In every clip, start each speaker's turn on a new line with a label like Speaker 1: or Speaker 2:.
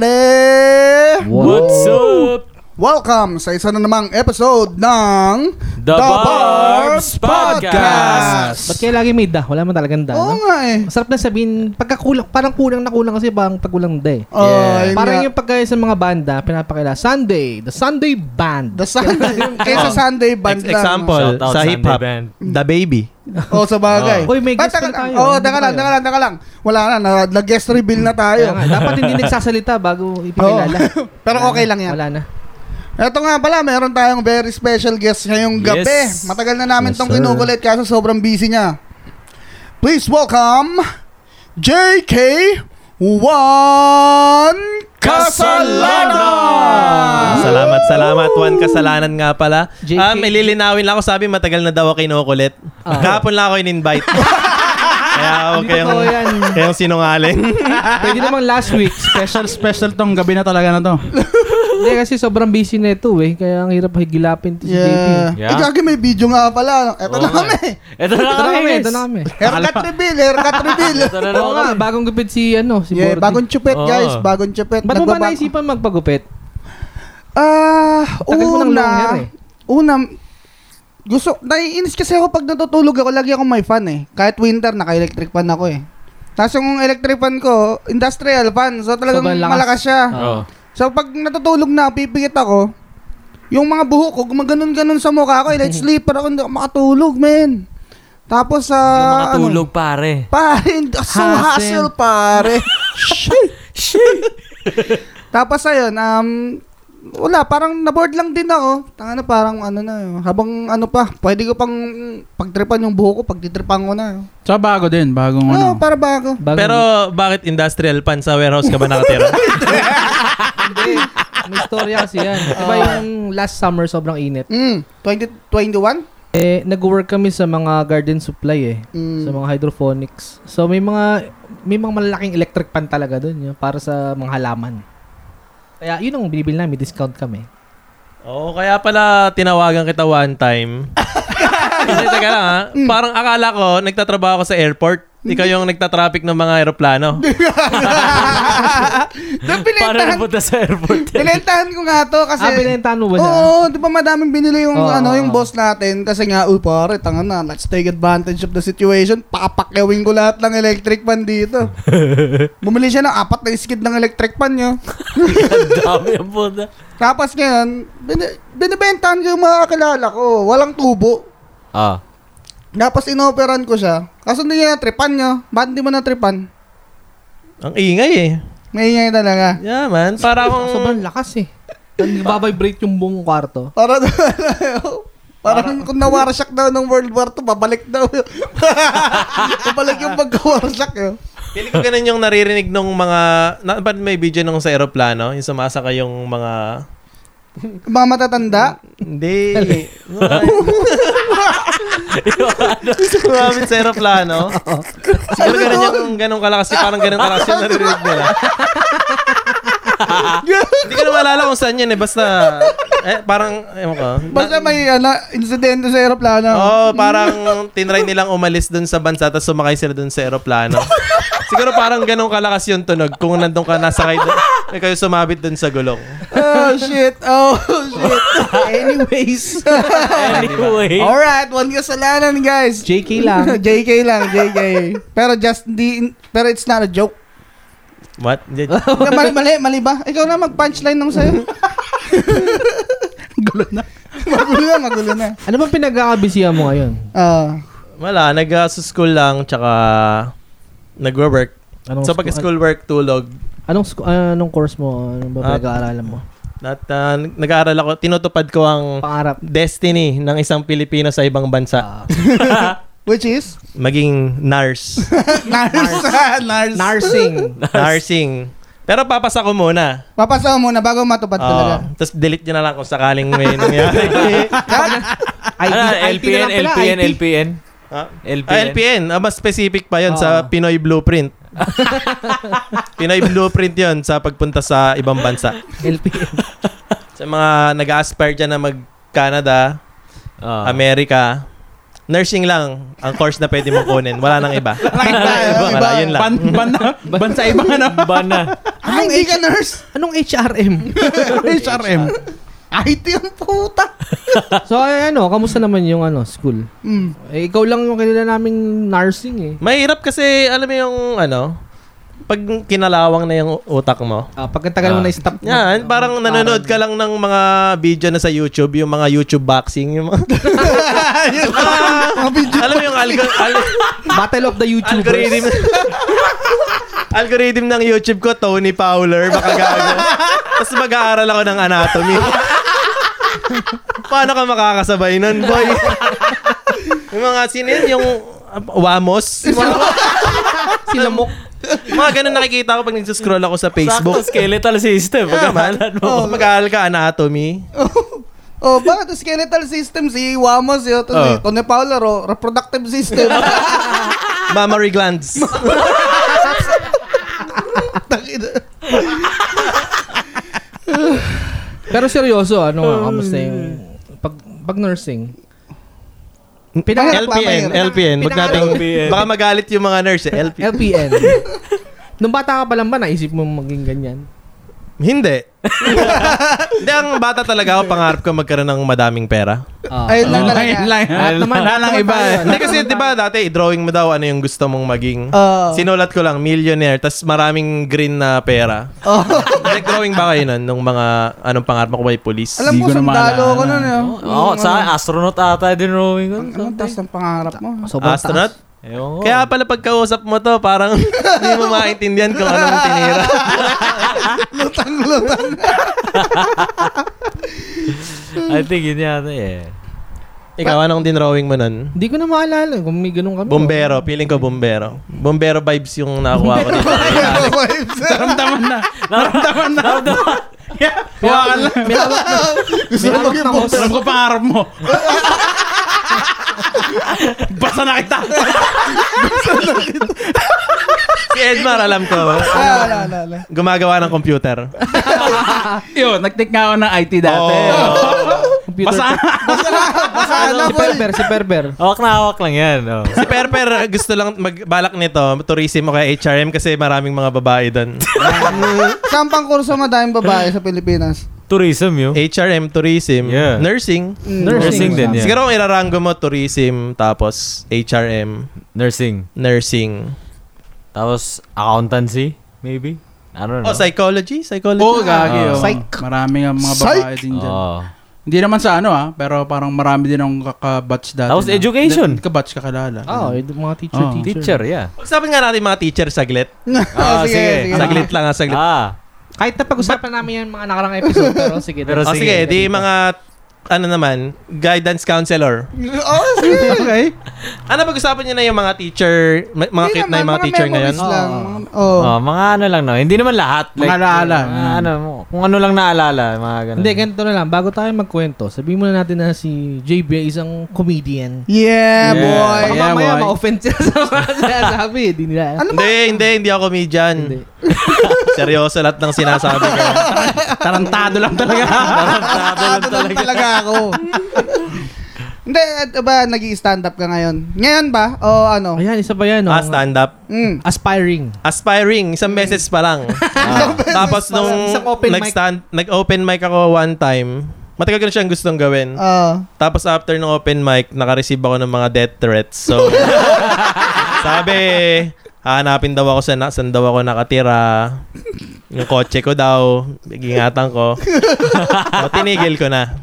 Speaker 1: everybody!
Speaker 2: What's up?
Speaker 1: Welcome sa isa na namang episode ng
Speaker 2: The Barbs Podcast!
Speaker 3: Ba't kaya lagi may da? Wala man talagang da.
Speaker 1: Oo
Speaker 3: no?
Speaker 1: nga eh.
Speaker 3: Masarap na sabihin, pagkakulang, parang kulang na kulang kasi parang pagkulang da eh.
Speaker 1: Oh, yun
Speaker 3: Parang
Speaker 1: nga.
Speaker 3: yung pagkaya sa mga banda, pinapakila, Sunday, the Sunday Band.
Speaker 1: The Sunday, kaysa Sunday band
Speaker 4: Ex- example,
Speaker 2: Shout out
Speaker 4: sa
Speaker 2: Sunday
Speaker 4: hip-hop,
Speaker 2: band.
Speaker 4: The Baby.
Speaker 1: O, sa bagay.
Speaker 3: Oh. Uy, may
Speaker 1: Ah,
Speaker 3: guest
Speaker 1: taka-
Speaker 3: pala tayo.
Speaker 1: Oo,
Speaker 3: Ano
Speaker 1: taka lang,
Speaker 3: tayo?
Speaker 1: taka lang, taka lang. Wala na, na- nag-guest reveal na
Speaker 3: Kaya
Speaker 1: tayo.
Speaker 3: nga, dapat hindi nagsasalita bago ipakilala.
Speaker 1: Oo. Pero
Speaker 3: Wala
Speaker 1: Oh. okay
Speaker 3: na,
Speaker 1: lang yan.
Speaker 3: Wala na.
Speaker 1: Eto nga pala, meron tayong very special guest
Speaker 2: Yes.
Speaker 1: ngayong gabi. Matagal na namin
Speaker 3: Yes,
Speaker 1: tong
Speaker 3: sir.
Speaker 1: kinukulit kaso sobrang busy niya. Please welcome JK Juan
Speaker 2: Kasalanan!
Speaker 1: Kasalanan!
Speaker 4: Salamat, salamat. Juan Kasalanan nga pala.
Speaker 3: JK.
Speaker 4: Um, ililinawin lang ako. Sabi, matagal na daw ako kinukulit.
Speaker 3: Ah.
Speaker 4: Kahapon lang ako in-invite. Kaya okay yung,
Speaker 3: totoo yan.
Speaker 4: yung sinungaling.
Speaker 3: Pwede namang last week.
Speaker 5: Special, special tong gabi na talaga na to.
Speaker 3: Hindi kasi sobrang busy na ito eh. Kaya ang hirap higilapin to si JP.
Speaker 1: Yeah.
Speaker 2: Yeah.
Speaker 1: Eh, gagi, may video nga pala. Eto
Speaker 2: Oo
Speaker 1: na
Speaker 2: nga. eh.
Speaker 1: kami.
Speaker 2: Ito na
Speaker 3: Ito na kami,
Speaker 2: kami,
Speaker 3: ito na kami.
Speaker 1: Haircut reveal, haircut reveal.
Speaker 2: Ito na
Speaker 3: Oo nga, bagong gupit si ano, si
Speaker 1: Yeah,
Speaker 3: Bordy.
Speaker 1: bagong chupet
Speaker 2: Oo.
Speaker 1: guys, bagong chupet.
Speaker 3: Ba't mo ba
Speaker 1: Nagbaba-
Speaker 3: naisipan magpagupit?
Speaker 1: Ah,
Speaker 3: Tagal mo ng
Speaker 1: una,
Speaker 3: long hair eh.
Speaker 1: una, gusto, naiinis kasi ako pag natutulog ako, lagi akong may fan eh. Kahit winter, naka-electric fan ako eh. Tapos yung electric fan ko, industrial fan. So talagang
Speaker 3: Sobrang lakas.
Speaker 1: malakas siya.
Speaker 2: Oo.
Speaker 1: So pag natutulog na, pipikit ako, yung mga buhok ko, gumaganon-ganon sa mukha ko. eh. Like sleeper ako, hindi ako makatulog, men. Tapos ah, ano, sa...
Speaker 2: Hindi ka makatulog, pare.
Speaker 1: Pare, so
Speaker 3: Hassle.
Speaker 1: hassle, pare. Shit. Tapos ayun, um, wala, parang na-board lang din ako. Tanga na, parang ano na, eh, habang ano pa, pwede ko pang pagtripan yung buho ko, pagtitripan ko na.
Speaker 5: Tsaka bago din, bagong
Speaker 1: Oo,
Speaker 5: ano.
Speaker 1: para bago.
Speaker 3: Bagong
Speaker 4: Pero bakit industrial pan sa warehouse ka ba nakatira?
Speaker 3: Hindi. May storya kasi yan. Diba yung last summer sobrang init?
Speaker 1: Mm, 2021?
Speaker 3: Eh, nag-work kami sa mga garden supply eh.
Speaker 1: Mm.
Speaker 3: Sa mga hydroponics. So, may mga, may mga malalaking electric pan talaga doon yun, para sa mga halaman. Kaya, yun ang binibili namin. Discount kami.
Speaker 4: Oo, kaya pala tinawagan kita one time. Kasi teka lang ha,
Speaker 3: Hmm.
Speaker 4: parang akala ko nagtatrabaho ako sa airport. Ikaw yung nagtatraffic ng mga aeroplano.
Speaker 1: Doon
Speaker 2: Para
Speaker 1: binentahan,
Speaker 2: napunta sa airport.
Speaker 1: binentahan ko nga to kasi...
Speaker 3: ah, binentahan mo ba na?
Speaker 1: Oo, di ba madaming binili yung
Speaker 3: Oo.
Speaker 1: ano yung boss natin kasi nga uy pare, tanga na, let's take advantage of the situation. Papakyawin ko lahat ng electric pan dito. Bumili siya ng apat na skid ng electric pan niya.
Speaker 2: Ang dami ang punta.
Speaker 1: Tapos ngayon, bin- binibentahan ko yung mga kakilala ko. Walang tubo.
Speaker 2: Ah.
Speaker 1: Tapos inoperan ko siya. Kaso hindi niya natripan niya. Ba't hindi mo natripan?
Speaker 4: Ang ingay eh.
Speaker 1: Maingay talaga.
Speaker 4: Yeah man, para akong...
Speaker 3: Sobrang lakas eh. Nagbabibrate yung buong kwarto.
Speaker 1: Para Parang kung na-warsak daw ng World War II, babalik daw. yun. babalik yung eh. pagka-warsak yun.
Speaker 4: Pili ko ganun yung naririnig nung mga... Na, ba't may video nung sa aeroplano? Yung sumasaka yung mga...
Speaker 1: Mga matatanda?
Speaker 4: Hindi.
Speaker 1: Eh.
Speaker 4: Sumamit sa aeroplano. Siguro ganun yung ganun kalakas. Parang ganun kalakas yung naririnig nila. Hindi ko na maalala kung saan yun eh. Basta, eh, parang, ewan ko.
Speaker 1: Basta may ano, insidente sa
Speaker 4: Oo,
Speaker 1: aeroplano.
Speaker 4: oh, parang tinry nilang umalis dun sa bansa tapos sumakay sila dun sa aeroplano. Siguro parang ganun kalakas yung tunog kung nandun ka nasakay dun. May kayo sumabit dun sa gulong.
Speaker 1: Oh, shit. Oh, shit. Anyways.
Speaker 2: Anyway.
Speaker 1: Alright, one kasalanan, guys.
Speaker 3: JK lang.
Speaker 1: JK lang, JK. pero just di, pero it's not a joke.
Speaker 4: What? Hindi-
Speaker 1: mali, mali, mali ba? Ikaw na mag-punchline nung sa'yo.
Speaker 5: Gulo na.
Speaker 1: magulo na, magulo na.
Speaker 3: Ano bang pinagkakabisihan mo ngayon?
Speaker 1: Ah.
Speaker 4: Wala, nag-school lang tsaka nag-work.
Speaker 3: Anong
Speaker 4: so
Speaker 3: sco-
Speaker 4: pag-school work, tulog.
Speaker 3: Anong, sco- anong course mo? Anong ba
Speaker 4: Ah,
Speaker 3: pinag-aaralan mo?
Speaker 4: At ah, nag-aaral ako, tinutupad ko ang
Speaker 3: Pangarap.
Speaker 4: destiny ng isang Pilipino sa ibang bansa.
Speaker 1: Which is?
Speaker 4: Maging nurse.
Speaker 1: Nars. Nars.
Speaker 3: Nursing.
Speaker 2: Ah,
Speaker 4: Nursing. Pero papasa ko muna.
Speaker 1: Papasa mo muna bago matupad
Speaker 4: Ah.
Speaker 1: talaga.
Speaker 4: Oo. Tapos delete nyo na lang kung sakaling may nangyari.
Speaker 3: IT,
Speaker 2: Ano, LPN,
Speaker 3: IT na lang pala,
Speaker 2: LPN,
Speaker 3: IT.
Speaker 2: LPN.
Speaker 4: Ah,
Speaker 2: LPN.
Speaker 4: ah, LPN. Ah, mas specific pa yon
Speaker 3: Oo.
Speaker 4: sa Pinoy Blueprint. Pinoy Blueprint yon sa pagpunta sa ibang bansa.
Speaker 3: LPN.
Speaker 4: Sa mga nag-aspire dyan na mag-Canada,
Speaker 2: Ah.
Speaker 4: Amerika, nursing lang ang course na pwede mong kunin. Wala nang iba.
Speaker 1: Like,
Speaker 4: Wala, yun lang.
Speaker 5: Ban, ban na. Ban sa ibang ano.
Speaker 2: Ba na.
Speaker 1: Ah,
Speaker 3: Anong
Speaker 1: hindi ka
Speaker 3: H-
Speaker 1: nurse?
Speaker 3: Anong HRM?
Speaker 5: HRM.
Speaker 1: IT ang puta.
Speaker 3: so, ay, ano, kamusta naman yung ano, school?
Speaker 1: Mm.
Speaker 3: Eh, ikaw lang yung kanila naming nursing eh.
Speaker 4: Mahirap kasi, alam mo yung ano, pag kinalawang na yung utak mo.
Speaker 3: Ah, pagkatagal mo
Speaker 2: Ah.
Speaker 3: na stop
Speaker 4: Yan, parang nanonood ka lang ng mga video na sa YouTube, yung mga YouTube boxing, yung mga... alam mo yung algo- al-
Speaker 3: Battle of the
Speaker 4: algorithm...
Speaker 3: YouTubers.
Speaker 4: algorithm ng YouTube ko, Tony Fowler, baka gago. Tapos mag-aaral ako ng anatomy. Paano ka makakasabay nun, boy? yung mga sino yun, yung uh, Wamos. Yung mga,
Speaker 3: Silamok.
Speaker 4: mga ganun nakikita ko pag nagsuscroll ako sa Facebook.
Speaker 2: Sakto, skeletal system. Pagkamalan mo.
Speaker 4: Oh, mag-aaral ka anatomy.
Speaker 1: Oh, bakit skeletal system si Wamos yun? Ito si
Speaker 4: Oh.
Speaker 1: Tony Paolo, ro- reproductive system.
Speaker 4: Mammary glands.
Speaker 3: Pero seryoso, ano nga, kamusta yung pag, pag nursing?
Speaker 1: Pinangarap pa ba
Speaker 4: LPN,
Speaker 1: yun?
Speaker 4: LPN. Wag nating,
Speaker 2: LPN.
Speaker 4: baka magalit yung mga nurse eh. LPN.
Speaker 3: LPN. Nung bata ka pa lang ba, naisip mo maging ganyan?
Speaker 4: Hindi. Hindi, ang bata talaga ako, pangarap ko magkaroon ng madaming pera.
Speaker 3: Ah.
Speaker 1: Ayun lang
Speaker 5: Oh,
Speaker 1: talaga.
Speaker 5: ayun lang.
Speaker 2: Ano
Speaker 3: Lahat naman.
Speaker 5: Wala lang iba. eh.
Speaker 4: Hindi kasi, di ba, dati, drawing mo daw ano yung gusto mong maging.
Speaker 1: Oo.
Speaker 4: Sinulat ko lang, millionaire, tas maraming green na pera.
Speaker 1: Oh.
Speaker 4: Nag-drawing ba kayo nun, nung mga, anong pangarap mo kung may police?
Speaker 1: Alam mo,
Speaker 5: Hindi ko na
Speaker 1: sundalo
Speaker 5: maalala.
Speaker 1: ko nun. eh.
Speaker 2: Oo, sa astronaut ata din rowing ko.
Speaker 1: Ano taas ng pangarap mo?
Speaker 3: Sobrang taas.
Speaker 4: Astronaut?
Speaker 2: Ewan ko.
Speaker 4: Kaya pala pagkausap mo to, parang hindi mo maintindihan kung anong tinira.
Speaker 1: Lutang-lutang.
Speaker 2: I think yun yata eh.
Speaker 4: Ikaw, anong dinrawing mo nun?
Speaker 3: Hindi ko na maalala kung may ganun kami.
Speaker 4: Bombero, feeling ko bombero. Bombero vibes yung nakuha ko dito.
Speaker 5: Naramdaman na. Naramdaman na.
Speaker 3: Pinawak na. Pinawak na.
Speaker 5: Gusto
Speaker 3: mo maging boss.
Speaker 5: Alam ko pangarap mo. Basta na kita.
Speaker 4: si Edmar, alam ko.
Speaker 1: Ah, wala, wala, wala.
Speaker 4: Gumagawa ng computer.
Speaker 5: Yun, nag-take nga ako ng IT dati.
Speaker 2: Oh.
Speaker 3: Computer
Speaker 5: Basta
Speaker 3: tech.
Speaker 1: Basta ano,
Speaker 3: Si
Speaker 1: boy.
Speaker 3: Perber, si Perber.
Speaker 2: Hawak na hawak lang yan. Oh.
Speaker 4: Si Perper gusto lang magbalak nito, tourism o kaya HRM kasi maraming mga babae doon.
Speaker 1: Saan pang kurso madaming babae sa Pilipinas?
Speaker 2: Tourism yun.
Speaker 4: HRM, tourism,
Speaker 2: Yeah.
Speaker 4: Eh, nursing.
Speaker 2: Mm. Nursing din yan.
Speaker 4: Siguro kung irarango mo, tourism, tapos HRM,
Speaker 2: Nursing.
Speaker 4: nursing.
Speaker 2: Tapos accountancy, maybe? I
Speaker 6: Hmm.
Speaker 2: don't know.
Speaker 4: Oh, psychology? Psychology?
Speaker 5: Oo, gagi.
Speaker 2: Ah.
Speaker 5: oh.
Speaker 3: Psych.
Speaker 5: Marami nga mga babae din dyan.
Speaker 2: Oo.
Speaker 5: Hindi naman sa ano ah, pero parang marami din akong kakabatch dati.
Speaker 2: Tapos
Speaker 5: na-
Speaker 2: education.
Speaker 5: Hindi, Kabatch kakilala.
Speaker 3: Oo, yung mga teacher,
Speaker 6: Ah.
Speaker 5: Oh.
Speaker 3: teacher.
Speaker 2: Teacher, yeah.
Speaker 4: Pag-usapin nga natin mga teacher saglit.
Speaker 2: Ah, sige.
Speaker 4: Saglit lang ha, saglit.
Speaker 2: Ah.
Speaker 3: Kahit na pag-usapan namin yan mga nakarang episode, pero sige.
Speaker 2: Pero
Speaker 4: Oh, sige, di mga ano naman, guidance counselor.
Speaker 1: Oh, sige.
Speaker 5: Okay.
Speaker 4: Ano pag-usapan niyo na yung mga teacher, ma- mga
Speaker 1: Hindi
Speaker 4: cute na
Speaker 1: naman,
Speaker 4: yung mga teacher ngayon?
Speaker 1: memories lang. Oh.
Speaker 2: Oh, mga ano lang no. Hindi naman lahat.
Speaker 5: Mga alaala.
Speaker 2: mga ano, kung ano lang naalala, mga ganun.
Speaker 3: Hindi, ganito na lang. Bago tayo magkwento, sabihin muna natin na si JB ay isang comedian.
Speaker 1: Yeah, boy.
Speaker 3: Baka
Speaker 5: yeah,
Speaker 3: Oh, mamaya
Speaker 5: boy.
Speaker 3: ma-offend siya sa mga sinasabi. Hindi nila.
Speaker 1: Ano ba?
Speaker 4: Hindi, hindi, hindi ako comedian.
Speaker 3: Hindi.
Speaker 4: Seryoso lahat ng sinasabi ko.
Speaker 5: Tarantado lang talaga.
Speaker 1: Tatado Ah, lang talaga ako. Hindi, at ba, nag stand up ka ngayon? Ngayon ba? O ano?
Speaker 3: Ayan, isa ba yan? no?
Speaker 4: Ah, stand-up.
Speaker 1: Mm.
Speaker 3: Aspiring.
Speaker 4: Aspiring, isang beses pa lang. Ah. Tapos
Speaker 3: pa lang,
Speaker 4: nung
Speaker 3: isang open mic.
Speaker 4: nag-stand, nag-open mic ako one time, matagal ko na siyang gustong gawin.
Speaker 3: Ah.
Speaker 1: Oo.
Speaker 4: Tapos after ng open mic, naka-receive ako ng mga death threats. So, sabi, hahanapin daw ako sa na, saan daw ako nakatira. Yung kotse ko daw, ingatan ko. so, tinigil ko na.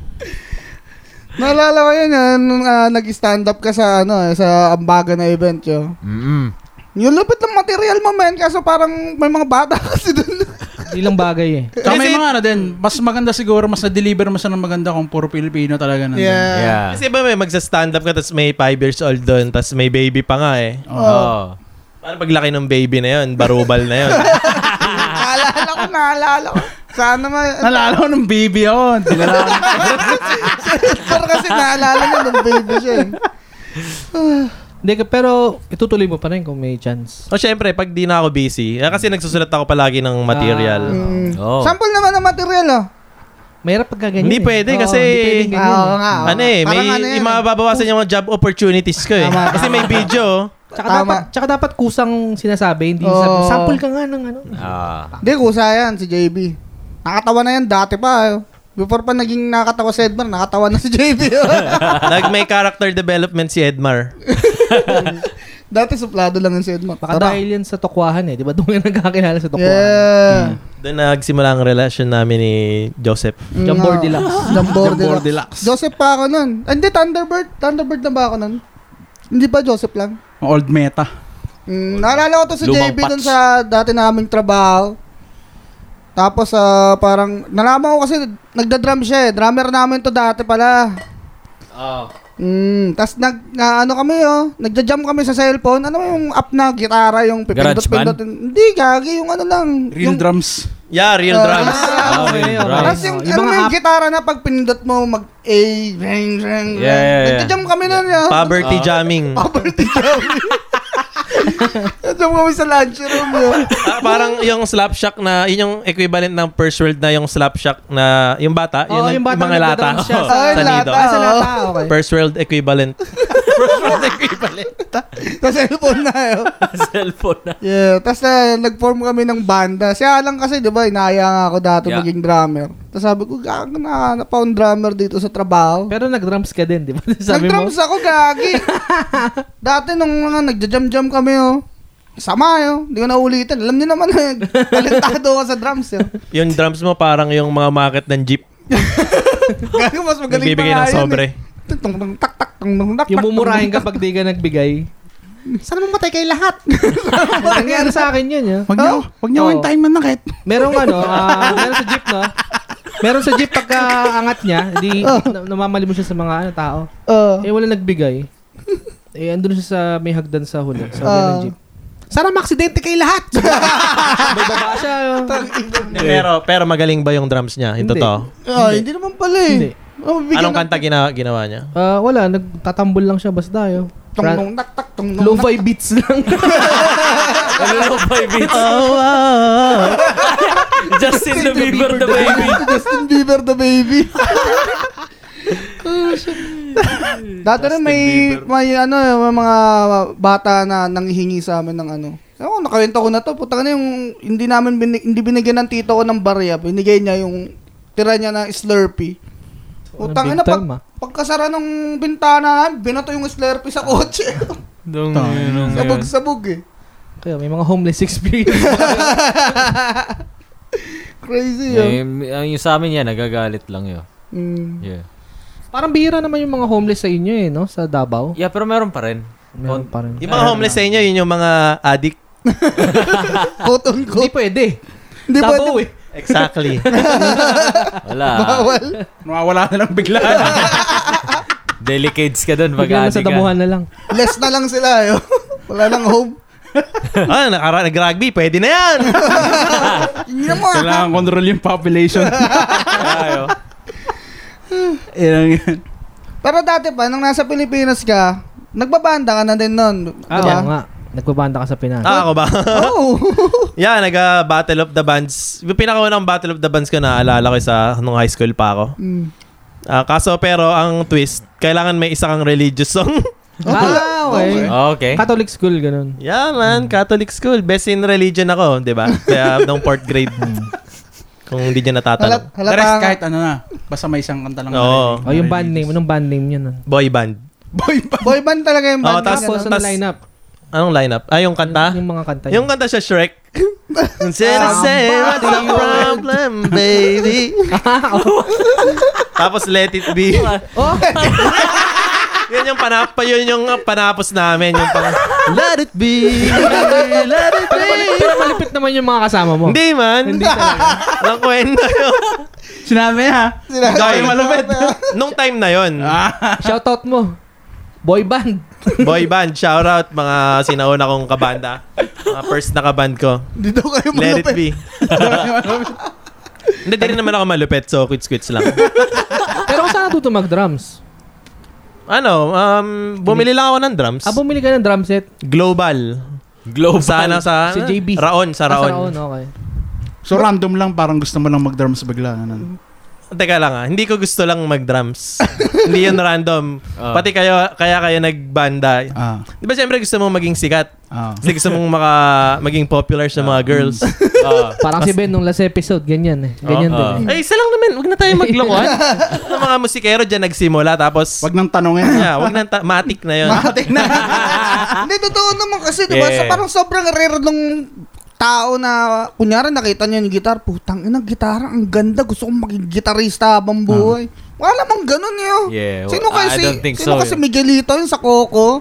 Speaker 1: Naalala ko yun, ah, nung ah, nag-stand up ka sa, ano, eh, sa Ambaga na event yun.
Speaker 2: Mm-mm.
Speaker 1: Yung lupit ng material mo, man, kaso parang may mga bata kasi dun.
Speaker 3: Hindi lang bagay eh.
Speaker 5: Tsaka may mga ano din, mas maganda siguro, mas na-deliver mo siya ng maganda kung puro Pilipino talaga nandun.
Speaker 1: yeah.
Speaker 2: Yeah.
Speaker 4: Kasi ba may magsa-stand up ka, tapos may 5 years old doon, tapos may baby pa nga eh.
Speaker 2: Oh.
Speaker 4: Paano paglaki ng baby na yun? Barubal na yun.
Speaker 1: naalala ko, naalala ko. Sana ma...
Speaker 5: Nalala ko ng baby ako. Hindi ko alam.
Speaker 1: Pero kasi naalala niya nung baby siya eh.
Speaker 3: Hindi ka, pero itutuloy mo pa rin kung may chance.
Speaker 4: o syempre, pag di na ako busy, eh, kasi nagsusulat ako palagi ng material.
Speaker 1: Mm.
Speaker 2: Oh.
Speaker 1: Sample naman ng material, oh.
Speaker 3: Mahirap pagka ganyan.
Speaker 4: Hindi
Speaker 3: eh.
Speaker 4: pwede
Speaker 3: Oo,
Speaker 4: kasi-
Speaker 3: Hindi pwede
Speaker 1: Ah,
Speaker 3: ganyan.
Speaker 1: oo nga. oo.
Speaker 4: ano eh, may
Speaker 1: Parang ano yan,
Speaker 4: yung
Speaker 1: eh.
Speaker 4: mababawasan yung mga job opportunities ko eh.
Speaker 1: Tama,
Speaker 4: Kasi may video,
Speaker 3: Tsaka
Speaker 1: Tama.
Speaker 3: dapat, tsaka dapat kusang sinasabi, hindi
Speaker 1: Oo.
Speaker 3: sabi, sample ka nga ng ano.
Speaker 2: Ah.
Speaker 1: eh. Hindi, kusa yan si JB. Nakatawa na yan dati pa. eh. Before pa naging nakatawa si Edmar, nakatawa na si oh. JB.
Speaker 4: Nag may character development si Edmar.
Speaker 1: dati suplado lang yan si Edmar.
Speaker 3: Baka dahil yan sa tokwahan eh. Di ba doon yung nagkakilala sa tokwahan?
Speaker 1: Yeah.
Speaker 4: Doon nagsimula ang relasyon namin ni Joseph.
Speaker 1: Mm,
Speaker 3: Jambor
Speaker 1: ah.
Speaker 3: Deluxe.
Speaker 1: Jambor
Speaker 5: Jambor
Speaker 1: Deluxe.
Speaker 5: Deluxe.
Speaker 1: Joseph pa ako nun. Ah, Hindi, Thunderbird. Thunderbird na ba ako nun? Hindi ba Joseph lang?
Speaker 5: Old meta.
Speaker 1: Mm, naalala ko to si
Speaker 2: Lumang
Speaker 1: JB dun
Speaker 2: patch.
Speaker 1: sa dati naming trabaho. Tapos ah, parang nalaman ko kasi nagda-drum siya eh. Drummer namin to dati pala.
Speaker 2: Ah.
Speaker 1: Mm, tas nag na, ano kami oh, nagja-jam kami sa cellphone. Ano yung app na gitara yung pipindot
Speaker 2: Garage band?
Speaker 1: pindot. Hindi gagi yung ano lang. yung,
Speaker 5: Real drums.
Speaker 4: Yeah, real
Speaker 1: Ah,
Speaker 4: drums.
Speaker 1: ah,
Speaker 2: okay,
Speaker 1: okay.
Speaker 2: okay.
Speaker 1: Tapos yung,
Speaker 3: Ibang
Speaker 1: ano yung
Speaker 3: app.
Speaker 1: gitara na pag pinindot mo mag A, ring, ring,
Speaker 2: Yeah, yeah, yeah.
Speaker 1: Nagja-jam kami nun. Yeah.
Speaker 4: Poverty jamming.
Speaker 1: Poverty jam. Nagja-jam kami sa lunch room. yun.
Speaker 4: Ah, parang yung slap shock na, yun yung equivalent ng first world na yung slap shock na, yung bata, yun
Speaker 3: Oo,
Speaker 4: ang-
Speaker 3: oh, yung bata
Speaker 4: mga lata.
Speaker 3: nagdadrums siya
Speaker 4: Oo,
Speaker 3: sa-
Speaker 1: Ay,
Speaker 4: sa nido.
Speaker 1: lata.
Speaker 3: Ah, sa
Speaker 1: Oo.
Speaker 3: lata, okay.
Speaker 4: First world equivalent.
Speaker 1: Sa cellphone na yun.
Speaker 2: Cellphone na.
Speaker 1: Yeah, tapos na nag-form kami ng banda. Siya lang kasi, di ba, inaya nga ako dati
Speaker 2: Yeah.
Speaker 1: maging drummer. Tapos sabi ko, gag, na, napawn drummer dito sa trabaho.
Speaker 3: Pero nag-drums ka din, di ba? Sabi mo,
Speaker 1: Nag-drums ako, gagi. dati nung mga nagja-jam-jam kami, oh. Sama, yo. Hindi ko na ulitin. Alam niyo naman, eh, talentado ako sa drums, eh. yo.
Speaker 4: Yung drums mo parang yung mga market ng jeep.
Speaker 1: Gagi, mas magaling eh.
Speaker 4: Nagbibigay ng sobre.
Speaker 1: Tung tung tak tak tung tung tak.
Speaker 3: yung mumurahin ka pag di ka nagbigay.
Speaker 1: Sana mamatay kayo lahat.
Speaker 3: Nangyari sa akin yun, yun.
Speaker 5: Wag niyo,
Speaker 1: Oh.
Speaker 5: wag niyo
Speaker 3: Oo.
Speaker 5: yung time manakit.
Speaker 3: Merong ano, ah, meron sa jeep, no? Meron sa jeep pagka angat niya, di na- namamalimos siya sa mga ano, tao.
Speaker 1: Oh.
Speaker 3: Eh, wala nagbigay. Eh, andun siya sa may hagdan sa huli, sa huli ng
Speaker 1: Ah.
Speaker 3: jeep. Sana maksidente kayo lahat! may baba siya. oh.
Speaker 4: Pero, pero magaling ba yung drums niya? Yung
Speaker 3: Hindi.
Speaker 4: totoo.
Speaker 1: Ah, hindi naman pala
Speaker 3: Hindi.
Speaker 1: eh. Oh, bigyan
Speaker 4: Anong
Speaker 1: ng-
Speaker 4: kanta ginawa, ginawa niya?
Speaker 3: Ah, wala, nagtatambol lang siya basta yun.
Speaker 1: Tung
Speaker 3: Fra-
Speaker 1: tung tak tak tung tung.
Speaker 3: Lo-fi beats lang. Oh,
Speaker 2: Lo-fi beats. Justin the Bieber the baby.
Speaker 1: Justin Bieber the baby.
Speaker 3: Oh,
Speaker 1: Dati rin may, may ano, may mga bata na nanghihingi sa amin ng ano. Ako, nakawento ko na to. Puta ka na yung, hindi namin, binig, hindi binigyan ng tito ko ng barya. Binigay niya yung, tira niya ng Slurpee. Puta ka
Speaker 3: big
Speaker 1: na, pag,
Speaker 3: time, ah.
Speaker 1: pagkasara ng bintana namin, binato yung Slurpee sa kotse.
Speaker 2: Dong,
Speaker 5: Tang-
Speaker 2: yun, yun.
Speaker 1: Sabog-sabog eh.
Speaker 3: Kaya may mga homeless experience.
Speaker 1: Crazy
Speaker 2: Yeah,
Speaker 1: yun.
Speaker 2: Yung, yung sa amin yan, nagagalit lang yun.
Speaker 1: Mm.
Speaker 2: Yeah.
Speaker 3: Parang bihira naman yung mga homeless sa inyo eh, no? Sa Davao.
Speaker 2: Yeah, pero meron pa rin.
Speaker 3: Meron pa rin.
Speaker 4: Yung mga homeless sa inyo, yun yung mga addict.
Speaker 1: Quote on
Speaker 3: Hindi
Speaker 1: quote.
Speaker 3: pwede.
Speaker 1: Hindi
Speaker 3: Davao
Speaker 1: pwede.
Speaker 3: eh.
Speaker 4: Exactly.
Speaker 2: Wala.
Speaker 1: Bawal.
Speaker 5: Mawawala na lang bigla.
Speaker 2: Delicates ka dun pag
Speaker 3: Bigla na
Speaker 2: aadi
Speaker 3: sa
Speaker 2: ka.
Speaker 3: damuhan na lang.
Speaker 1: Less na lang sila. Yo. Wala lang home.
Speaker 4: ah, nakara- nag-rugby, pwede na yan!
Speaker 1: Hindi na mo.
Speaker 5: Kailangan control yung population.
Speaker 2: Ayo.
Speaker 5: Ilang yan.
Speaker 1: Pero dati pa, nung nasa Pilipinas ka, nagbabanda ka na din nun.
Speaker 3: Ah,
Speaker 1: diba?
Speaker 3: oo nga. Nagbabanda ka sa Pinas.
Speaker 4: ah, ako ba?
Speaker 1: Oo.
Speaker 4: yeah, nag-Battle of the Bands. Yung pinakaunang Battle of the Bands ko naaalala ko sa nung high school pa ako.
Speaker 1: Mm.
Speaker 4: Ah, kaso pero ang twist, kailangan may isa kang religious song.
Speaker 3: Ah, okay.
Speaker 2: Oh, Okay.
Speaker 3: Catholic school, ganun.
Speaker 4: yeah man, Catholic school. Best in religion ako, di ba? Kaya nung fourth grade. kung hindi niya
Speaker 1: Halat,
Speaker 4: natatanong.
Speaker 5: The
Speaker 1: halata
Speaker 5: rest
Speaker 1: nga.
Speaker 5: kahit ano na. Basta may isang kanta lang.
Speaker 4: Oo.
Speaker 3: Oh, yung band name. Anong band name yun? ah?
Speaker 4: Boy band.
Speaker 5: Boy pa.
Speaker 1: Boy band talaga yung
Speaker 4: Oo,
Speaker 1: band.
Speaker 4: tas-
Speaker 1: niya,
Speaker 3: Tapos,
Speaker 1: no?
Speaker 3: ano
Speaker 4: tas-
Speaker 3: lineup?
Speaker 4: Anong lineup? Ah, yung kanta?
Speaker 3: Yung mga kanta
Speaker 4: Yung
Speaker 3: yun.
Speaker 4: kanta siya Shrek. Sina say what's the problem, baby?
Speaker 3: Oh.
Speaker 4: Tapos let it be.
Speaker 1: Oh,
Speaker 4: Yan yung panapa, yun yung panapos namin. Yung pang, let it be, let it
Speaker 3: Pero,
Speaker 4: be.
Speaker 3: mali- pero malipit naman yung mga kasama mo.
Speaker 4: Hindi man.
Speaker 3: Hindi talaga.
Speaker 4: Ang kwento yun.
Speaker 5: Sinabi niya ha.
Speaker 1: sila-
Speaker 4: Guy.
Speaker 5: malupit.
Speaker 4: Nung time na yun,
Speaker 3: Ah. Shoutout mo. Boy band.
Speaker 4: boy band, shout out mga sinauna kong kabanda. Mga first na kaband ko.
Speaker 1: Di daw kayo
Speaker 4: Let it
Speaker 1: malupit.
Speaker 4: be. Hindi, di rin naman ako malupit, so quits-quits lang.
Speaker 3: Pero kung saan natuto mag-drums?
Speaker 4: Ano, um, bumili lang ako ng drums.
Speaker 3: Ah, bumili ka ng drum set.
Speaker 4: Global.
Speaker 2: Global.
Speaker 4: Sana sa
Speaker 3: Si JB.
Speaker 4: Raon, sa
Speaker 3: Ah,
Speaker 4: Raon.
Speaker 3: Raon, okay.
Speaker 5: So random lang parang gusto mo lang mag-drums bigla. Ganun.
Speaker 4: teka lang ah, hindi ko gusto lang mag-drums. hindi yun random.
Speaker 2: Ah.
Speaker 4: Pati kayo, kaya kayo nagbanda.
Speaker 5: Ah,
Speaker 4: Di ba siyempre gusto mong maging sikat?
Speaker 5: ah.
Speaker 4: Kasi gusto mong maka, maging popular sa mga girls.
Speaker 2: Ah.
Speaker 3: Parang si Ben nung last episode, ganyan eh. Ganyan
Speaker 2: Oo.
Speaker 3: din. eh.
Speaker 4: Ay, isa lang naman. Huwag na tayo maglokohan. Ang mga musikero dyan nagsimula tapos...
Speaker 5: Wag nang tanongin.
Speaker 4: Yeah, wag na ta- matik na yun.
Speaker 1: Matik na. Hindi, totoo naman kasi, di ba?
Speaker 2: Yeah.
Speaker 1: Sa parang sobrang rare nung tao na, kunyari nakita niyo yung guitar, putang ina, gitara, ang ganda, gusto kong maging gitarista habang buhay. Wala mang ganun yun.
Speaker 2: Yeah,
Speaker 1: sino
Speaker 2: well, I
Speaker 1: kasi,
Speaker 2: don't think so,
Speaker 1: sino kasi
Speaker 2: yeah.
Speaker 1: Miguelito yun sa Coco?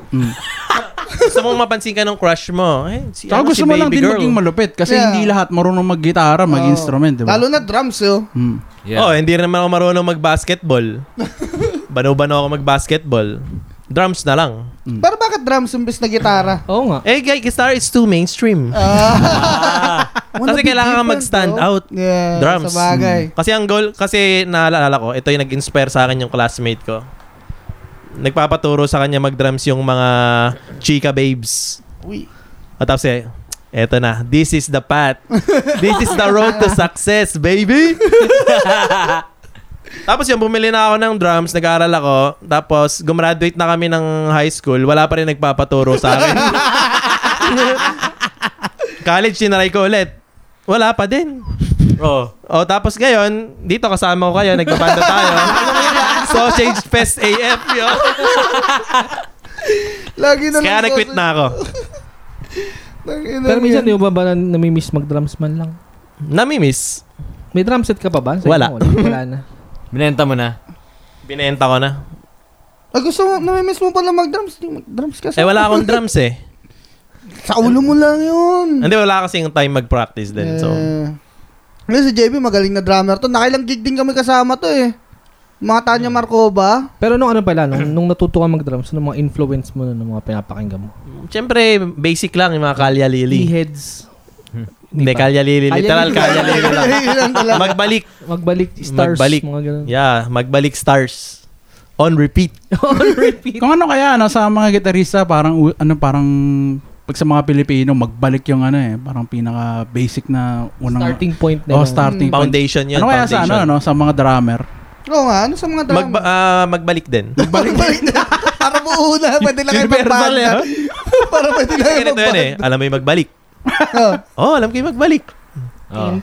Speaker 4: gusto mong mapansin ka ng crush mo. Eh, si,
Speaker 5: Saka
Speaker 4: ano, si
Speaker 5: gusto mo
Speaker 4: baby
Speaker 5: lang din
Speaker 4: girl.
Speaker 5: maging malupit kasi
Speaker 1: Yeah.
Speaker 5: hindi lahat marunong mag-gitara, mag-instrument, di ba?
Speaker 1: Lalo na drums yun.
Speaker 5: Hmm.
Speaker 2: Yeah.
Speaker 4: Oh, hindi naman ako marunong mag-basketball. Bano-bano ako mag-basketball. Drums na lang.
Speaker 1: Pero bakit drums imbes na gitara?
Speaker 3: Oo nga.
Speaker 4: Eh, guys, guitar is too mainstream.
Speaker 1: Wanna
Speaker 4: Kasi
Speaker 1: be
Speaker 4: kailangan ka
Speaker 1: different,
Speaker 4: mag-stand
Speaker 1: bro.
Speaker 4: out.
Speaker 1: Yeah,
Speaker 4: Drums.
Speaker 1: Sa
Speaker 4: Mm.
Speaker 1: bagay.
Speaker 4: Kasi ang goal, kasi naalala ko, ito yung nag-inspire sa akin yung classmate ko. Nagpapaturo sa kanya mag-drums yung mga chika babes.
Speaker 1: Uy.
Speaker 4: At tapos eh, eto na, this is the path. this is the road to success, baby! tapos yung bumili na ako ng drums, nag-aaral ako. Tapos gumraduate na kami ng high school, wala pa rin nagpapaturo sa akin. College, tinaray ko ulit. Wala pa din.
Speaker 2: Oh.
Speaker 4: O tapos ngayon, dito kasama ko kayo, nagbabanda tayo. Sausage Fest AF, yo.
Speaker 1: Lagi na
Speaker 3: Ano
Speaker 4: Kaya
Speaker 1: lang
Speaker 4: nag-quit
Speaker 1: sausage.
Speaker 4: na ako.
Speaker 1: Tangina
Speaker 3: Pero minsan
Speaker 1: yan.
Speaker 3: di mo ba ba na- namimiss mag-drums man lang?
Speaker 4: Namimiss.
Speaker 3: May drum set ka pa ba? mo,
Speaker 4: Wala.
Speaker 3: Wala, wala na.
Speaker 2: Binenta mo na.
Speaker 4: Binenta ko na.
Speaker 1: Ay, Ah, gusto mo, namimiss mo pala mag-drums. Di, Mag-drums ka sa...
Speaker 4: Eh, wala akong drums eh.
Speaker 1: Sa ulo mo lang yun.
Speaker 4: Hindi, wala kasi yung time mag-practice Ano din. So,
Speaker 1: Eh, Ngayon si JB, magaling na drummer to. Nakailang gig din kami kasama to eh. Mga Tanya Markova.
Speaker 3: Pero nung ano pala, nung, nung natuto ka mag-drums, ano mga influence mo nun, ng mga pinapakinggan mo?
Speaker 4: siyempre, basic lang yung mga kalya lili.
Speaker 3: Heads.
Speaker 4: Hindi, kalya lili.
Speaker 3: Kalya
Speaker 4: Literal,
Speaker 3: lili.
Speaker 4: kalya lili lang.
Speaker 1: Ilan talaga.
Speaker 4: Magbalik.
Speaker 3: Magbalik, stars,
Speaker 4: Magbalik.
Speaker 3: mga ganun.
Speaker 4: Yeah, magbalik stars. On repeat.
Speaker 3: On repeat.
Speaker 5: Kung ano kaya ano sa mga gitarista parang u- ano parang pag sa mga Pilipino magbalik yung ano eh, parang pinaka basic na unang
Speaker 3: starting point na
Speaker 5: Oh,
Speaker 3: yun.
Speaker 5: starting point.
Speaker 4: Foundation yun.
Speaker 5: ano kaya sa ano,
Speaker 4: foundation.
Speaker 5: ano sa mga drummer?
Speaker 1: Oo nga, ano sa mga drummer?
Speaker 4: Magba- ah, magbalik din.
Speaker 1: Magbalik na. Para buo na. Pwede lang kayo
Speaker 4: Universal
Speaker 1: magbanda.
Speaker 4: eh.
Speaker 1: Para pwede lang kayo
Speaker 4: Ganito yun
Speaker 1: magbanda.
Speaker 4: eh. Alam mo yung magbalik. Oh, alam ko yung magbalik.
Speaker 6: Ah.
Speaker 2: Oh.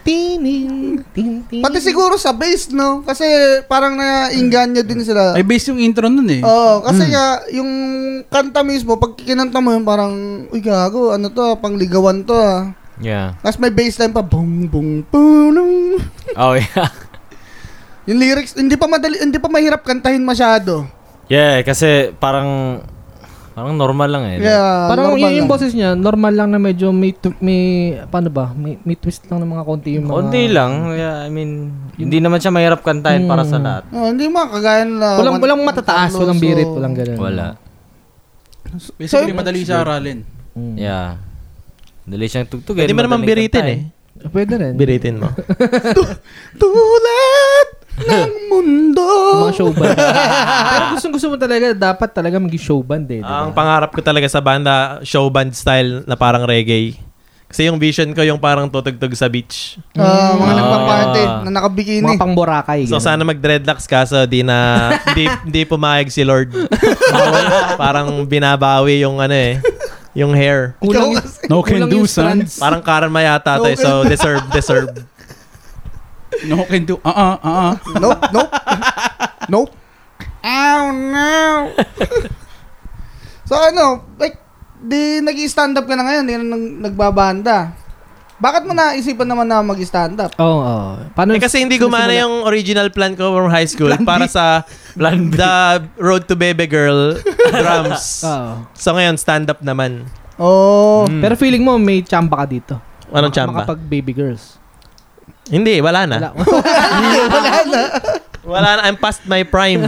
Speaker 1: Pati siguro sa bass, no? Kasi parang naiinganyo din sila.
Speaker 5: Ay based yung intro nun eh.
Speaker 1: Oo,
Speaker 3: Hmm.
Speaker 1: kasi nga, yung kanta mismo, pag kinanta mo yun, parang, uy, gago, ano to, ah, pangligawan to, ah.
Speaker 2: Yeah.
Speaker 1: Tapos may bassline pa, bung, bung, punong.
Speaker 2: Oh, yeah.
Speaker 1: Yung lyrics, hindi pa madali, hindi pa mahirap kantahin masyado.
Speaker 2: Yeah, kasi parang parang normal lang eh.
Speaker 1: Yeah,
Speaker 3: Parang
Speaker 1: ah, normal
Speaker 3: yun
Speaker 1: lang.
Speaker 3: yung boses niya, normal lang na medyo may, tw- may paano ba, may, may twist lang ng mga konti yung mga...
Speaker 2: Konti lang. Yeah, I mean, hindi naman siya mahirap kantahin para sa lahat.
Speaker 1: Oh, hindi mga kagaya na...
Speaker 3: Walang,
Speaker 1: Juan-
Speaker 3: walang matataas,
Speaker 1: Juan
Speaker 3: walang
Speaker 1: Carlos,
Speaker 3: birit,
Speaker 1: Ah, so-
Speaker 3: walang ganun.
Speaker 2: Wala.
Speaker 5: Basically
Speaker 1: So-
Speaker 5: madali siya aralin.
Speaker 3: Mm.
Speaker 2: Yeah. Dali siyang tugtugin.
Speaker 4: Hindi mo naman
Speaker 2: madaling
Speaker 4: biritin eh.
Speaker 2: kantahin.
Speaker 3: Pwede rin.
Speaker 4: Biritin mo.
Speaker 1: Tulad ng mundo.
Speaker 3: Mga show band. Pero gusto, gusto mo talaga, dapat talaga maging show band eh. di ba?
Speaker 4: Ah, Ang pangarap ko talaga sa banda, show band style na parang reggae. Kasi yung vision ko yung parang tutugtog sa beach.
Speaker 1: Ah, mga
Speaker 2: Ah.
Speaker 1: nagpa-party na
Speaker 3: mga
Speaker 1: nakabikini.
Speaker 3: pang Boracay.
Speaker 4: So sana mag-dreadlocks kaso di na di, di pumayag si Lord. Bawal. parang binabawi yung ano eh, yung hair.
Speaker 1: Ikaw
Speaker 3: kulang,
Speaker 1: kasi.
Speaker 3: kulang
Speaker 5: No can
Speaker 3: yung
Speaker 5: do son.
Speaker 3: strands.
Speaker 4: Parang karma yata to, eh, so deserve deserve.
Speaker 5: No can do. Ah ah ah. ah.
Speaker 1: Nope, nope. nope. Ow, no. so ano, like, di nag-stand up ka na ngayon, di na nag- nagbabanda. Bakit mo naisipan naman na mag-stand up?
Speaker 3: Oo, oo. Paano?
Speaker 4: Eh, kasi hindi gumana yung original plan ko from high school para sa
Speaker 2: Plan B.
Speaker 4: The Road to Baby Girl drums.
Speaker 3: Oo.
Speaker 4: So ngayon stand up naman.
Speaker 1: Oh,
Speaker 2: Mm.
Speaker 3: Pero feeling mo may chamba ka dito.
Speaker 4: Hmm. Anong
Speaker 3: Maka-
Speaker 4: chamba?
Speaker 3: Makapag baby girls.
Speaker 4: Hindi, wala
Speaker 3: Wala.
Speaker 4: na.
Speaker 1: wala na.
Speaker 4: Wala na, I'm past my prime.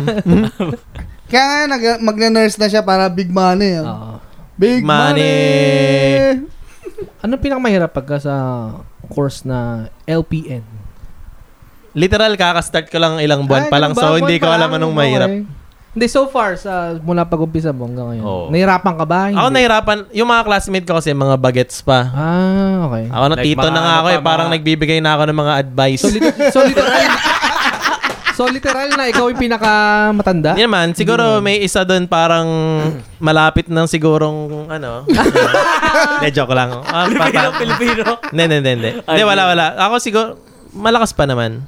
Speaker 1: Kaya nga, nag- magne-nurse na siya para big money. oh.
Speaker 3: Oo.
Speaker 1: Big money!
Speaker 4: Money.
Speaker 3: Ano pinakamahirap pagka sa course na LPN?
Speaker 4: Literal, kakastart ko lang ilang buwan
Speaker 3: Ay,
Speaker 4: pa lang.
Speaker 3: ganun ba?
Speaker 4: So, hindi
Speaker 3: Buwan
Speaker 4: ko
Speaker 3: pa
Speaker 4: alam
Speaker 3: lang,
Speaker 4: anong
Speaker 3: okay.
Speaker 4: mahirap.
Speaker 3: Hindi, so far, sa mula pag-umpisa mo hanggang ngayon,
Speaker 2: Oo.
Speaker 3: nahirapan ka ba?
Speaker 4: Ako
Speaker 3: Hindi.
Speaker 4: nahirapan. Yung mga classmate ko kasi mga bagets pa.
Speaker 3: Ah, okay.
Speaker 4: Ako na
Speaker 2: Like,
Speaker 4: tito
Speaker 2: mga
Speaker 4: na nga
Speaker 2: ano
Speaker 4: ako
Speaker 2: pa,
Speaker 4: eh. Parang
Speaker 2: mga-
Speaker 4: nagbibigay na ako ng mga advice.
Speaker 3: So, literal, so, literal, So literal na ikaw yung pinaka matanda.
Speaker 4: Hindi naman, siguro may isa doon parang malapit ng sigurong ano. Hindi, joke lang. Ah,
Speaker 2: Pilipino,
Speaker 4: papa-
Speaker 2: Pilipino.
Speaker 4: Hindi, hindi, hindi, hindi. Hindi, wala, wala. Ako siguro, malakas pa naman.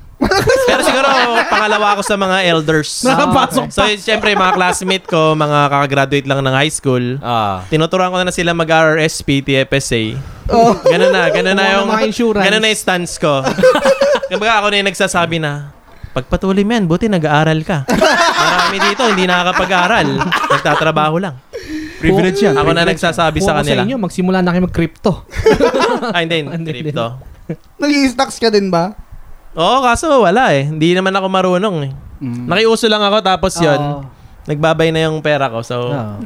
Speaker 4: Pero siguro, pangalawa ako sa mga elders.
Speaker 3: Nakapasok
Speaker 4: So, yun, syempre, mga classmate ko, mga kakagraduate lang ng high school,
Speaker 2: Ah.
Speaker 4: tinuturuan ko na, na sila mag-RRSP, TFSA. Ganun na, ganun
Speaker 3: Kumuha
Speaker 4: na
Speaker 3: ng
Speaker 4: yung,
Speaker 3: Oh. mga insurance.
Speaker 4: ganun na yung stance ko. Kumbaga ako na yung nagsasabi na, pagpatuloy mo yan, buti nag-aaral ka. Marami dito, hindi nakakapag-aaral. Nagtatrabaho lang.
Speaker 5: Privilege yan.
Speaker 4: Ako na nagsasabi
Speaker 3: Kuha
Speaker 4: sa
Speaker 3: ko
Speaker 4: kanila.
Speaker 3: inyo, magsimula na kayo mag-crypto.
Speaker 4: Ah, hindi,
Speaker 3: Hindi, hindi.
Speaker 4: crypto.
Speaker 1: Nag-i-stocks ka din ba?
Speaker 4: Oo, kaso wala eh. Hindi naman ako marunong eh.
Speaker 5: Mm.
Speaker 4: Nakiuso lang ako tapos yun,
Speaker 3: Hmm. Oo.
Speaker 4: nagbabay na yung pera ko. So,
Speaker 3: Oo.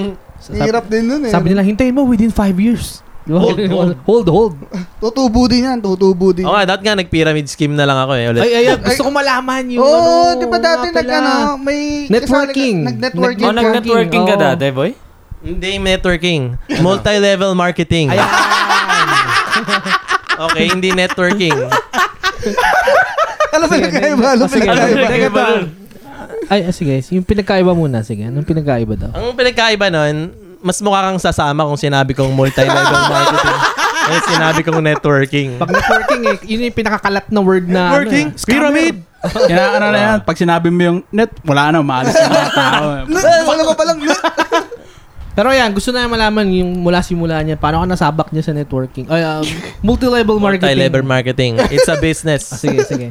Speaker 1: Hirap din nun eh.
Speaker 3: Sabi nila, hintayin mo within 5 years. Di ba?
Speaker 4: Hold, hold.
Speaker 3: hold, hold.
Speaker 1: Tutubo din yan, tutubo din.
Speaker 4: oo nga, dapat nga nag-pyramid scheme na lang ako eh. Ulit.
Speaker 3: Ay, ay, ay, gusto ko malaman yung
Speaker 1: Oo,
Speaker 3: ano,
Speaker 1: di ba dati
Speaker 3: nga
Speaker 1: nag
Speaker 3: pala.
Speaker 1: ano, may
Speaker 3: Networking.
Speaker 1: kasali ka- Nag-networking.
Speaker 2: Oh,
Speaker 1: ka.
Speaker 2: nag-networking ka
Speaker 3: Oo.
Speaker 2: dati, boy?
Speaker 4: Ano, Hindi networking. Multi-level marketing.
Speaker 3: Ayan.
Speaker 4: Okay, hindi networking.
Speaker 1: Alam mo
Speaker 3: Sige,
Speaker 1: na kayo ba? Alam mo
Speaker 3: sige.
Speaker 1: na
Speaker 2: Ano
Speaker 1: kayo
Speaker 3: Nagkaiba.
Speaker 2: ba?
Speaker 1: ba?
Speaker 2: Nagkaiba nun.
Speaker 3: Ay, ah, sige. Yung pinagkaiba muna. Sige, anong pinagkaiba daw?
Speaker 4: Ang pinagkaiba nun, mas mukha kang sasama kung sinabi kong multi-level marketing. Kaya sinabi kong networking.
Speaker 3: Pag networking, eh, yun yung pinakakalat na word na... ano,
Speaker 4: Working?
Speaker 3: eh.
Speaker 4: Pyramid?
Speaker 5: Yan ang ano na yan. Pag sinabi mo yung net, wala na, maalis na mga tao.
Speaker 1: Alam ko palang,
Speaker 3: Pero ayan, gusto na malaman yung mula simula niya. Paano ka nasabak niya sa networking? Ay, um, multi-level marketing.
Speaker 4: Multi-level marketing. It's a
Speaker 3: Ah,
Speaker 4: business.
Speaker 3: sige, sige.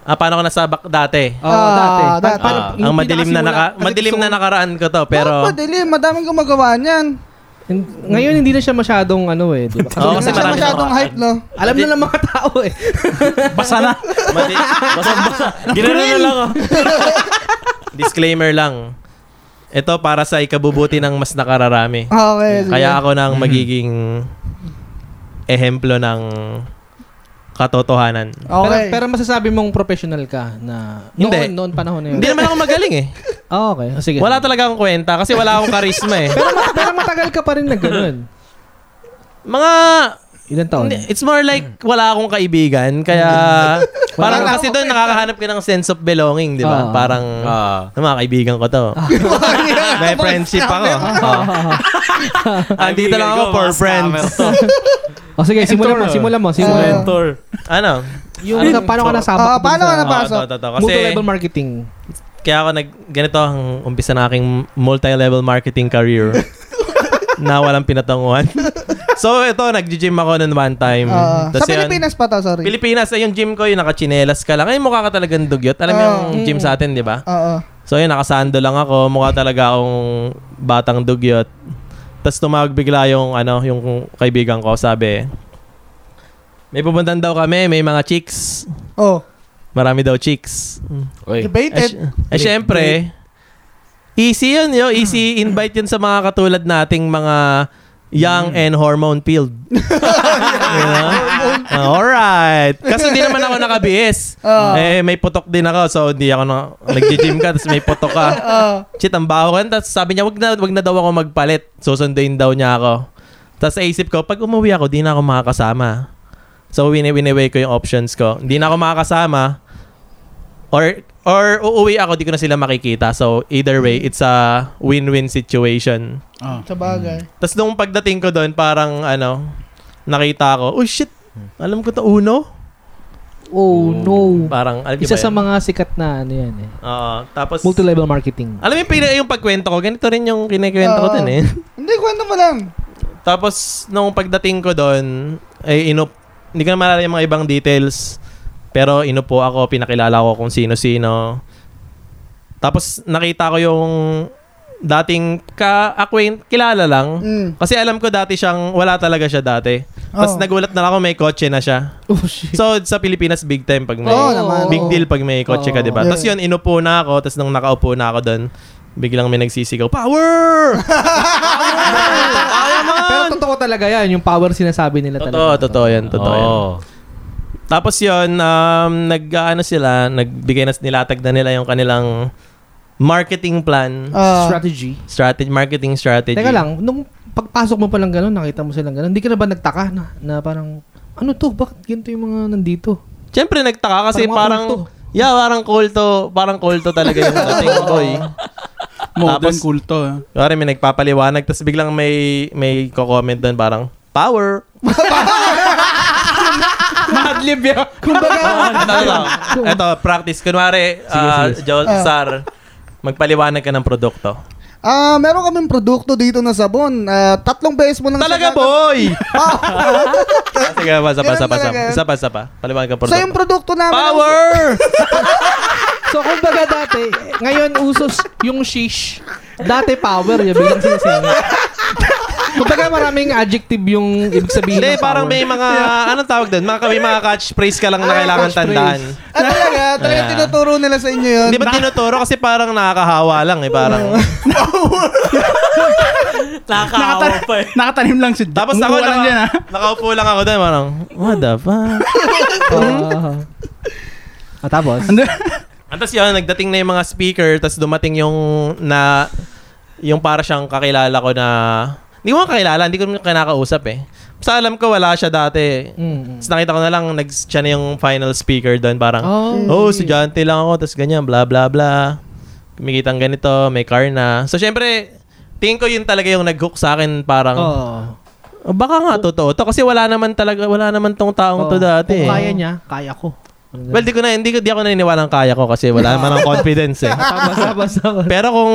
Speaker 4: Ah, paano ko nasabak dati?
Speaker 3: Oo,
Speaker 1: Ah,
Speaker 3: dati.
Speaker 1: dati.
Speaker 3: paano-
Speaker 4: Ah,
Speaker 3: yung
Speaker 4: ang madilim na
Speaker 3: pinakasimula-
Speaker 4: naka,
Speaker 3: kasi
Speaker 4: madilim
Speaker 3: gusto
Speaker 4: na
Speaker 3: ko-
Speaker 4: nakaraan ko to,
Speaker 1: pero...
Speaker 4: pero
Speaker 1: Madilim, madaming gumagawa niyan.
Speaker 3: Hin- Ngayon hindi na siya masyadong ano eh, di ba?
Speaker 1: Hindi
Speaker 4: Oo, kasi
Speaker 1: siya
Speaker 4: marami ano.
Speaker 1: masyadong
Speaker 4: na-
Speaker 1: hype, no?
Speaker 3: Alam na lang mga tao eh.
Speaker 5: Basa na.
Speaker 4: madi-
Speaker 2: Basta, basta. Ginano na lang, oh.
Speaker 4: disclaimer lang. Ito para sa ikabubuti ng mas nakararami.
Speaker 1: Okay. sige.
Speaker 4: Kaya ako
Speaker 2: Mm-hmm.
Speaker 4: nang magiging ehemplo ng katotohanan.
Speaker 1: Okay.
Speaker 3: Pero, pero masasabi mong professional ka na noon,
Speaker 4: Hindi.
Speaker 3: noon panahon na yun.
Speaker 4: Hindi naman ako magaling eh.
Speaker 3: Ah, okay. Ah, sige.
Speaker 4: Wala talaga akong kwenta kasi wala akong karisma eh.
Speaker 3: pero, mat- pero matagal ka pa rin na ganun.
Speaker 4: Mga
Speaker 3: Ilan taon?
Speaker 4: hindi- it's more like wala akong kaibigan kaya parang
Speaker 1: Wala
Speaker 4: kasi doon nakakahanap ka ng sense of belonging, 'di
Speaker 3: Ah.
Speaker 4: ba? Parang
Speaker 2: Ah.
Speaker 4: "Ah, mga kaibigan ko 'to.
Speaker 1: Ah.
Speaker 4: May friendship ako. Oh.
Speaker 3: Ah,
Speaker 4: Andito lang
Speaker 2: Kaibigan
Speaker 4: ako
Speaker 2: ko,
Speaker 4: for
Speaker 2: mga
Speaker 4: friends.
Speaker 2: scammer to.
Speaker 3: Oh, sige, simulan mo,
Speaker 2: Mentor.
Speaker 3: simulan mo,
Speaker 1: Ah.
Speaker 3: simulan mo.
Speaker 2: Mentor.
Speaker 4: ano?
Speaker 3: Yung ano, paano ka nasabak?
Speaker 1: Ah,
Speaker 3: dun
Speaker 1: paano
Speaker 3: sa
Speaker 1: ka Napasok.
Speaker 4: Oo, to, to, to. Kasi
Speaker 3: Multi-level marketing.
Speaker 4: kaya ako nag ganito ang umpisa ng aking multi-level marketing career na walang pinatunguhan. so ito, nag-gym ako noon one time.
Speaker 1: Ah, sa
Speaker 4: Tas yun-
Speaker 1: Pilipinas pa to, sorry.
Speaker 4: Pilipinas, ay yung gym ko, yung nakachinelas ka lang. Ay, mukha ka talagang dugyot. Alam mo
Speaker 1: Ah,
Speaker 4: yung gym sa atin, di ba?
Speaker 1: Oo.
Speaker 4: So yun, nakasando lang ako. Mukha talaga akong batang dugyot. Tapos tumawag bigla yung, ano, yung kaibigan ko. Sabi, may pupuntan daw kami, may mga chicks.
Speaker 1: Oh,
Speaker 4: Marami daw chicks.
Speaker 2: Uy.
Speaker 4: Eh,
Speaker 1: debated.
Speaker 4: sy- eh, syempre, easy yun, yo. Easy invite yun sa mga katulad nating mga young and hormone filled. you know? Ah, alright. Kasi hindi naman ako nakabihis.
Speaker 1: Ah.
Speaker 4: Eh, may putok din ako. So, hindi ako na, nag-gym ka, tapos may putok ka.
Speaker 1: Oo.
Speaker 4: Shit, ang baho ko. Tapos sabi niya, wag na, wag na daw ako magpalit. Susunduin daw niya ako. Tapos naisip ko, pag umuwi ako, di na ako makakasama. So, wini-wini-way ko yung options ko. Hindi na ako makakasama. Or, or uuwi ako, di ko na sila makikita. So, either way, it's a win-win situation.
Speaker 5: Oh.
Speaker 1: Sa bagay.
Speaker 4: Tapos nung pagdating ko doon, parang ano, nakita ko, oh shit, alam ko to uno.
Speaker 3: Oh, no.
Speaker 4: Parang, alam niyo
Speaker 3: Isa
Speaker 4: ba
Speaker 3: sa
Speaker 4: yun?
Speaker 3: mga sikat na ano yan eh.
Speaker 4: Oo, tapos,
Speaker 3: Multi-level marketing.
Speaker 4: alam mo yung, pina- yung pagkwento ko, ganito rin yung kinikwento ko
Speaker 1: Oo.
Speaker 4: din eh.
Speaker 1: Hindi, kwento mo lang.
Speaker 4: Tapos, nung pagdating ko doon, ay inup, hindi ko na maalala yung mga ibang details. Pero inupo ako, pinakilala ko kung sino-sino. Tapos, nakita ko yung dating ka-acquaint, kilala lang.
Speaker 1: Mm.
Speaker 4: Kasi alam ko dati siyang, wala talaga siya dati. Tapos
Speaker 1: Oo.
Speaker 4: nagulat na lang ako, may kotse na siya.
Speaker 3: Oh, shit.
Speaker 4: So, sa Pilipinas, big time pag may,
Speaker 1: Oo naman.
Speaker 4: big deal pag may kotse ka, di ba?
Speaker 1: Oo.
Speaker 4: Tapos yun, inupo na ako. Tapos nung nakaupo na ako doon, biglang may nagsisigaw, Power!
Speaker 3: Ah, Pero totoo talaga yan, yung power sinasabi nila talaga.
Speaker 4: Totoo, totoo yan, totoo yan. Tapos yun, um, nag, ano sila, nagbigay na, nilatag na nila yung kanilang marketing plan,
Speaker 1: Ah,
Speaker 3: Strategy.
Speaker 4: strategy, marketing strategy.
Speaker 3: Teka lang, nung pagpasok mo palang gano'n, nakita mo silang gano'n, hindi ka na ba nagtaka na, na parang, ano to, bakit ganito yung mga nandito?
Speaker 4: Siyempre, nagtaka kasi
Speaker 3: Parang mga
Speaker 4: parang,
Speaker 3: kulto.
Speaker 4: Yeah, parang kulto, parang kulto talaga yung dating ko eh.
Speaker 5: Modern
Speaker 4: Tapos-
Speaker 5: kulto. ah.
Speaker 4: Kuwari may nagpapaliwanag, tapos biglang may, may ko-comment doon parang, power!
Speaker 3: Madlib yun. Ano
Speaker 4: Ito, ito, practice. Kunwari, uh, Joel
Speaker 3: Ah.
Speaker 4: Sar, magpaliwanag ka ng produkto.
Speaker 1: Ah, meron kaming produkto dito na sabon. Ah, tatlong beses mo lang Ah,
Speaker 4: Talaga,
Speaker 1: po?
Speaker 4: boy! Ah, Sige, basa
Speaker 1: Ganun
Speaker 4: pa, basa pa.
Speaker 1: talaga.
Speaker 4: Isa pa, isa pa. Paliwanag ka ng
Speaker 1: Sa yung
Speaker 4: produkto.
Speaker 1: produkto namin.
Speaker 4: Power!
Speaker 3: So, kumbaga dati, ngayon usos yung shish. Dati power, yung biglang sinisingit. Kumbaga maraming adjective yung ibig sabihin. ng
Speaker 4: Hindi, parang
Speaker 3: power.
Speaker 4: may mga, anong tawag doon? Mga, may mga catchphrase ka lang na kailangan tandaan.
Speaker 1: Ah, talaga? Talaga
Speaker 4: Yeah.
Speaker 1: tinuturo nila sa inyo yun?
Speaker 4: Hindi ba tinuturo? Kasi parang nakakahawa lang eh. Parang,
Speaker 6: Nakakaawa pa eh.
Speaker 5: Nakatanim lang si
Speaker 4: Tapos ako,
Speaker 5: Umuha lang
Speaker 4: naka,
Speaker 5: dyan, ah.
Speaker 4: nakaupo lang ako doon. Parang, what the fuck?
Speaker 3: Ah. Ah, tapos?
Speaker 4: At tas yun, nagdating na yung mga speaker, tapos dumating yung na, yung para siyang kakilala ko na, hindi ko nga kakilala, hindi ko kinakausap eh. Basta alam ko, wala siya dati.
Speaker 3: Mm.
Speaker 4: Tapos nakita ko na lang, nag, siya na yung final speaker doon, parang,
Speaker 3: Oh,
Speaker 4: oh, estudyante lang ako, tapos ganyan, bla bla bla. Kumikita ang ganito, may car na. So, syempre, tingin ko yun talaga yung nag-hook sa akin, parang,
Speaker 3: Oh.
Speaker 4: "Oh, baka nga totoo to, kasi wala naman talaga, wala naman tong taong
Speaker 3: Oh.
Speaker 4: to dati.
Speaker 3: Kung
Speaker 4: eh.
Speaker 3: kaya niya, kaya ko.
Speaker 4: Well, di ko na, hindi, ko- di ako naniniwala ng kaya ko kasi wala naman akong confidence eh.
Speaker 3: tapos, tapos, tapos.
Speaker 4: Pero kung,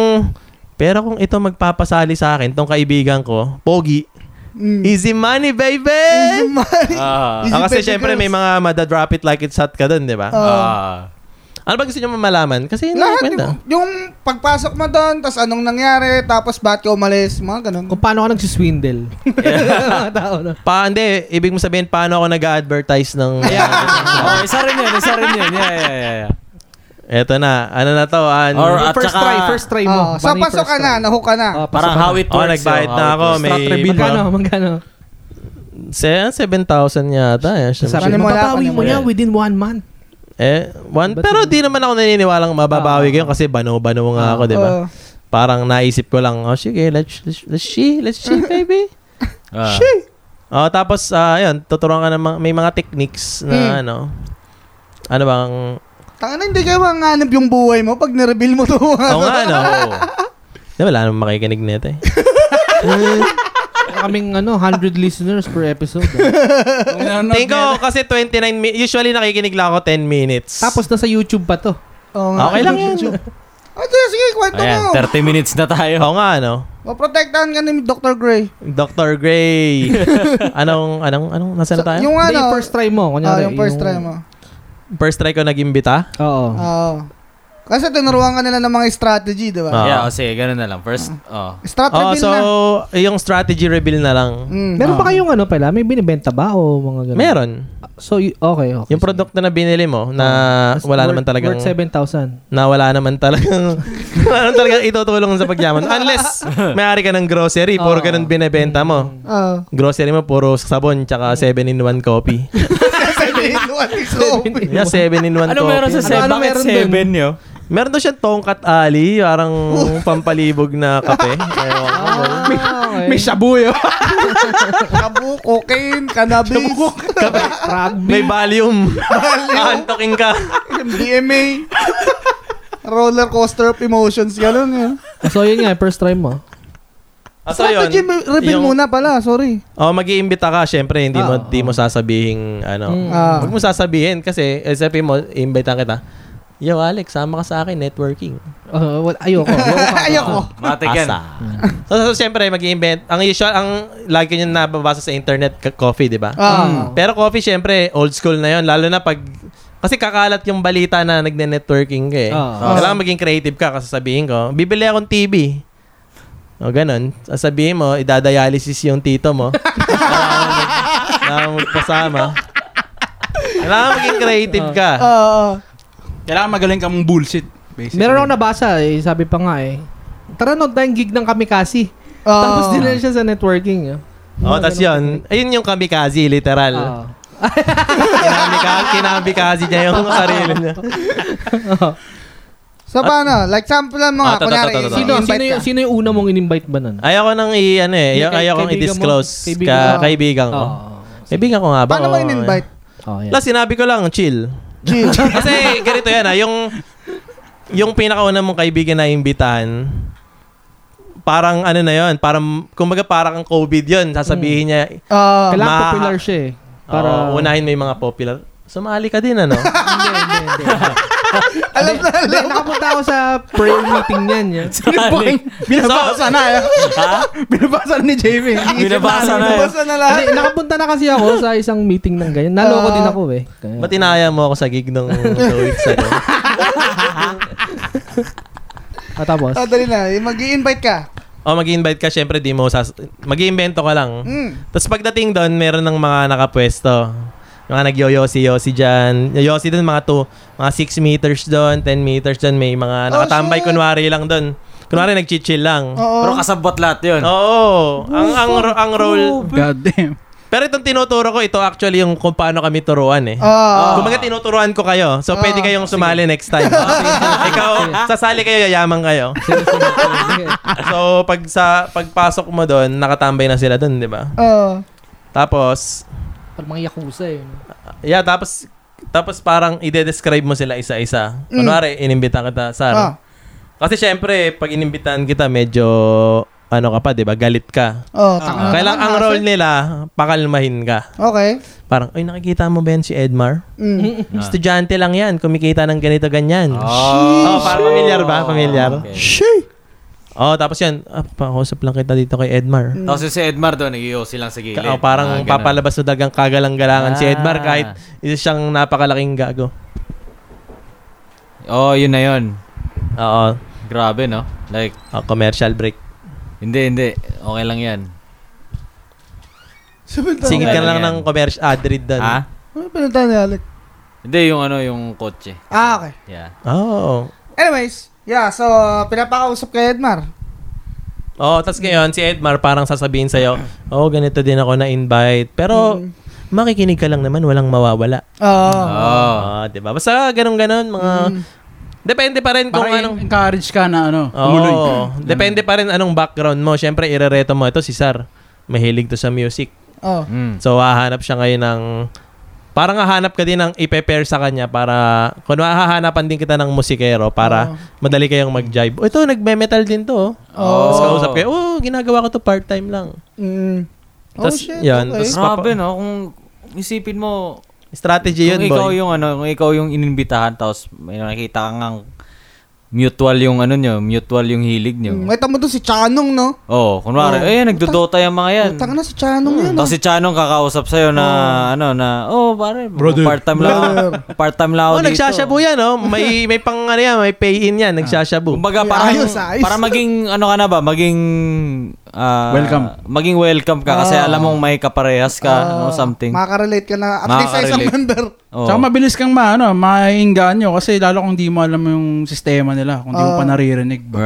Speaker 4: pero kung ito magpapasali sa akin, tong kaibigan ko, Pogi,
Speaker 1: Mm.
Speaker 4: easy money, baby!
Speaker 1: Easy money.
Speaker 2: Ah.
Speaker 1: Easy
Speaker 4: Ah, kasi
Speaker 1: peasy
Speaker 4: syempre
Speaker 1: girls.
Speaker 4: may mga madadrop it like it's hot ka dun, di ba?
Speaker 1: Ah.
Speaker 2: Ah.
Speaker 4: ano ba gusto nyo malaman? Kasi hindi
Speaker 1: Lahat
Speaker 4: kwenta.
Speaker 1: yung, yung pagpasok mo doon, tas anong nangyari, tapos ba't ka umalis, mga ganun.
Speaker 3: Kung paano ka nagsiswindle. Mga tao na.
Speaker 4: Pa, hindi. Ibig mo sabihin, paano ako nag-advertise ng...
Speaker 2: Oh, isa rin yun, isa rin yun. Yeah, yeah, yeah. yeah.
Speaker 4: Eto na. Ano na to? An,
Speaker 2: Or at
Speaker 3: First
Speaker 2: saka-
Speaker 3: try, first try mo.
Speaker 1: Oo, so
Speaker 3: Bunny,
Speaker 1: Ah, pasok
Speaker 3: first
Speaker 1: ka na,
Speaker 3: try.
Speaker 1: nahook ka na.
Speaker 3: Ah, pasok
Speaker 2: Parang
Speaker 3: ka na.
Speaker 2: how it
Speaker 4: oh,
Speaker 2: works.
Speaker 4: nagbayad
Speaker 2: yo,
Speaker 4: na
Speaker 2: how it
Speaker 4: ako.
Speaker 2: works.
Speaker 4: May...
Speaker 3: Magkano, magkano?
Speaker 4: Se- 7,000 yata. Eh, Syempre.
Speaker 3: Sabi
Speaker 1: mo,
Speaker 3: mo,
Speaker 1: wala
Speaker 3: papawi
Speaker 1: ka
Speaker 3: mo
Speaker 1: naman.
Speaker 3: niya within one month.
Speaker 4: eh, one, pero di naman ako naniniwalang mababawi ko yun kasi bano-bano nga ako, Ah, di ba?
Speaker 1: Ah. Oo.
Speaker 4: parang naisip ko lang, oh sige, let's let's, let's see, let's see baby.
Speaker 2: Ah.
Speaker 4: Oh, tapos ah, ayun, tuturuan ka ng mga, may mga techniques na ano. Ano bang
Speaker 1: Tangina, hindi kayo manganib yung buhay mo pag nireveal mo to.
Speaker 4: Oo nga ano. Di ba, wala namang makikinig nito eh.
Speaker 3: Meron kaming ano, 100 listeners per episode. ah.
Speaker 5: Nanonood
Speaker 4: Tingin
Speaker 5: niya.
Speaker 4: ko kasi 29 mi- usually nakikinig lang ako 10 minutes.
Speaker 3: Tapos nasa YouTube pa to.
Speaker 1: Oo nga.
Speaker 4: okay lang yun.
Speaker 1: O, sige, sige, kwento
Speaker 2: Ayan,
Speaker 1: mo.
Speaker 2: 30 minutes na tayo.
Speaker 4: Oo nga ano.
Speaker 1: Maprotektahan ka ni Dr. Gray.
Speaker 4: Dr. Gray. anong anong anong nasaan na tayo?
Speaker 1: Yung
Speaker 3: Hindi,
Speaker 1: ano,
Speaker 3: yung first try mo.
Speaker 1: ah,
Speaker 3: Kunyari,
Speaker 1: yung first try mo. Ah.
Speaker 4: First try ko nagimbita.
Speaker 3: Oo.
Speaker 1: Oo. oh. Kasi tinuruan ka nila ng mga strategy, di ba?
Speaker 4: Ah.
Speaker 2: Yeah, o
Speaker 6: oh,
Speaker 2: sige, ganun na lang. First, oh.
Speaker 1: Strat
Speaker 4: Oh,
Speaker 1: reveal
Speaker 4: so
Speaker 1: Ah, na.
Speaker 4: yung strategy reveal na lang.
Speaker 1: Mm.
Speaker 3: Meron ba kayong ano pala? May binibenta ba o mga ganun?
Speaker 4: Meron.
Speaker 3: So, y- okay, okay.
Speaker 4: Yung produkto na binili mo na
Speaker 3: Tapos
Speaker 4: wala
Speaker 3: worth-
Speaker 4: naman talagang
Speaker 3: Worth 7,000.
Speaker 4: na wala naman talagang wala naman talagang itutulong sa pagyaman unless may-ari ka ng grocery puro
Speaker 3: Oo.
Speaker 4: ganun binebenta mo.
Speaker 1: Oo.
Speaker 4: Grocery mo puro sabon tsaka 7 in 1 coffee.
Speaker 1: Sabihin mo, oh, at least open.
Speaker 4: Yeah, 7 in 1
Speaker 6: Ano
Speaker 4: coffee.
Speaker 6: meron sa
Speaker 3: Ano-
Speaker 6: seven?
Speaker 3: ano
Speaker 6: Bakit
Speaker 3: meron dun?
Speaker 6: seven
Speaker 4: eh.
Speaker 6: yun?
Speaker 4: Meron daw siyang tongkat ali, parang pampalibog na kape. Ewan ko.
Speaker 3: Ah,
Speaker 5: May shabu eh. yun.
Speaker 1: Tabu, cocaine, cannabis,
Speaker 4: May Valium. Antokin ka.
Speaker 1: MDMA, roller coaster of emotions, eh. gano'n yun.
Speaker 3: so, yun nga, first try mo.
Speaker 4: Ah, so yun,
Speaker 1: Strategy reveal
Speaker 4: yung-
Speaker 1: muna pala, sorry.
Speaker 4: Oh, mag-iimbita ka, syempre, hindi mo
Speaker 3: Ah,
Speaker 4: hindi mo sasabihin ano.
Speaker 3: Mm.
Speaker 1: Ah.
Speaker 4: Huwag mo sasabihin kasi eh, sabihin mo, iimbitahan kita. Yo, Alex, sama ka sa akin, networking.
Speaker 3: Uh, well, ayoko.
Speaker 1: Ah,
Speaker 4: Ah,
Speaker 1: Ayoko.
Speaker 2: Matik yan.
Speaker 4: Asa. So, so, syempre, mag-invent. Ang usual, ang lagi nyo nababasa sa internet, ka- coffee, di ba?
Speaker 1: Ah.
Speaker 4: Pero coffee, syempre, old school na yon Lalo na pag, kasi kakalat yung balita na nagne-networking ka eh.
Speaker 3: Ah.
Speaker 4: Kailangan maging creative ka kasi sabihin ko, bibili akong TV. O ganun. Sasabihin mo, idadialysis yung tito mo. Kailangan mo magpasama. Kailangan maging creative ka.
Speaker 1: Ah,
Speaker 5: Kailangan magaling kang bullshit. Basically.
Speaker 3: Meron akong nabasa, eh, sabi pa nga eh. Tara, noon tayong gig ng kamikasi.
Speaker 1: ah.
Speaker 3: Tapos
Speaker 4: eh.
Speaker 3: dinala siya sa networking. eh.
Speaker 4: O, tas yun. Ayun yung kamikaze, literal.
Speaker 3: Oo.
Speaker 4: Kinamikaze, kinamikaze niya yung sarili niya.
Speaker 1: So, paano? Like, sample lang mga,
Speaker 2: Ah, totoo,
Speaker 1: kunwari,
Speaker 2: totoo, totoo.
Speaker 3: Sino,
Speaker 1: invite
Speaker 3: sino,
Speaker 1: ka.
Speaker 3: yung, sino yung una mong in-invite ba nun?
Speaker 4: Ayoko nang i ano eh,
Speaker 3: Hindi,
Speaker 4: ayaw,
Speaker 3: kay-
Speaker 4: ayaw kong
Speaker 3: kaibigan mo.
Speaker 4: i-disclose
Speaker 3: Kaibigan mo.
Speaker 4: ka
Speaker 3: Ah.
Speaker 4: kaibigan ko.
Speaker 3: Oo.
Speaker 4: Kaibigan ko nga ba?
Speaker 1: Paano mo
Speaker 4: Oo,
Speaker 1: in-invite?
Speaker 3: Oh, yeah.
Speaker 4: Plus sinabi ko lang chill.
Speaker 1: Jeez.
Speaker 4: Kasi ganito yan ah, yung yung pinakauna mong kaibigan na imbitahan, parang ano na yon parang kumbaga parang COVID yon sasabihin niya
Speaker 1: Ah,
Speaker 3: Kailangan
Speaker 4: ma-
Speaker 3: popular siya eh.
Speaker 4: para unahin may mga popular sumali ka din ano
Speaker 3: hindi, hindi, hindi.
Speaker 1: alam na,
Speaker 3: Hindi,
Speaker 1: alam.
Speaker 3: nakapunta ako sa prayer meeting niyan. yun.
Speaker 1: Binabasa na. eh.
Speaker 6: Ha?
Speaker 1: Binabasa na ni Jamie.
Speaker 6: Binabasa na eh.
Speaker 1: Binabasa na lahat.
Speaker 3: Hindi, nakapunta na kasi ako sa isang meeting ng ganyan. Naloko
Speaker 1: Ah.
Speaker 3: din ako eh. Kaya-
Speaker 4: ba't inaya mo ako sa gig ng two weeks ago
Speaker 3: At tapos,
Speaker 1: Ah, dali na. mag invite ka.
Speaker 4: o Oh, mag-invite ka syempre di mo sas- mag-iimbento ka lang
Speaker 1: Mm.
Speaker 4: Tapos pagdating doon, meron ng mga nakapwesto. Yung mga nag-yoyosi-yosi dyan. Yoyosi doon, mga to, mga 6 meters doon, 10 meters doon. May mga nakatambay,
Speaker 1: shit. Oh.
Speaker 4: kunwari lang doon. Kunwari, nag-chill lang. Oo.
Speaker 1: Oo.
Speaker 6: Pero kasabot lahat yun.
Speaker 4: Oh, Ang, ang, ro- ang role.
Speaker 5: God damn.
Speaker 4: Pero itong tinuturo ko, ito actually yung kung paano kami turuan eh.
Speaker 1: Ah.
Speaker 4: Kumbaga tinuturuan ko kayo. So pwede kayong sumali next time. Ah, Ikaw, sasali kayo, yayaman kayo.
Speaker 3: sige, sige, sige, sige.
Speaker 4: So pag sa pagpasok mo doon, nakatambay na sila doon, di ba?
Speaker 1: Oo.
Speaker 4: Tapos,
Speaker 3: Parang mga yakuza eh. yun.
Speaker 4: Yeah, tapos tapos parang ide-describe mo sila isa-isa. Kunwari, inimbitahan kita, Sar.
Speaker 1: Ah.
Speaker 4: Kasi syempre, pag inimbitahan kita, medyo ano ka pa, di ba? Galit ka.
Speaker 1: Oo, tanga Oh, na
Speaker 4: Kailang
Speaker 1: naman,
Speaker 4: Ah, ang
Speaker 1: nasa.
Speaker 4: role nila, pakalmahin ka.
Speaker 1: Okay.
Speaker 4: Parang, ay, nakikita mo ba yan si Edmar?
Speaker 1: Mm.
Speaker 4: Estudyante lang yan, kumikita ng ganito-ganyan.
Speaker 6: Oh,
Speaker 4: Oh, parang familiar
Speaker 6: Ah,
Speaker 4: ba? Familiar? Oh, tapos yan, ah, pakausap lang kita dito kay Edmar.
Speaker 6: Tapos yung si Edmar doon, nag-iossi lang sa gilid.
Speaker 4: Ka- oh, parang
Speaker 6: Mga Ah, ganun.
Speaker 4: papalabas na dagang kagalang-galangan si Edmar
Speaker 6: Ah.
Speaker 4: kahit isa siyang napakalaking gago.
Speaker 6: Oh, yun na yun.
Speaker 4: Oo,
Speaker 6: Grabe, no? Like,
Speaker 4: oh, commercial break.
Speaker 6: hindi, hindi. Okay lang yan.
Speaker 4: Singit ka
Speaker 6: Okay lang
Speaker 4: lang ng ah,
Speaker 6: yan. Ah?
Speaker 4: commercial ad read doon.
Speaker 6: Ha?
Speaker 1: Ano pinuntahan ni Alec?
Speaker 6: Hindi, yung ano, yung kotse.
Speaker 1: Ah, okay.
Speaker 6: Yeah.
Speaker 4: Oo.
Speaker 1: Anyways, yeah, so pinapakausap kay Edmar.
Speaker 4: Oh, tapos ngayon, si Edmar parang sasabihin sa'yo, oh, ganito din ako na-invite. Pero, makikinig ka lang naman, walang mawawala.
Speaker 1: Oo.
Speaker 6: Oh.
Speaker 4: Ah, di ba? Basta ganun-ganon, mga...
Speaker 1: Mm.
Speaker 4: Depende pa rin kung
Speaker 5: Para
Speaker 4: anong...
Speaker 5: encourage ka na ano, tumuloy.
Speaker 4: Oo. Depende pa rin anong background mo. Siyempre, irereto mo. Ito si Sar. Mahilig to sa music.
Speaker 1: Oo.
Speaker 6: Mm.
Speaker 4: So, hahanap siya ngayon ng... Parang hahanap ka din ng ipe-pair sa kanya para... Kung hahanapan din kita ng musikero para madali kayong mag-jive. Oh, ito, nagme-metal din to. Oh. Tapos kausap kayo, oh, ginagawa ko to part-time lang.
Speaker 1: Mm. Oh,
Speaker 4: Tas,
Speaker 1: shit.
Speaker 4: yan,
Speaker 1: okay.
Speaker 4: tas-
Speaker 6: Grabe, no? Kung isipin mo,
Speaker 4: Strategy
Speaker 6: kung
Speaker 4: yun,
Speaker 6: ikaw
Speaker 4: boy.
Speaker 6: yung ano, kung ikaw yung inimbitahan tapos may nakita kang ang mutual yung ano nyo, mutual yung hilig
Speaker 1: Mm,
Speaker 6: nyo.
Speaker 1: may tamo doon si Chanong, no?
Speaker 6: Oh, kunwari,
Speaker 1: Oh.
Speaker 6: eh nagdodota yung mga yan.
Speaker 1: Tanga na si Chanong
Speaker 4: Mm,
Speaker 1: yun.
Speaker 6: Tapos si Chanong kakausap sa'yo na, ano, na, oh, pare, part-time lang, ako- part-time lang ako
Speaker 4: oh,
Speaker 6: dito.
Speaker 4: nagsashabu yan, oh. May, may pang ano yan, may pay-in yan, nagsashabu.
Speaker 6: Kumbaga, parang,
Speaker 1: Ayos, ayos.
Speaker 6: para maging, ano ka na ba, maging, ah,
Speaker 5: Welcome.
Speaker 6: Maging welcome ka kasi alam mong may kaparehas ka, no, something.
Speaker 1: Makakarelate ka na at least sa isang
Speaker 6: Makakarelate.
Speaker 1: member.
Speaker 6: Oh.
Speaker 5: Tsaka mabilis kang ma, ano, maingganyo kasi lalo kung di mo alam yung sistema nila, kung di mo pa naririnig.
Speaker 6: Bro.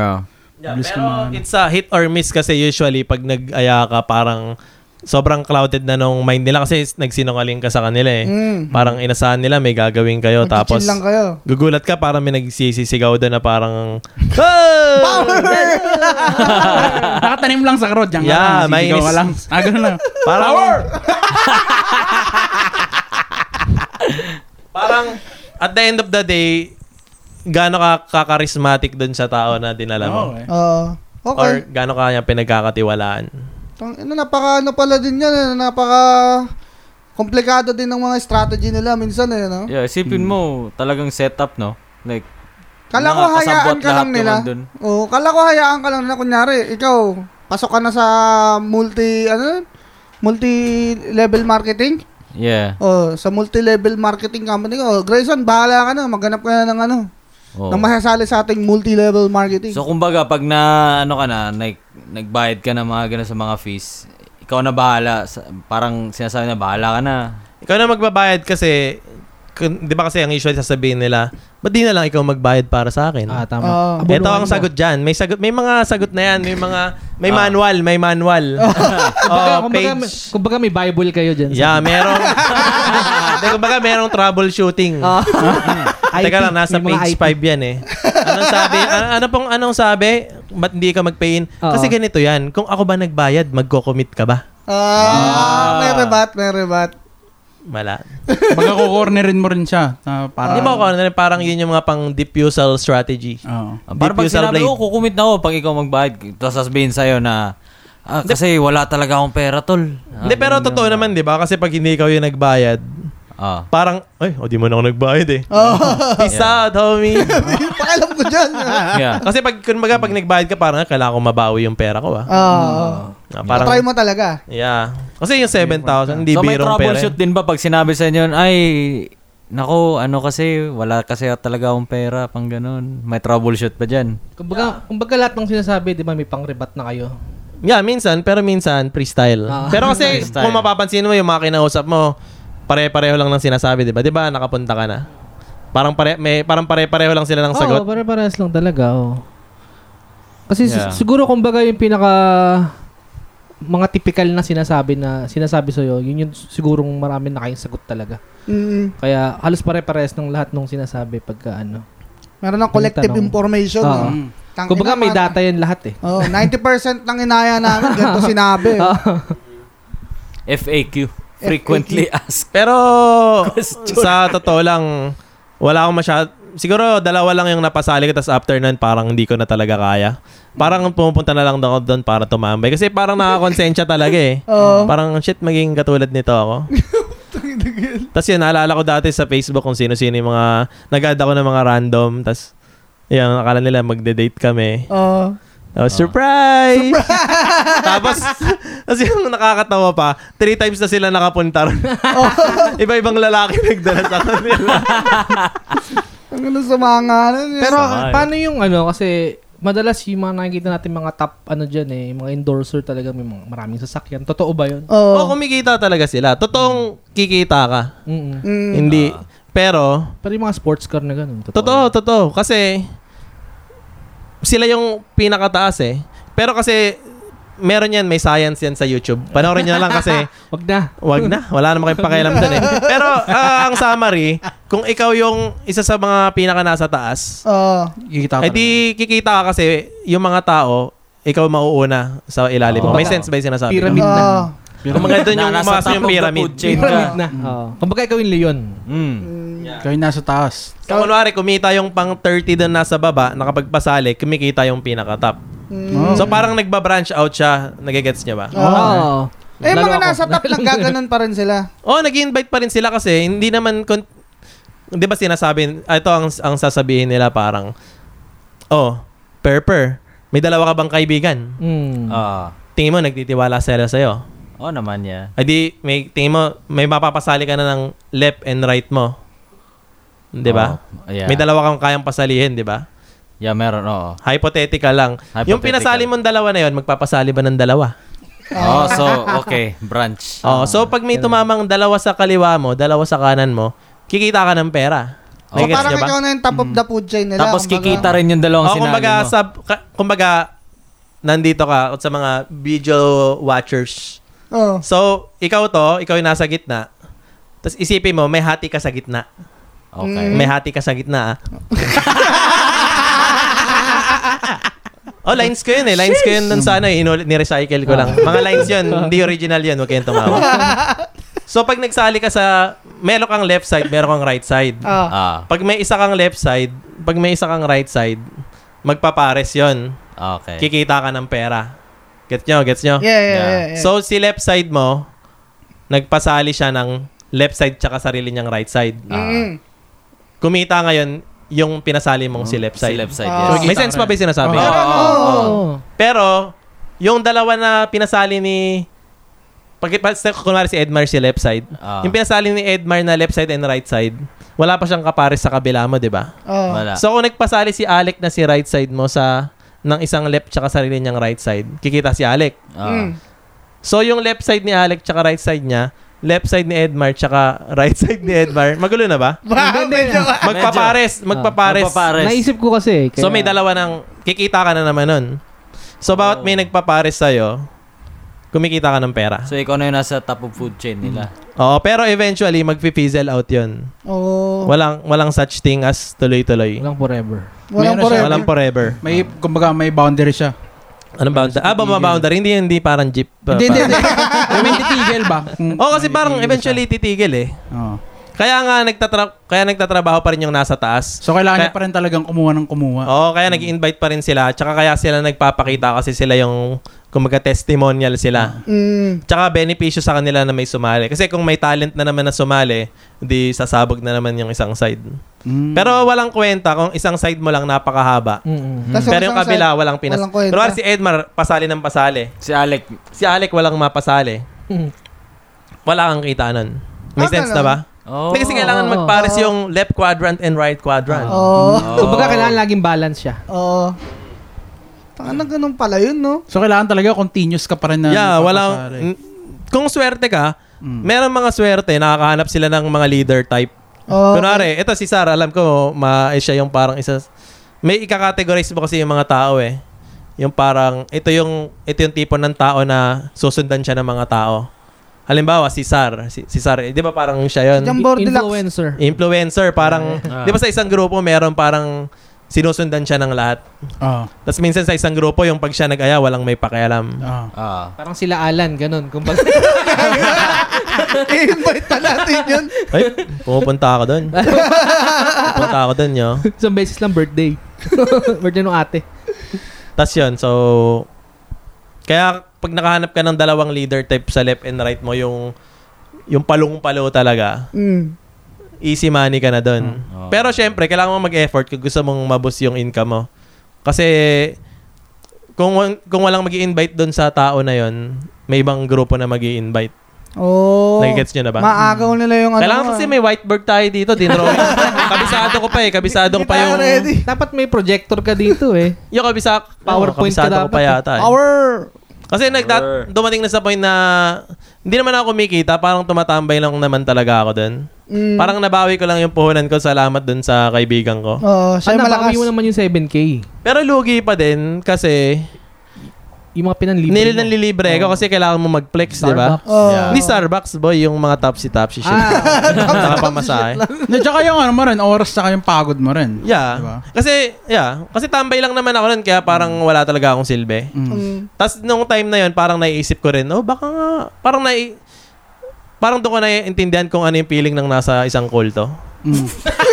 Speaker 4: Yeah,
Speaker 5: Mabilis kang
Speaker 4: pero
Speaker 5: ma-
Speaker 4: it's a hit or miss kasi usually pag nag-aya ka, parang sobrang clouded na nung mind nila kasi nagsinungaling ka sa kanila eh.
Speaker 1: Mm.
Speaker 4: Parang inasahan nila, may gagawin kayo.
Speaker 1: Tapos,
Speaker 4: Tapos,
Speaker 1: lang kayo.
Speaker 4: gugulat ka, parang may nagsisisigaw doon na parang, "Hey!"
Speaker 5: Nakatanim lang sa karod, diyan
Speaker 4: Yeah,
Speaker 5: ka lang,
Speaker 4: may
Speaker 5: sisigaw ka
Speaker 4: inis-
Speaker 5: lang. Ah, ganun lang.
Speaker 4: Parang, parang, at the end of the day, gaano ka kakarismatic doon sa tao na dinala mo?
Speaker 3: eh.
Speaker 5: Okay.
Speaker 1: Oo.
Speaker 4: Or
Speaker 1: okay.
Speaker 4: gaano ka niya pinagkakatiwalaan?
Speaker 1: Tang, ano, napaka ano pala din yan. eh, Napaka komplikado din ng mga strategy nila minsan eh, no?
Speaker 6: Yeah, isipin mo, talagang setup, no? Like,
Speaker 1: Kala
Speaker 6: mga
Speaker 1: ko hayaan
Speaker 6: kasabot
Speaker 1: ka
Speaker 6: lahat
Speaker 1: lang
Speaker 6: yung
Speaker 1: nila.
Speaker 6: andun.
Speaker 1: Oo, kala ko hayaan ka lang nila. Kunyari, ikaw, pasok ka na sa multi, ano, multi-level marketing.
Speaker 6: Yeah.
Speaker 1: Oh, sa multi-level marketing company ko. Oh, Grayson, bahala ka na. Maghanap ka na ng ano.
Speaker 6: Oh.
Speaker 1: Nang masasali sa ating multi-level marketing.
Speaker 6: So kumbaga pag na ano ka na nag nagbayad ka na mga ganun sa mga fees, ikaw na bahala. Sa- Parang sinasabi na bahala ka na.
Speaker 4: Ikaw na magbabayad kasi, kun- di ba kasi ang usually sasabihin nila, ba't di na lang ikaw magbayad para sa akin?
Speaker 3: Ah,
Speaker 1: Ah,
Speaker 3: tama.
Speaker 4: Ito ang sagot dyan. May sagot, may mga sagot na yan, may mga may manual, may manual.
Speaker 3: Ah. Kumbaga,
Speaker 4: oh,
Speaker 3: kumbaga,
Speaker 4: page.
Speaker 3: kumbaga may Bible kayo dyan.
Speaker 4: Yeah, merong Hindi, kumbaga merong troubleshooting. Teka lang,
Speaker 3: Oh,
Speaker 4: nasa
Speaker 3: Ah. May mga
Speaker 4: page
Speaker 3: IP.
Speaker 4: 5 yan eh. Anong sabi? Ano, ano pong anong sabi? Ba't hindi ka mag-pay-in?
Speaker 3: Oo.
Speaker 4: Kasi ganito yan. Kung ako ba nagbayad, magko-commit ka ba?
Speaker 1: Ah, may rebat, may rebat.
Speaker 4: Mala.
Speaker 5: Baga kukornerin mo rin siya. Na
Speaker 4: Hindi
Speaker 5: parang,
Speaker 4: ba ako ano, parang yun yung mga pang diffusal strategy.
Speaker 5: Oo.
Speaker 6: Ah, Parang pag
Speaker 4: Diffusal
Speaker 6: sinabi
Speaker 4: blade.
Speaker 6: ko, kukumit na ako pag ikaw magbayad. Tapos sasabihin sa'yo na, ah, kasi wala talaga akong pera, tol. Ah,
Speaker 4: Hindi, pero totoo naman, di ba? Kasi pag hindi ikaw yung nagbayad,
Speaker 6: Ah.
Speaker 4: parang, ay, o di mo na ako nagbayad eh. Peace out, homie.
Speaker 1: Pakialam ko dyan.
Speaker 6: Yeah.
Speaker 4: Kasi pag, kumbaga, pag nagbayad ka, parang "Ah, kailangan ko mabawi yung pera ko ah.
Speaker 1: Ah,
Speaker 6: Hmm,
Speaker 4: Ah,
Speaker 1: parang,
Speaker 4: parang,
Speaker 1: try mo talaga.
Speaker 4: yeah. Kasi yung 7,000, hindi
Speaker 6: so may
Speaker 4: birong pera.
Speaker 6: troubleshoot
Speaker 4: yun.
Speaker 6: din ba pag sinabi sa inyo, ay, nako, ano kasi, wala kasi talaga akong pera, pang ganun. May troubleshoot pa dyan.
Speaker 3: Kumbaga, kumbaga lahat ng sinasabi, di ba may pang-rebat na kayo?
Speaker 4: Yeah, minsan, pero minsan, freestyle.
Speaker 3: Ah.
Speaker 4: pero kasi,
Speaker 6: Freestyle.
Speaker 4: kung mapapansin mo, yung mga kinausap mo, pare-pareho lang ng sinasabi, di ba? Di ba, nakapunta ka na? Parang, pare may, parang pare-pareho lang sila
Speaker 6: Oh.
Speaker 4: ng sagot.
Speaker 3: Oo, pare-parehas lang talaga. oo. Kasi si-
Speaker 6: Yeah.
Speaker 3: siguro kumbaga yung pinaka mga typical na sinasabi na sinasabi sa'yo, yun yung sigurong marami na kayong sagot talaga.
Speaker 1: Mm,
Speaker 3: Kaya halos pare-parehas ng lahat ng sinasabi pagka ano.
Speaker 1: meron ng collective
Speaker 3: Tanong.
Speaker 1: information.
Speaker 3: Oo.
Speaker 1: no?
Speaker 5: Mm.
Speaker 1: Tangina,
Speaker 3: Kumbaga may
Speaker 1: man.
Speaker 3: data yan lahat eh.
Speaker 1: Oo, 90% ng inaya namin, ganito sinabi.
Speaker 6: FAQ. Frequently asked.
Speaker 4: Pero, sa totoo lang, wala akong masyad... Siguro, dalawa lang yung napasali ko, tapos after nun, parang hindi ko na talaga kaya. Parang pumupunta na lang ako doon para tumambay. Kasi parang nakakonsensya talaga eh.
Speaker 1: Oo.
Speaker 4: Parang, shit, maging katulad nito ako. Tapos yun, naalala ko dati sa Facebook kung sino-sino yung mga, nag-add ako ng mga random. Tapos, yun, akala nila magde-date kami.
Speaker 1: Oo.
Speaker 4: Tapos, surprise! tapos, tapos yung nakakatawa pa, three times na sila nakapunta ron. Iba-ibang lalaki nagdala sa kanila.
Speaker 1: Ang ano sa mga ano. yun.
Speaker 3: Pero
Speaker 4: Sama, eh.
Speaker 3: paano yung ano kasi madalas yung mga nakikita natin mga top ano dyan eh, yung mga endorser talaga may mga maraming sasakyan. Totoo ba yun?
Speaker 1: Oo.
Speaker 4: Oo, Oh, kumikita talaga sila. Totoong kikita ka.
Speaker 3: Mm-mm.
Speaker 1: Mm.
Speaker 4: Hindi. Pero,
Speaker 3: Pero yung mga sports car na ganun.
Speaker 4: Totoo, totoo. Kasi, sila yung pinakataas eh. Pero kasi, meron yan, may science yan sa YouTube. Panoorin nyo na lang kasi,
Speaker 3: Wag na.
Speaker 4: wag na. Wala naman kayong pakialam dun eh. Pero, ah, ang summary, kung ikaw yung isa sa mga pinaka nasa taas,
Speaker 1: Oo.
Speaker 5: Kikita ka
Speaker 4: eh di kikita ka kasi yung mga tao, ikaw mauuna sa ilalim mo. May
Speaker 3: Kumbaga,
Speaker 4: sense ba yung sinasabi? ko?
Speaker 3: Pyramid na.
Speaker 1: Oo.
Speaker 5: rin.
Speaker 4: Kumbaga dun yung
Speaker 6: Na nasa
Speaker 4: umaas
Speaker 6: top of
Speaker 4: yung
Speaker 6: the
Speaker 4: pyramid.
Speaker 6: food chain
Speaker 3: Pyramid
Speaker 6: ka.
Speaker 3: na. Oo. Kumbaga ikaw yung leon.
Speaker 6: Mm.
Speaker 5: Ikaw yung nasa taas.
Speaker 4: Kung kunwari, kumita yung pang 30 doon nasa baba, nakapagpasali, kumikita yung pinaka-top.
Speaker 1: Mm.
Speaker 5: Oo.
Speaker 4: So parang nagbabranch out siya. Nagigets niya ba?
Speaker 1: Oo.
Speaker 3: Oo.
Speaker 1: Eh,
Speaker 3: Lalo
Speaker 1: mga
Speaker 3: ako.
Speaker 1: nasa top lang, gaganon pa rin sila.
Speaker 4: Oh, nag-invite pa rin sila kasi hindi naman kon- 'di ba sinasabi ah, ito ang ang sasabihin nila parang oh, per per. May dalawa ka bang kaibigan?
Speaker 3: Mm.
Speaker 6: Ah.
Speaker 4: Tingin mo nagtitiwala sila sa iyo.
Speaker 6: Oo naman, yeah.
Speaker 4: Adi may tingin mo may mapapasali ka na ng left and right mo. 'Di
Speaker 6: Oo.
Speaker 4: ba?
Speaker 6: Oh, yeah.
Speaker 4: May dalawa kang kayang pasalihin, 'di ba?
Speaker 6: yeah, meron, oo.
Speaker 4: Hypothetical lang. Yung
Speaker 6: Hypothetical.
Speaker 4: pinasali mong dalawa na 'yon, magpapasali ba ng dalawa?
Speaker 6: Oh, so, okay. Branch.
Speaker 4: Oh, so pag may tumamang dalawa sa kaliwa mo, dalawa sa kanan mo, kikita ka ng pera.
Speaker 1: So,
Speaker 6: Oh,
Speaker 4: Nagigets
Speaker 1: parang
Speaker 4: niyo ba?
Speaker 1: ikaw na yung top of the food chain nila.
Speaker 6: Tapos
Speaker 1: kumbaga.
Speaker 6: kikita rin yung dalawang
Speaker 4: Oh,
Speaker 6: sinabi
Speaker 4: kumbaga,
Speaker 6: mo.
Speaker 4: sab, ka, kumbaga, nandito ka sa mga video watchers.
Speaker 1: Oo.
Speaker 4: So, ikaw to, ikaw yung nasa gitna. Tapos isipin mo, may hati ka sa gitna.
Speaker 6: Okay.
Speaker 4: May hati ka sa gitna, ah. oh, lines ko yun eh. Lines ko yun dun sa ano, eh. inulit, ni-recycle ko lang. Mga lines yun, hindi original yun. Huwag kayong tumawa. so, pag nagsali ka sa, meron kang left side, meron kang right side.
Speaker 1: Ah.
Speaker 6: Ah,
Speaker 4: Pag may isa kang left side, pag may isa kang right side, magpapares yon.
Speaker 6: okay.
Speaker 4: Kikita ka ng pera. Gets nyo? Gets nyo?
Speaker 1: Yeah, yeah,
Speaker 6: Yeah.
Speaker 1: yeah. yeah.
Speaker 4: So, si left side mo, nagpasali siya ng left side tsaka sarili niyang right side.
Speaker 1: Mm.
Speaker 4: Kumita ngayon yung pinasali mong si left side.
Speaker 6: Hmm. Si left side,
Speaker 1: Ah.
Speaker 6: yes. Oh,
Speaker 1: Kikita
Speaker 4: May sense pa ba yung sinasabi?
Speaker 1: Oh.
Speaker 6: Oo, oo, oo.
Speaker 4: Oh.
Speaker 3: Oo.
Speaker 4: Pero, yung dalawa na pinasali ni... Pag, pag- kunwari si Edmar si left side,
Speaker 6: Ah.
Speaker 4: yung pinasali ni Edmar na left side and right side, wala pa siyang kapares sa kabila mo, di ba?
Speaker 1: Oo.
Speaker 6: Wala.
Speaker 4: So kung nagpasali si Alec na si right side mo sa ng isang left tsaka sarili niyang right side, kikita si Alec.
Speaker 6: Ah.
Speaker 1: Mm.
Speaker 4: So yung left side ni Alec tsaka right side niya, left side ni Edmar tsaka right side ni Edmar, magulo na ba?
Speaker 1: Ba, medyo ka.
Speaker 4: Magpapares, magpapares.
Speaker 6: Magpapares.
Speaker 3: Naisip ko kasi. eh, Kaya,
Speaker 4: So may dalawa ng kikita ka na naman nun. So bawat may nagpapares sa'yo, kumikita ka ng pera.
Speaker 6: So, ikaw na yung nasa top of food chain
Speaker 4: Mm.
Speaker 6: nila.
Speaker 4: Oo, pero eventually magfi-fizzle out 'yun.
Speaker 1: Oo.
Speaker 4: Walang walang such thing as tuloy-tuloy.
Speaker 3: Walang forever.
Speaker 1: Walang
Speaker 5: Meron siya,
Speaker 1: forever.
Speaker 4: Walang forever.
Speaker 5: May, kumbaga, may boundary siya.
Speaker 4: Ano boundary? Ah, bumaboundary. Hindi, hindi parang jeep. Ah,
Speaker 5: Hindi, hindi,
Speaker 4: parang-
Speaker 5: hindi. I mean, titigil ba? Kung-
Speaker 4: Oo, kasi parang
Speaker 5: titigil
Speaker 4: eventually titigil eh.
Speaker 5: siya. Oo.
Speaker 4: Kaya nga nagtatra- kaya nagtatrabaho pa rin yung nasa taas.
Speaker 5: So, kailangan
Speaker 4: Kaya-
Speaker 5: niya pa rin talagang kumuha ng kumuha.
Speaker 4: Oo,
Speaker 1: Mm.
Speaker 4: kaya nag-invite pa rin sila. Tsaka kaya sila nagpapakita kasi sila yung kumaga testimonial sila.
Speaker 1: Mm.
Speaker 4: Tsaka benepisyo sa kanila na may sumali. Kasi kung may talent na naman na sumali, di sasabog na naman yung isang side. Oh.
Speaker 5: Mm.
Speaker 4: Pero walang kwenta kung isang side mo lang napakahaba.
Speaker 1: Tas
Speaker 4: Pero
Speaker 1: Mm. isang
Speaker 4: yung kabila,
Speaker 1: side-
Speaker 4: walang pinas.
Speaker 1: walang kwenta.
Speaker 4: Pero si Edmar, pasali ng pasali.
Speaker 6: Si Alec,
Speaker 4: Si Alec, walang mapasali. Wala kang kita nun.
Speaker 1: Ah,
Speaker 4: May sense na
Speaker 1: ganun.
Speaker 4: ba?
Speaker 6: Oh.
Speaker 4: Hindi kasi kailangan
Speaker 3: Oo.
Speaker 4: magpares yung left quadrant and right quadrant.
Speaker 1: Oo.
Speaker 4: Oh.
Speaker 3: Kumbaga, kailangan laging balance siya.
Speaker 1: Oo. Tanga na ganun pala yun, no?
Speaker 5: So, kailangan talaga continuous ka pa rin na
Speaker 4: yeah, wala.
Speaker 5: napapasali.
Speaker 4: n- Kung swerte ka,
Speaker 5: Mm.
Speaker 4: meron mga swerte, nakakahanap sila ng mga leader type.
Speaker 1: Oo.
Speaker 4: Kunwari, ito si Sarah, alam ko, ma eh, siya yung parang isa. May ikakategorize mo kasi yung mga tao eh. Yung parang, ito yung, ito yung tipo ng tao na susundan siya ng mga tao. Halimbawa, si Sar. Si, si Sar, eh, di ba parang siya yun?
Speaker 1: Jam- Tambor Deluxe.
Speaker 3: Influencer.
Speaker 4: Influencer, parang,
Speaker 6: Ah.
Speaker 4: di ba sa isang grupo, meron parang sinusundan siya ng lahat.
Speaker 5: Ah,
Speaker 4: Tapos minsan sa isang grupo, yung pag siya nag-aya, walang may pakialam.
Speaker 5: ah.
Speaker 6: Ah.
Speaker 3: Parang sila Alan, ganun. Kumbaga,
Speaker 1: I-invite pa natin yun.
Speaker 4: Ay, pumupunta ako doon. Pupunta ako doon, yo.
Speaker 3: isang beses lang birthday. birthday ng ate.
Speaker 4: Tapos yun, so... Kaya pag nakahanap ka ng dalawang leader type sa left and right mo, yung yung palong-palo talaga,
Speaker 1: Mm.
Speaker 4: easy money ka na doon.
Speaker 6: Oo.
Speaker 4: Pero syempre, kailangan mo mag-effort kung gusto mong mabus yung income mo. Kasi kung wa- kung walang magi invite doon sa tao na yon, may ibang grupo na magi invite
Speaker 1: Oo.
Speaker 4: Nagigets nyo na
Speaker 1: Oh,
Speaker 4: ba?
Speaker 1: Maagaw nila yung ano.
Speaker 4: Hmm. Kailangan kasi may whiteboard tayo dito, dinrawing. kabisado ko pa eh, kabisado ko pa yung
Speaker 1: ready.
Speaker 3: Dapat may projector ka dito eh.
Speaker 4: yung kabisa
Speaker 3: PowerPoint
Speaker 4: kabisado
Speaker 3: ka
Speaker 4: ko pa
Speaker 3: dapat eh.
Speaker 4: yata. eh.
Speaker 1: Our...
Speaker 4: Kasi nagda- dumating na sa point na hindi naman ako kumikita, parang tumatambay lang naman talaga ako doon.
Speaker 1: Mm.
Speaker 4: Parang nabawi ko lang yung puhunan ko, salamat doon sa kaibigan ko.
Speaker 1: Oo, siya
Speaker 3: Ano,
Speaker 1: yung malakas.
Speaker 3: malakas. mo naman yung 7K.
Speaker 4: Pero lugi pa din kasi
Speaker 3: Yung mga pinanlibre
Speaker 4: nil
Speaker 3: mo.
Speaker 4: nililibre ko kasi kailangan mo mag-flex, di ba?
Speaker 3: Starbucks.
Speaker 1: Oo.
Speaker 4: Hindi Starbucks, boy, yung mga topsy-topsy shit.
Speaker 3: Ah,
Speaker 4: Nakapamasahe.
Speaker 5: Na tsaka yung ano mo rin, oras tsaka yung pagod mo rin.
Speaker 4: Yeah.
Speaker 5: Diba?
Speaker 4: Kasi, yeah. Kasi tambay lang naman ako nun, kaya parang wala talaga akong silbi.
Speaker 5: Mm.
Speaker 1: Mm.
Speaker 4: Tapos nung time na yon parang naiisip ko rin, oh baka nga, parang nai, parang doon ko naiintindihan kung ano yung feeling ng nasa isang kulto.
Speaker 5: Mm.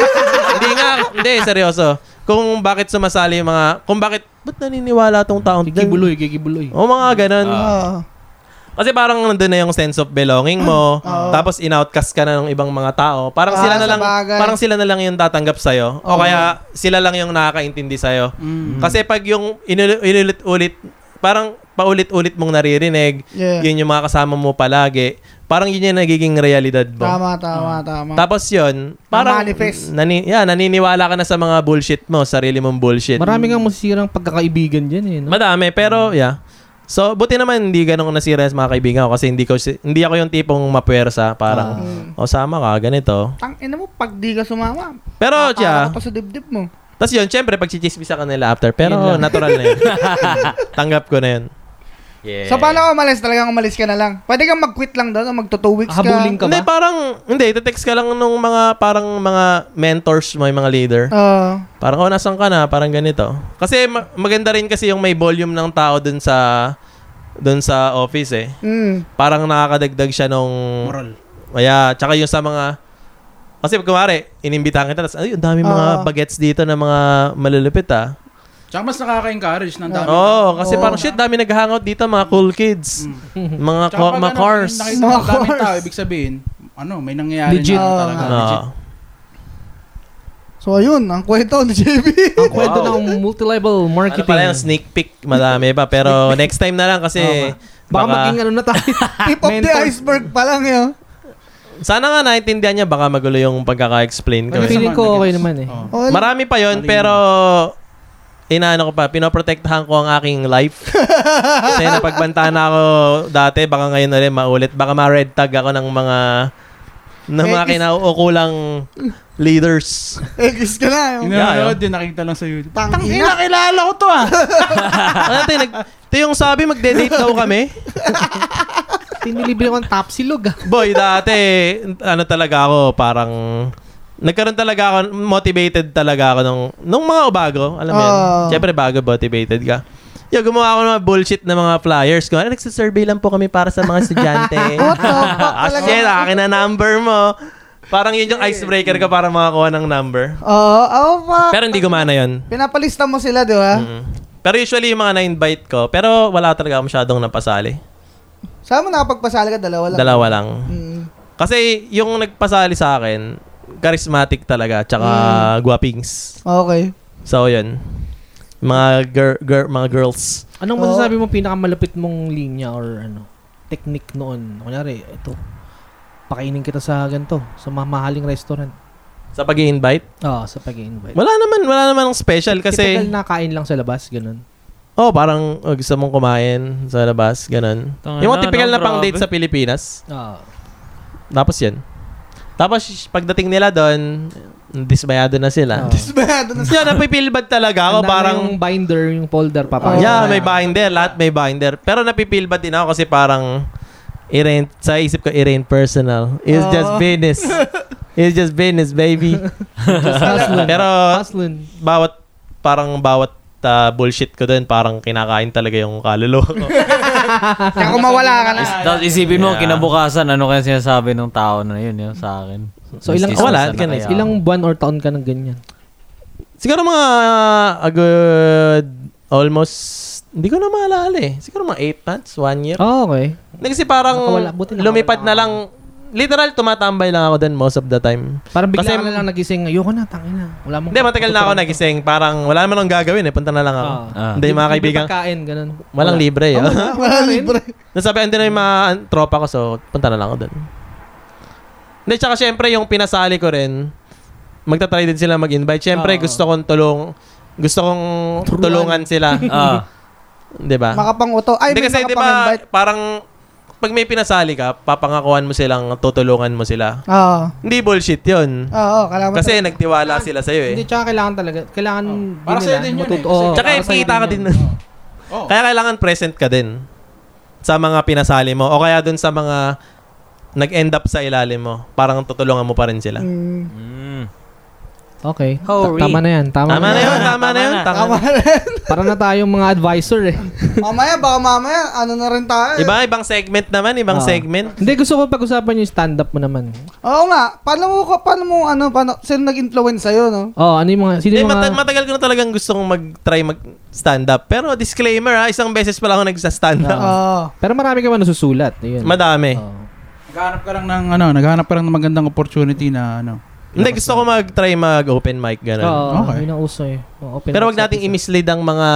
Speaker 4: hindi nga, hindi, seryoso. Kung bakit sumasali yung mga, kung bakit, ba't naniniwala tong taong dyan?
Speaker 3: kikibuloy, kikibuloy.
Speaker 4: O mga ganun.
Speaker 1: Oo.
Speaker 4: Kasi parang nandun na yung sense of belonging mo. Tapos in-outcast ka na ng ibang mga tao. Parang
Speaker 1: Ah,
Speaker 4: sila na
Speaker 1: sa
Speaker 4: lang
Speaker 1: bagay.
Speaker 4: parang sila na lang yung tatanggap sa o kaya sila lang yung nakakaintindi sa
Speaker 1: Mm.
Speaker 4: Kasi pag yung inul- inulit-ulit parang paulit-ulit mong naririnig,
Speaker 1: Yeah.
Speaker 4: yun yung mga kasama mo palagi. Parang yun yung nagiging realidad mo.
Speaker 1: Tama, tama,
Speaker 4: Ah.
Speaker 1: tama.
Speaker 4: Tapos yun, parang
Speaker 1: Na-manifest.
Speaker 4: nani- yeah, naniniwala ka na sa mga bullshit mo, sarili mong bullshit.
Speaker 3: Marami kang masisirang pagkakaibigan dyan eh. No?
Speaker 4: Madami, pero yeah. So, buti naman hindi ganun nasira sa mga kaibigan ko kasi hindi ko si- hindi ako yung tipong mapuwersa parang
Speaker 3: Ah.
Speaker 4: o sama ka ganito.
Speaker 1: Tang ina mo, pag di ka sumama,
Speaker 4: Pero
Speaker 1: papara
Speaker 4: yeah.
Speaker 1: ka pa sa dibdib mo.
Speaker 4: Tapos yun, syempre pag chichismisa ka nila after, pero
Speaker 3: Yun lang.
Speaker 4: natural na yun. Tanggap ko na yun.
Speaker 6: Yeah.
Speaker 1: So, paano ka umalis? Talagang umalis ka na lang. Pwede kang mag-quit lang doon, magto two weeks ka.
Speaker 3: Habulin ka
Speaker 4: hindi,
Speaker 3: ba?
Speaker 4: parang, hindi, text ka lang nung mga, parang mga mentors mo, yung mga leader.
Speaker 1: Oo.
Speaker 4: Parang, oh, nasan ka na? Parang ganito. Kasi ma- maganda rin kasi yung may volume ng tao dun sa, dun sa office eh.
Speaker 1: mm.
Speaker 4: Parang nakakadagdag siya nung,
Speaker 5: Moral.
Speaker 4: Kaya, tsaka yung sa mga... Kasi kumare, inimbitahan kita, tapos, ay, ang dami mga
Speaker 1: Oo.
Speaker 4: bagets dito na mga malulupit, ah.
Speaker 5: Tsaka mas nakaka-encourage ng dami.
Speaker 4: Oo, oh, kasi
Speaker 1: Oo.
Speaker 4: parang, shit, dami nag-hangout dito, mga cool kids. Mga,
Speaker 5: Tsaka
Speaker 4: ko-
Speaker 5: pag
Speaker 4: mga
Speaker 5: ano,
Speaker 4: cars.
Speaker 5: yung
Speaker 1: Mga
Speaker 5: nakita mo daming
Speaker 1: cars.
Speaker 5: tao, ibig sabihin, ano, may nangyayari
Speaker 3: Legit.
Speaker 5: na talaga.
Speaker 4: Oo.
Speaker 5: Legit.
Speaker 1: So, ayun, ang kwento ni JB.
Speaker 3: Ang kwento ng multi-level
Speaker 4: Ano
Speaker 3: marketing.
Speaker 4: pala yung sneak peek? Madami pa. Pero next time na lang kasi
Speaker 3: Baka,
Speaker 4: baka-
Speaker 3: maging ano na tayo.
Speaker 1: Tip of the
Speaker 3: Mentor.
Speaker 1: iceberg pa lang yun.
Speaker 4: sana nga naintindihan niya baka magulo yung pagkaka-explain ko. eh.
Speaker 5: Nag-gets
Speaker 3: Feeling ko
Speaker 5: naman,
Speaker 3: okay
Speaker 5: nag-gets.
Speaker 3: naman eh.
Speaker 5: Oo.
Speaker 1: Oh,
Speaker 4: Marami pa yon pero inaano ko pa, pinoprotektahan ko ang aking life. Kasi napagbantaan na ako dati, baka ngayon ulit maulit. Baka ma-red tag ako ng mga ng mga
Speaker 1: Eh, is-
Speaker 4: kinauukulang leaders.
Speaker 1: X ka na yun.
Speaker 5: Yung nanonood din, nakita lang sa YouTube.
Speaker 1: Tang
Speaker 5: Tang
Speaker 1: ina.
Speaker 5: ina, kilala ko to ah.
Speaker 4: ano tayo, nag, ito yung sabi, magde-date daw kami.
Speaker 3: Tinilibre ko ang top silog ah.
Speaker 4: Boy, dati, ano talaga ako, parang, nagkaroon talaga ako, motivated talaga ako nung, nung mga bago, alam mo yun.
Speaker 1: Oo.
Speaker 4: Siyempre, bago motivated ka. Yo, gumawa ako ng mga bullshit na mga flyers. Kung ano, nagsisurvey lang po kami para sa mga estudyante.
Speaker 1: What the fuck
Speaker 4: Ah,
Speaker 1: talaga?
Speaker 4: shit, akin na number mo. Parang yun yung icebreaker ka para makakuha ng number.
Speaker 1: Oo, oo pa.
Speaker 4: Pero hindi gumana yun.
Speaker 1: Pinapalista mo sila, di ba?
Speaker 4: Mm. Pero usually yung mga na-invite ko, pero wala talaga ako masyadong napasali.
Speaker 1: Saan mo nakapagpasali ka? Dalawa lang.
Speaker 4: Dalawa lang.
Speaker 1: Mm.
Speaker 4: Kasi yung nagpasali sa akin, charismatic talaga, tsaka
Speaker 7: Mm.
Speaker 4: guwapings.
Speaker 1: Okay.
Speaker 4: So, yun. Mga, gir- gir- mga girls.
Speaker 7: Anong
Speaker 1: Oo.
Speaker 7: masasabi mo pinakamalapit mong linya or ano, technique noon? Kunyari, ito, pakainin kita sa ganito, sa mamahaling restaurant.
Speaker 4: Sa pag invite
Speaker 7: Oo, sa pag-invite.
Speaker 4: Wala naman, wala naman ng special kasi...
Speaker 7: Typical na kain lang sa labas, ganun.
Speaker 4: Oh, parang oh, gusto mong kumain sa labas, ganun.
Speaker 6: Tangina,
Speaker 4: yung mga typical
Speaker 6: no?
Speaker 4: na pang date
Speaker 6: Grabe.
Speaker 4: sa Pilipinas.
Speaker 7: Oo.
Speaker 4: Tapos yun. Tapos sh- pagdating nila doon, dismayado na sila.
Speaker 7: Oo.
Speaker 1: Dismayado na
Speaker 4: yun, napipil bad talaga ako.
Speaker 7: Ang dami
Speaker 4: Parang,
Speaker 7: yung binder, yung folder, papakita.
Speaker 4: yeah, may binder. Lahat may binder. Pero napipil bad din ako kasi parang, i sa isip ko, it ain't personal. It's
Speaker 1: Oo.
Speaker 4: just
Speaker 7: Oh.
Speaker 4: business. It's just business, baby.
Speaker 7: Just hustling.
Speaker 4: Pero,
Speaker 7: hustling.
Speaker 4: bawat, parang bawat ah, bullshit ko doon, parang kinakain talaga yung kaluluwa ko.
Speaker 1: Kaya kung mawala ka na.
Speaker 6: Is, tapos isipin mo,
Speaker 4: Yeah.
Speaker 6: kinabukasan, ano kaya sinasabi ng tao na yun, yun sa akin.
Speaker 7: So, ilang-
Speaker 6: Mas
Speaker 4: Wala,
Speaker 6: kisawasan
Speaker 4: ganun.
Speaker 6: kaya ako.
Speaker 7: Ilang buwan or taon ka ng ganyan?
Speaker 4: Siguro mga ah, a good almost hindi ko na maalala eh. Siguro mga 8 months, 1 year.
Speaker 7: Oh, okay.
Speaker 4: Na Kasi parang
Speaker 7: Nakawala. Buti nakawala
Speaker 4: lumipad na
Speaker 7: ako.
Speaker 4: lang. Literal, tumatambay lang ako dun most of the time.
Speaker 7: Parang bigla
Speaker 4: Kasi-
Speaker 7: ka na lang nagising, ayoko na, tangin na. Wala mong
Speaker 4: Hindi, matagal na ako nagising. Parang wala naman akong gagawin eh. Punta na lang ako.
Speaker 6: Ah.
Speaker 4: Hindi, mga kaibigan.
Speaker 7: Kain, ganun.
Speaker 4: Walang libre eh.
Speaker 1: Wala libre.
Speaker 4: Nasabi, andun na yung mga an- tropa ko, so punta na lang ako doon. Hindi, tsaka syempre yung pinasali ko rin, magtatry din sila mag-invite. Syempre,
Speaker 7: Oo.
Speaker 4: gusto kong tulong, gusto kong tulungan sila.
Speaker 6: Ah.
Speaker 4: Di ba?
Speaker 1: Makapanguto. Ay, may
Speaker 4: Hindi kasi, di ba,
Speaker 1: makapang-invite.
Speaker 4: parang pag may pinasali ka, papangakuan mo silang tutulungan mo sila.
Speaker 1: Oo.
Speaker 4: Hindi bullshit yun.
Speaker 1: Oo, kalaman.
Speaker 4: Kasi nagtiwala sila sa'yo eh.
Speaker 7: Hindi, tsaka kailangan talaga. Kailangan
Speaker 5: Para
Speaker 7: din
Speaker 5: sa'yo
Speaker 7: nila
Speaker 5: din yun eh,
Speaker 7: matuto-
Speaker 5: kasi-
Speaker 7: Oo,
Speaker 3: Oh,
Speaker 4: Tsaka
Speaker 7: para sa'yo
Speaker 4: ipita ka
Speaker 7: yun.
Speaker 4: din.
Speaker 5: Oh,
Speaker 4: Kaya kailangan present ka din sa mga pinasali mo o kaya dun sa mga nag-end up sa ilalim mo. Parang tutulungan mo pa rin sila.
Speaker 1: Mm.
Speaker 6: Mm.
Speaker 7: Okay.
Speaker 6: Hurry.
Speaker 7: Ta- tama na yan. Tama,
Speaker 4: Tama na yun,
Speaker 6: Tama
Speaker 4: tama na
Speaker 6: na.
Speaker 4: yun. Tama
Speaker 1: Tama
Speaker 4: na.
Speaker 1: na.
Speaker 7: Para na tayong mga advisor eh.
Speaker 1: mamaya, baka mamaya, ano na rin tayo. eh.
Speaker 4: Iba, ibang segment naman, ibang
Speaker 7: Ah.
Speaker 4: segment.
Speaker 7: Hindi, gusto ko pag-usapan yung stand-up mo naman.
Speaker 1: Oo nga. Paano mo, paano mo, ano, paano, sino nag-influence sa'yo, no?
Speaker 7: Oh, ano yung mga... Sino
Speaker 4: Eh,
Speaker 7: yung mga...
Speaker 4: mata- matagal ko na talagang gusto kong mag-try mag-stand up. Pero disclaimer ha, isang beses pala ako nagsa-stand
Speaker 1: Oo.
Speaker 4: up.
Speaker 7: pero marami ka ba nasusulat? Oh. Yun.
Speaker 4: Madami.
Speaker 3: Ah,
Speaker 7: Oo.
Speaker 5: Naghahanap ka lang ng ano, naghahanap ka lang ng magandang opportunity na ano.
Speaker 4: Hindi, gusto ko mag-try mag-open mic,
Speaker 3: Ah,
Speaker 4: gano'n.
Speaker 7: Oo,
Speaker 5: Okay.
Speaker 7: yun ang uso eh. Oo, open
Speaker 4: Pero
Speaker 7: mic
Speaker 4: wag nating
Speaker 7: sa-
Speaker 4: i-mislead ang mga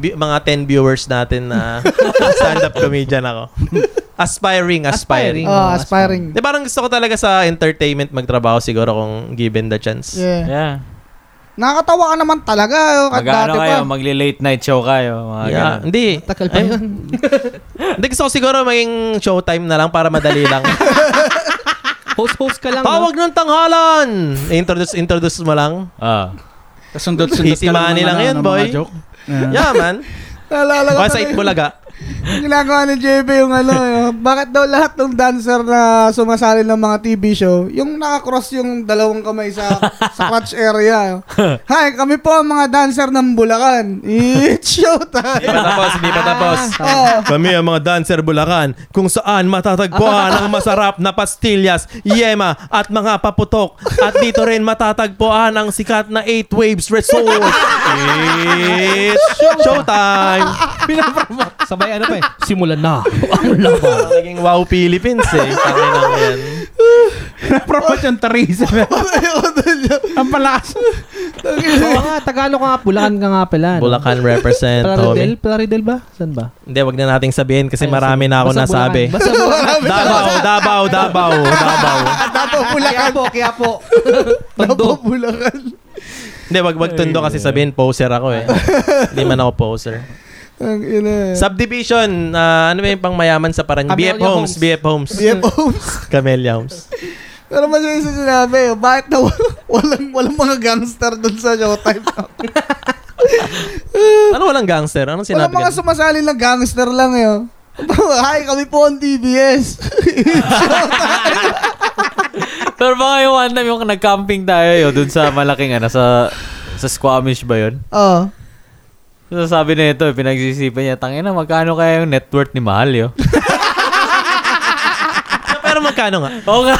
Speaker 4: bi- mga 10 viewers natin na stand-up comedian ako. aspiring, aspiring.
Speaker 7: Aspiring.
Speaker 1: Oo, aspiring.
Speaker 4: Di parang gusto ko talaga sa entertainment magtrabaho siguro kung given the chance.
Speaker 1: Yeah.
Speaker 6: Yeah.
Speaker 1: Nakakatawa ka naman talaga. oh, At
Speaker 6: Mag-ano
Speaker 1: dati
Speaker 6: kayo,
Speaker 1: pa.
Speaker 6: magli-late night show kayo. Mga
Speaker 4: Yeah,
Speaker 6: ganun.
Speaker 4: Ah, hindi.
Speaker 7: Takal pa
Speaker 4: Ay,
Speaker 7: yun.
Speaker 4: Hindi, gusto ko siguro maging showtime na lang para madali lang.
Speaker 7: Host-host ka lang.
Speaker 4: Tawag ng tanghalan! Introduce, introduce mo lang.
Speaker 6: Ah.
Speaker 5: Tapos sundot-sundot
Speaker 4: Easy money
Speaker 5: ng
Speaker 4: lang
Speaker 5: ano,
Speaker 4: yun,
Speaker 5: ng
Speaker 4: boy.
Speaker 5: Mga joke. Yeah.
Speaker 4: Yeah, man.
Speaker 1: Naalala ko
Speaker 4: Basta
Speaker 1: tuloy,
Speaker 4: it bulaga.
Speaker 1: ginagawa ni JB yung ano, yung, bakit daw lahat ng dancer na sumasali ng mga TV show, yung nakakross yung dalawang kamay sa, sa crotch area. eh. Hi, kami po ang mga dancer ng Bulacan. It's
Speaker 4: Di
Speaker 1: showtime.
Speaker 4: pa tapos,
Speaker 6: Ah,
Speaker 4: di pa tapos. Kami ang mga dancer Bulacan, kung saan matatagpuan ang masarap na pastillas, yema at mga paputok. At dito rin matatagpuan ang sikat na 8 Waves Resort. It's showtime!
Speaker 7: Pinapromote. Sabay ano pa eh. Simulan na. Ang laban.
Speaker 4: Naging wow Philippines eh. Tangina mo yan.
Speaker 5: Napromote yung Teresa. Ang palakas.
Speaker 7: Oo nga, Tagalog ka nga. Bulacan ka nga pala. no?
Speaker 4: Bulacan represent,
Speaker 7: Plaridel?
Speaker 4: Tommy.
Speaker 7: Plaridel ba? Saan ba?
Speaker 4: Hindi, wag na nating sabihin kasi
Speaker 7: Ayun,
Speaker 4: marami na ako
Speaker 7: Basta
Speaker 4: nasabi.
Speaker 7: Bulacan. Basta Bulacan.
Speaker 4: Dabaw, Dabaw, Dabaw, Dabaw.
Speaker 1: Dapo
Speaker 7: Kaya
Speaker 1: Bulacan.
Speaker 7: po, kaya po.
Speaker 1: Dapo
Speaker 7: Tondo.
Speaker 1: Bulacan.
Speaker 4: Hindi, wag wag tundo kasi sabihin poser ako eh. Hindi man ako poser.
Speaker 1: Ang ina. eh.
Speaker 4: Subdivision, ah, ano ba yung pangmayaman sa Paranaque?
Speaker 7: Camellia
Speaker 4: BF Homes,
Speaker 7: Homes.
Speaker 4: BF Homes.
Speaker 1: BFOs.
Speaker 4: Camellia Homes.
Speaker 1: Pero mas yung isa sinabi, oh, bakit na walang, walang mga gangster dun sa showtime?
Speaker 4: Ano walang gangster? Anong
Speaker 1: Wala
Speaker 4: sinabi
Speaker 1: mga
Speaker 4: ka?
Speaker 1: sumasali ng gangster lang eh. oh. Hi, kami po ang TBS.
Speaker 6: Pero baka yung one time yung nag-camping tayo yun, dun sa malaking ano, sa, sa Squamish ba yun?
Speaker 1: oh.
Speaker 6: So, sabi na ito, pinagsisipan niya, tangina, magkano kaya yung net worth ni Mahal, yo?
Speaker 4: Pero magkano nga?
Speaker 6: Oo nga.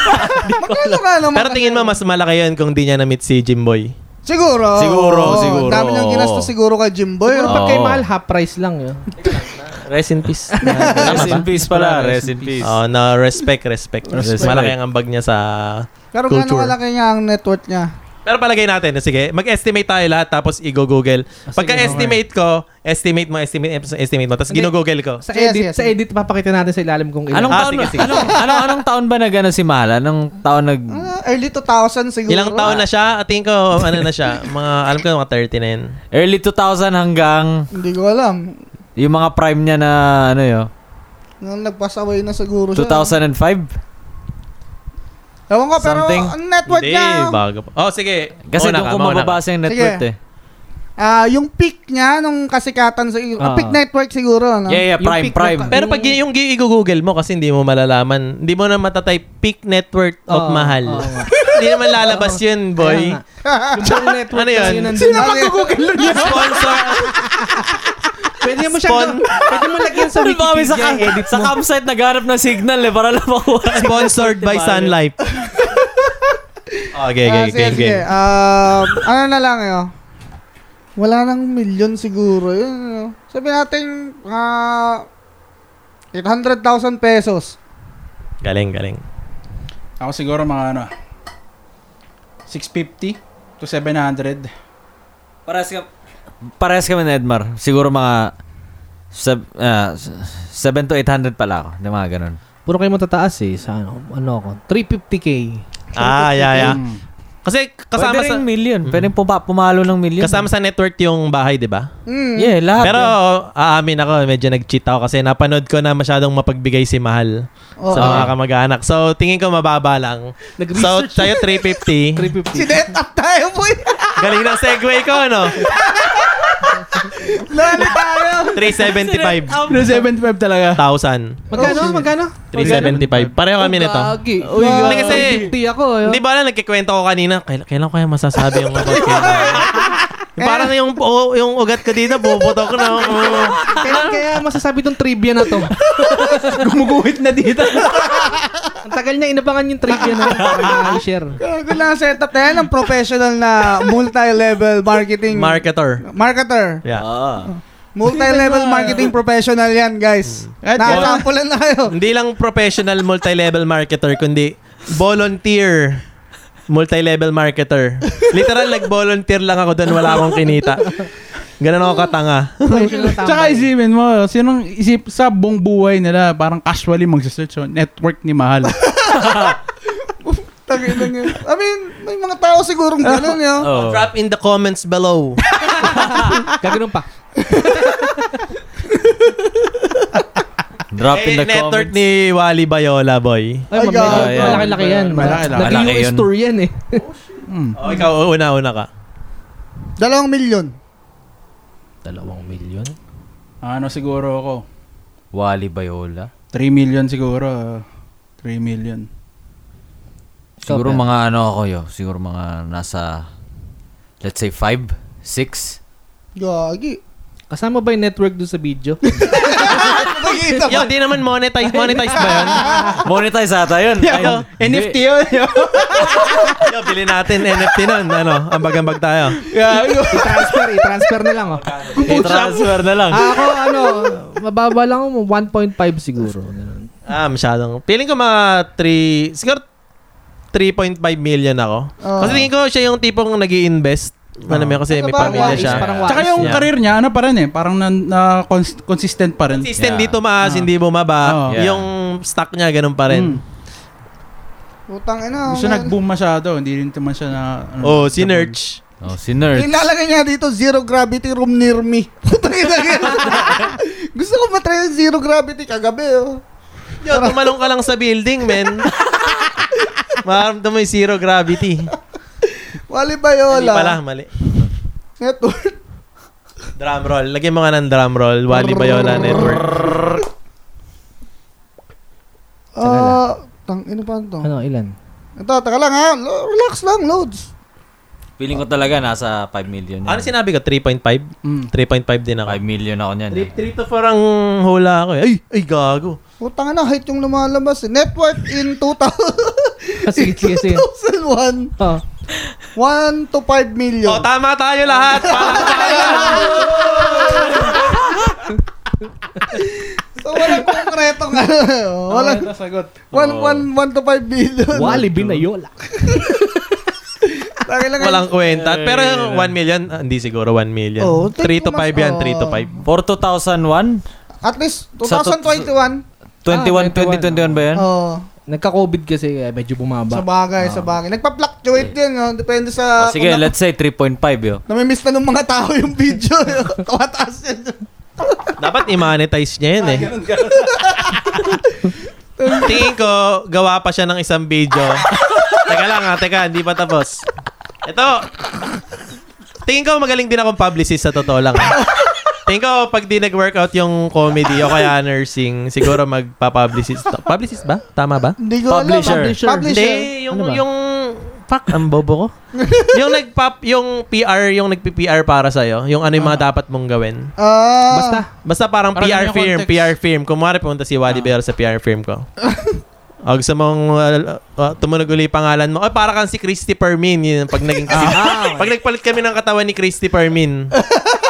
Speaker 1: Magkano ka naman?
Speaker 4: Pero tingin mo mas malaki yun kung di niya na-meet si Jimboy.
Speaker 1: Siguro.
Speaker 6: Siguro,
Speaker 1: oo.
Speaker 6: siguro,
Speaker 1: Dami niyang
Speaker 6: oo.
Speaker 1: ginasta siguro kay Jimboy.
Speaker 6: Siguro
Speaker 1: oh.
Speaker 6: Oo.
Speaker 3: Pag kay Mahal, half price lang eh. yun.
Speaker 4: Rest in peace.
Speaker 6: Rest in peace pala,
Speaker 3: Rest
Speaker 6: rest
Speaker 3: in
Speaker 6: in peace.
Speaker 4: Oh, na respect, respect.
Speaker 6: Respect.
Speaker 4: Malaki ang ambag niya sa...
Speaker 1: Pero
Speaker 4: Culture.
Speaker 1: gano'ng kalaki niya ang net worth niya?
Speaker 4: Pero palagay natin, sige, mag-estimate tayo lahat tapos
Speaker 3: Ah,
Speaker 4: i-google. Pagka-estimate ko, estimate mo, estimate, estimate mo, tapos
Speaker 3: Hindi.
Speaker 4: ginugoogle ko.
Speaker 3: Sa
Speaker 1: Yes,
Speaker 3: edit,
Speaker 1: yes,
Speaker 3: sa
Speaker 1: yes.
Speaker 3: edit papakita natin sa ilalim kung ilan.
Speaker 6: Anong
Speaker 4: Ah,
Speaker 6: taon,
Speaker 4: sige, sige.
Speaker 6: anong, anong, anong taon ba nag ano, si Mahal? Anong taon nag...
Speaker 1: Ah, early 2000 siguro.
Speaker 4: Ilang taon na siya? I think ko, ano na siya? Mga, alam ko, mga 30 na yun.
Speaker 6: Early 2000 hanggang
Speaker 1: Hindi ko alam.
Speaker 6: yung mga prime niya na ano yo,
Speaker 1: Nung nagpasaway na siguro siya.
Speaker 6: 2005?
Speaker 1: Ewan ko, pero
Speaker 6: Something.
Speaker 1: ang net worth
Speaker 4: Hindi,
Speaker 1: niya,
Speaker 4: bago pa. Oh, sige.
Speaker 6: Kasi
Speaker 4: Mauna
Speaker 6: doon
Speaker 4: ka,
Speaker 6: ko
Speaker 4: mauna ka.
Speaker 6: mababasa yung net
Speaker 1: Sige.
Speaker 6: worth eh.
Speaker 1: ah yung peak niya, nung kasikatan sa uh,
Speaker 3: Ah.
Speaker 1: peak network siguro. ano? No?
Speaker 6: Yeah, yeah,
Speaker 3: Yung
Speaker 6: prime,
Speaker 3: peak
Speaker 6: prime.
Speaker 3: na-
Speaker 4: Pero pag yung gi- i-google mo kasi hindi mo malalaman, hindi mo na matatype peak net worth
Speaker 3: Oo,
Speaker 4: of mahal.
Speaker 3: oo nga.
Speaker 4: Hindi naman lalabas yun, boy.
Speaker 3: Yung buong network
Speaker 4: Ano yun?
Speaker 3: kasi nandun.
Speaker 1: Sino mag-google nun yun?
Speaker 4: Sponsor.
Speaker 3: Pwede mo siya,
Speaker 4: Spawn.
Speaker 3: pwede mo lagyan sa
Speaker 6: Sa ano ba kami sa,
Speaker 3: Wikipedia,
Speaker 6: ka-
Speaker 3: edit
Speaker 6: sa
Speaker 3: mo.
Speaker 6: campsite naghanap ng signal eh para lang makuha.
Speaker 4: Sponsored by Sun Life. Okay,
Speaker 1: Ah,
Speaker 4: okay,
Speaker 1: sige,
Speaker 4: game,
Speaker 1: sige.
Speaker 4: game.
Speaker 1: Ah, ano na lang yun? Wala nang million siguro. Yun, ano. Sabi natin, ah, 800,000 pesos.
Speaker 4: Galing, galing.
Speaker 5: Ako siguro mga ano, 650 to 700.
Speaker 6: Parehas ka Parehas kami na Edmar. Siguro mga sab, ah, s- 7 to 800 pala ako. Hindi mga ganun.
Speaker 7: Puro kayo matataas eh. Sa ano, ano ako. 350k.
Speaker 4: Ah, yeah, yeah.
Speaker 5: Mm.
Speaker 4: Kasi
Speaker 6: Kasama
Speaker 4: kasama
Speaker 6: Pwede
Speaker 4: sa Mm.
Speaker 6: rin million. Pwede puma- pumalo ng million.
Speaker 4: kasama sa network yung bahay, 'di ba?
Speaker 1: Mm.
Speaker 3: Ah,
Speaker 6: Yeah, lahat.
Speaker 4: Pero aamin ako, medyo nag-cheat ako kasi napanood ko na masyadong mapagbigay si Mahal
Speaker 1: Oo.
Speaker 4: sa mga kamag-anak. So, tingin ko mababa lang. So, tayo 350.
Speaker 3: 350.
Speaker 1: Sinet up tayo, boy.
Speaker 4: Galing ng segue ko, no?
Speaker 1: Lalo tayo.
Speaker 4: 375,000.
Speaker 5: Pero 75 talaga.
Speaker 3: Magkano?
Speaker 1: Oh,
Speaker 3: Magkano?
Speaker 4: 375. Pareho kami nito.
Speaker 7: Gagi.
Speaker 4: Uy, Hindi oh. kasi,
Speaker 7: ako.
Speaker 3: eh.
Speaker 4: hindi ba lang nagkikwento ko kanina, kailan, kailan ko kaya masasabi yung about kay Mahal? Parang yung, o- yung ugat ko dito, bubuto ko na. Oo.
Speaker 3: Kailan kaya masasabi tong trivia na to?
Speaker 5: Gumuguhit na dito.
Speaker 3: Ang tagal niya inabangan yung trivia na to para i-share.
Speaker 1: Gago na ang setup na yan. Ang professional na multi-level marketing.
Speaker 4: Marketer.
Speaker 1: Marketer.
Speaker 4: Yeah.
Speaker 6: Ah.
Speaker 1: Multi-level marketing professional yan, guys.
Speaker 4: Hmm.
Speaker 1: Nakasampulan na kayo.
Speaker 4: Hindi lang professional multi-level marketer, kundi volunteer multi-level marketer. Literal, nag-volunteer lang ako doon. Wala akong kinita. Ganun ako katanga.
Speaker 5: Tsaka isipin mo, sinong isip sa buong buhay nila, parang casually magsasearch oh, network ni Mahal.
Speaker 1: Tangin lang yun. I mean, may mga tao sigurong ganun yun.
Speaker 6: Oh.
Speaker 4: Drop in the comments below.
Speaker 3: Gaganoon pa.
Speaker 6: Drop in
Speaker 4: Eh,
Speaker 6: the
Speaker 4: network
Speaker 6: comments.
Speaker 4: ni Wally Bayola, boy.
Speaker 3: Ay,
Speaker 1: Ay,
Speaker 3: medyo
Speaker 1: God.
Speaker 3: malaki-laki yan.
Speaker 5: Malaki-laki.
Speaker 6: Malaki yun.
Speaker 3: Nag-US tour yan eh.
Speaker 5: Mm.
Speaker 4: Oh, ikaw, una-una ka.
Speaker 1: Dalawang milyon.
Speaker 7: Dalawang milyon.
Speaker 5: Ano siguro ako?
Speaker 6: Wally Bayola.
Speaker 5: 3 million siguro. 3 million.
Speaker 6: Siguro
Speaker 7: Sobrang.
Speaker 6: mga ano ako yo. Siguro mga nasa, let's say 5, 6.
Speaker 1: Gagi.
Speaker 7: Kasama ba yung network doon sa video?
Speaker 1: Nakikita
Speaker 4: Yo, di naman monetize. Monetize ba yun?
Speaker 6: Monetize ata yun. Ay,
Speaker 4: Yo,
Speaker 6: hindi.
Speaker 4: NFT yun. Yo. yo, bili natin NFT nun. Ano, ambag-ambag tayo. Eh,
Speaker 3: I-transfer, i-transfer na lang oh.
Speaker 6: I-transfer na lang.
Speaker 7: ah, ako ano, mababa lang ako, 1.5 siguro. Ganun.
Speaker 4: Ah, masyadong. Feeling ko mga 3, siguro 3.5 million ako.
Speaker 1: Ah.
Speaker 4: Kasi tingin ko siya yung tipong nag invest Ano mo yun, kasi may
Speaker 1: Parang
Speaker 4: pamilya
Speaker 1: wais,
Speaker 4: siya.
Speaker 3: parang wais.
Speaker 5: Tsaka yung
Speaker 4: Yeah.
Speaker 5: career niya, ano pa rin eh, parang na, na- cons- consistent pa rin.
Speaker 4: Consistent
Speaker 6: Yeah.
Speaker 4: dito maas,
Speaker 5: Ah.
Speaker 4: hindi bumaba.
Speaker 5: Oo.
Speaker 6: Yeah.
Speaker 4: Yung stock niya, ganun pa rin. Ah,
Speaker 5: Mm.
Speaker 1: Putang ina.
Speaker 5: Gusto nag-boom masyado, hindi rin naman siya na... ano,
Speaker 4: Oh, si Nerch.
Speaker 6: Oh, si nerd.
Speaker 1: Ilalagay niya dito, zero gravity room near me. Putang ina. Gusto ko matry yung zero gravity kagabi. Oh.
Speaker 4: Yo, tumalong ka lang sa building, men. Maramdaman mo yung zero gravity.
Speaker 1: Wali
Speaker 4: Hindi
Speaker 1: Bayola.
Speaker 4: pala, mali.
Speaker 1: Network.
Speaker 4: Drum roll. Lagyan mo nga ng drum roll. Wally Bayola Network.
Speaker 1: Ah, tang ina pa to. Ah,
Speaker 7: Ano, ilan? Ano,
Speaker 3: Ano?
Speaker 1: Ito, taka lang ha. Lo- Relax lang, loads.
Speaker 6: Feeling ko talaga nasa 5 million. yun.
Speaker 4: Ano sinabi ka? 3.5? 3.5
Speaker 5: Mm.
Speaker 4: din ako.
Speaker 6: 5 million ako niyan. eh.
Speaker 4: 3 to 4 ang hula ako eh. Ay, ay gago.
Speaker 1: Putang na, height yung lumalabas. eh. Net worth in 2000,
Speaker 3: Kasi, sige, sige.
Speaker 1: 2001.
Speaker 3: Oh.
Speaker 1: 1 to 5 million.
Speaker 4: Oh, tama tayo lahat.
Speaker 1: so, walang konkretong ano. oh. Walang,
Speaker 5: sagot.
Speaker 4: Oh.
Speaker 1: 1, 1, 1 to 5 million.
Speaker 3: Wally Binayola.
Speaker 1: Talaga-
Speaker 4: Walang kwenta. Pero 1 million, ah, hindi siguro 1 million.
Speaker 1: Oh,
Speaker 4: 3 to
Speaker 1: mas-
Speaker 4: 5 yan, 3 to
Speaker 1: oh.
Speaker 4: 5.
Speaker 6: For 2001?
Speaker 1: At least,
Speaker 6: Sa Eh? to-
Speaker 1: 2021.
Speaker 4: Ah,
Speaker 6: 21,
Speaker 3: 21,
Speaker 6: 2021 ba yan?
Speaker 4: Oh.
Speaker 1: Oo.
Speaker 7: Nagka-COVID kasi kaya medyo bumaba.
Speaker 1: Sa bagay, sa bagay. Nagpa-fluctuate yun, no? depende sa...
Speaker 6: O, Ah, sige,
Speaker 1: kung na-
Speaker 6: let's say 3.5 yo.
Speaker 1: Namimiss na ng mga tao yung video. Tumataas yun.
Speaker 4: Dapat i-monetize niya yun eh.
Speaker 7: Ah,
Speaker 4: Tingin ko, gawa pa siya ng isang video. teka lang ha, teka, hindi pa tapos. Ito, tingin ko magaling din akong publicist sa totoo lang. ha. Tingin ko, pag di nag-workout yung comedy o kaya nursing, siguro magpa-publicist. Publicist ba? Tama ba?
Speaker 1: Hindi ko alam.
Speaker 6: Publisher.
Speaker 1: Publisher. Publisher.
Speaker 4: Hindi, yung,
Speaker 7: Ano ba?
Speaker 4: yung, fuck, ang bobo ko. yung nagpap, yung PR, yung nagpi-PR para sa'yo, yung ano yung mga dapat mong gawin.
Speaker 1: Ah.
Speaker 3: Basta.
Speaker 4: Basta parang
Speaker 5: Parang
Speaker 4: PR
Speaker 5: yun yung
Speaker 4: firm,
Speaker 5: context.
Speaker 4: PR firm. Kumari pumunta si Wadi
Speaker 5: Ah.
Speaker 4: Bell sa PR firm ko. O gusto mong uh, uh, tumunog uli yung pangalan mo. Ay, para kang si Christy Permin. Yun, pag naging si, pag nagpalit kami ng katawan ni Christy Permin.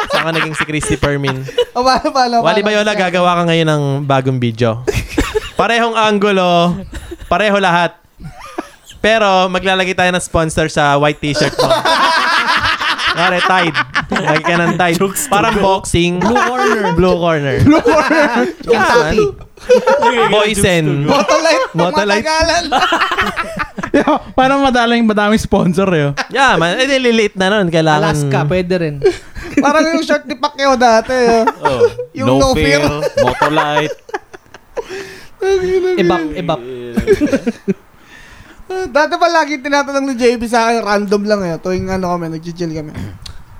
Speaker 4: Saan ka naging si Christy Permin?
Speaker 1: O, paano, paano,
Speaker 4: Wali
Speaker 1: paano?
Speaker 4: Bayola, gagawa ka ngayon ng bagong video. Parehong angulo, pareho lahat. Pero maglalagay tayo ng sponsor sa white t-shirt mo. Pare, Tide. Lagi ka ng Tide. Parang boxing. Blue corner. Blue corner. Blue corner. Boysen.
Speaker 1: Motolite.
Speaker 4: Motolite.
Speaker 1: Matagalan.
Speaker 5: Parang madaling madaming sponsor eh. oh.
Speaker 4: Yeah, man. Eh, lilate na nun. Kailangan.
Speaker 7: Alaska, pwede rin.
Speaker 1: Parang yung short ni Pacquiao dati. oh.
Speaker 6: Oh,
Speaker 1: Yung no fear.
Speaker 6: Motolite.
Speaker 7: Ibap, ibap.
Speaker 1: Dati pa lagi tinatanong ni JB sa akin, random lang eh. Tuwing ano kami, nag-chill kami.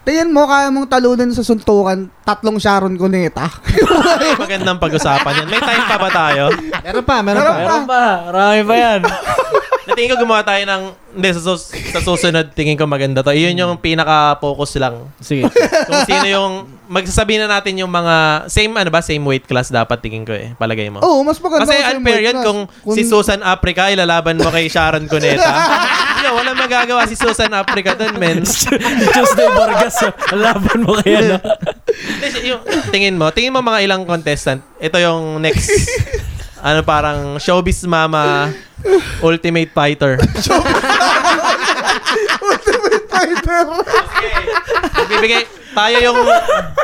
Speaker 1: Tingin mo, kaya mong talunin sa suntukan tatlong Sharon Cuneta.
Speaker 4: Magandang pag-usapan yan. May time pa ba tayo?
Speaker 7: Ah, Meron pa, meron
Speaker 1: Meron
Speaker 7: pa.
Speaker 6: Meron pa. Marami pa yan.
Speaker 4: Tingin ko gumawa tayo ng... Hindi, sa, sus- sa susunod, tingin ko maganda to. Iyon yung pinaka-focus lang.
Speaker 7: Sige.
Speaker 4: Kung sino yung... Magsasabihin na natin yung mga... Same ano ba? Same weight class dapat tingin ko eh. Palagay mo.
Speaker 1: Oo, mas maganda. ko
Speaker 4: Kasi
Speaker 1: sa'yo,
Speaker 4: unfair
Speaker 1: Mike,
Speaker 4: yun
Speaker 1: na-
Speaker 4: kung, si Susan Africa ilalaban mo kay Sharon Cuneta. Yo, wala magagawa si Susan Africa dun, men.
Speaker 6: Tuesday Vargas. oh. Laban mo kaya. No?
Speaker 4: Hindi, yung, tingin mo, tingin mo mga ilang contestant. Ito yung next, ano parang showbiz mama, ultimate fighter.
Speaker 1: Fighter.
Speaker 4: Bibigay, tayo yung,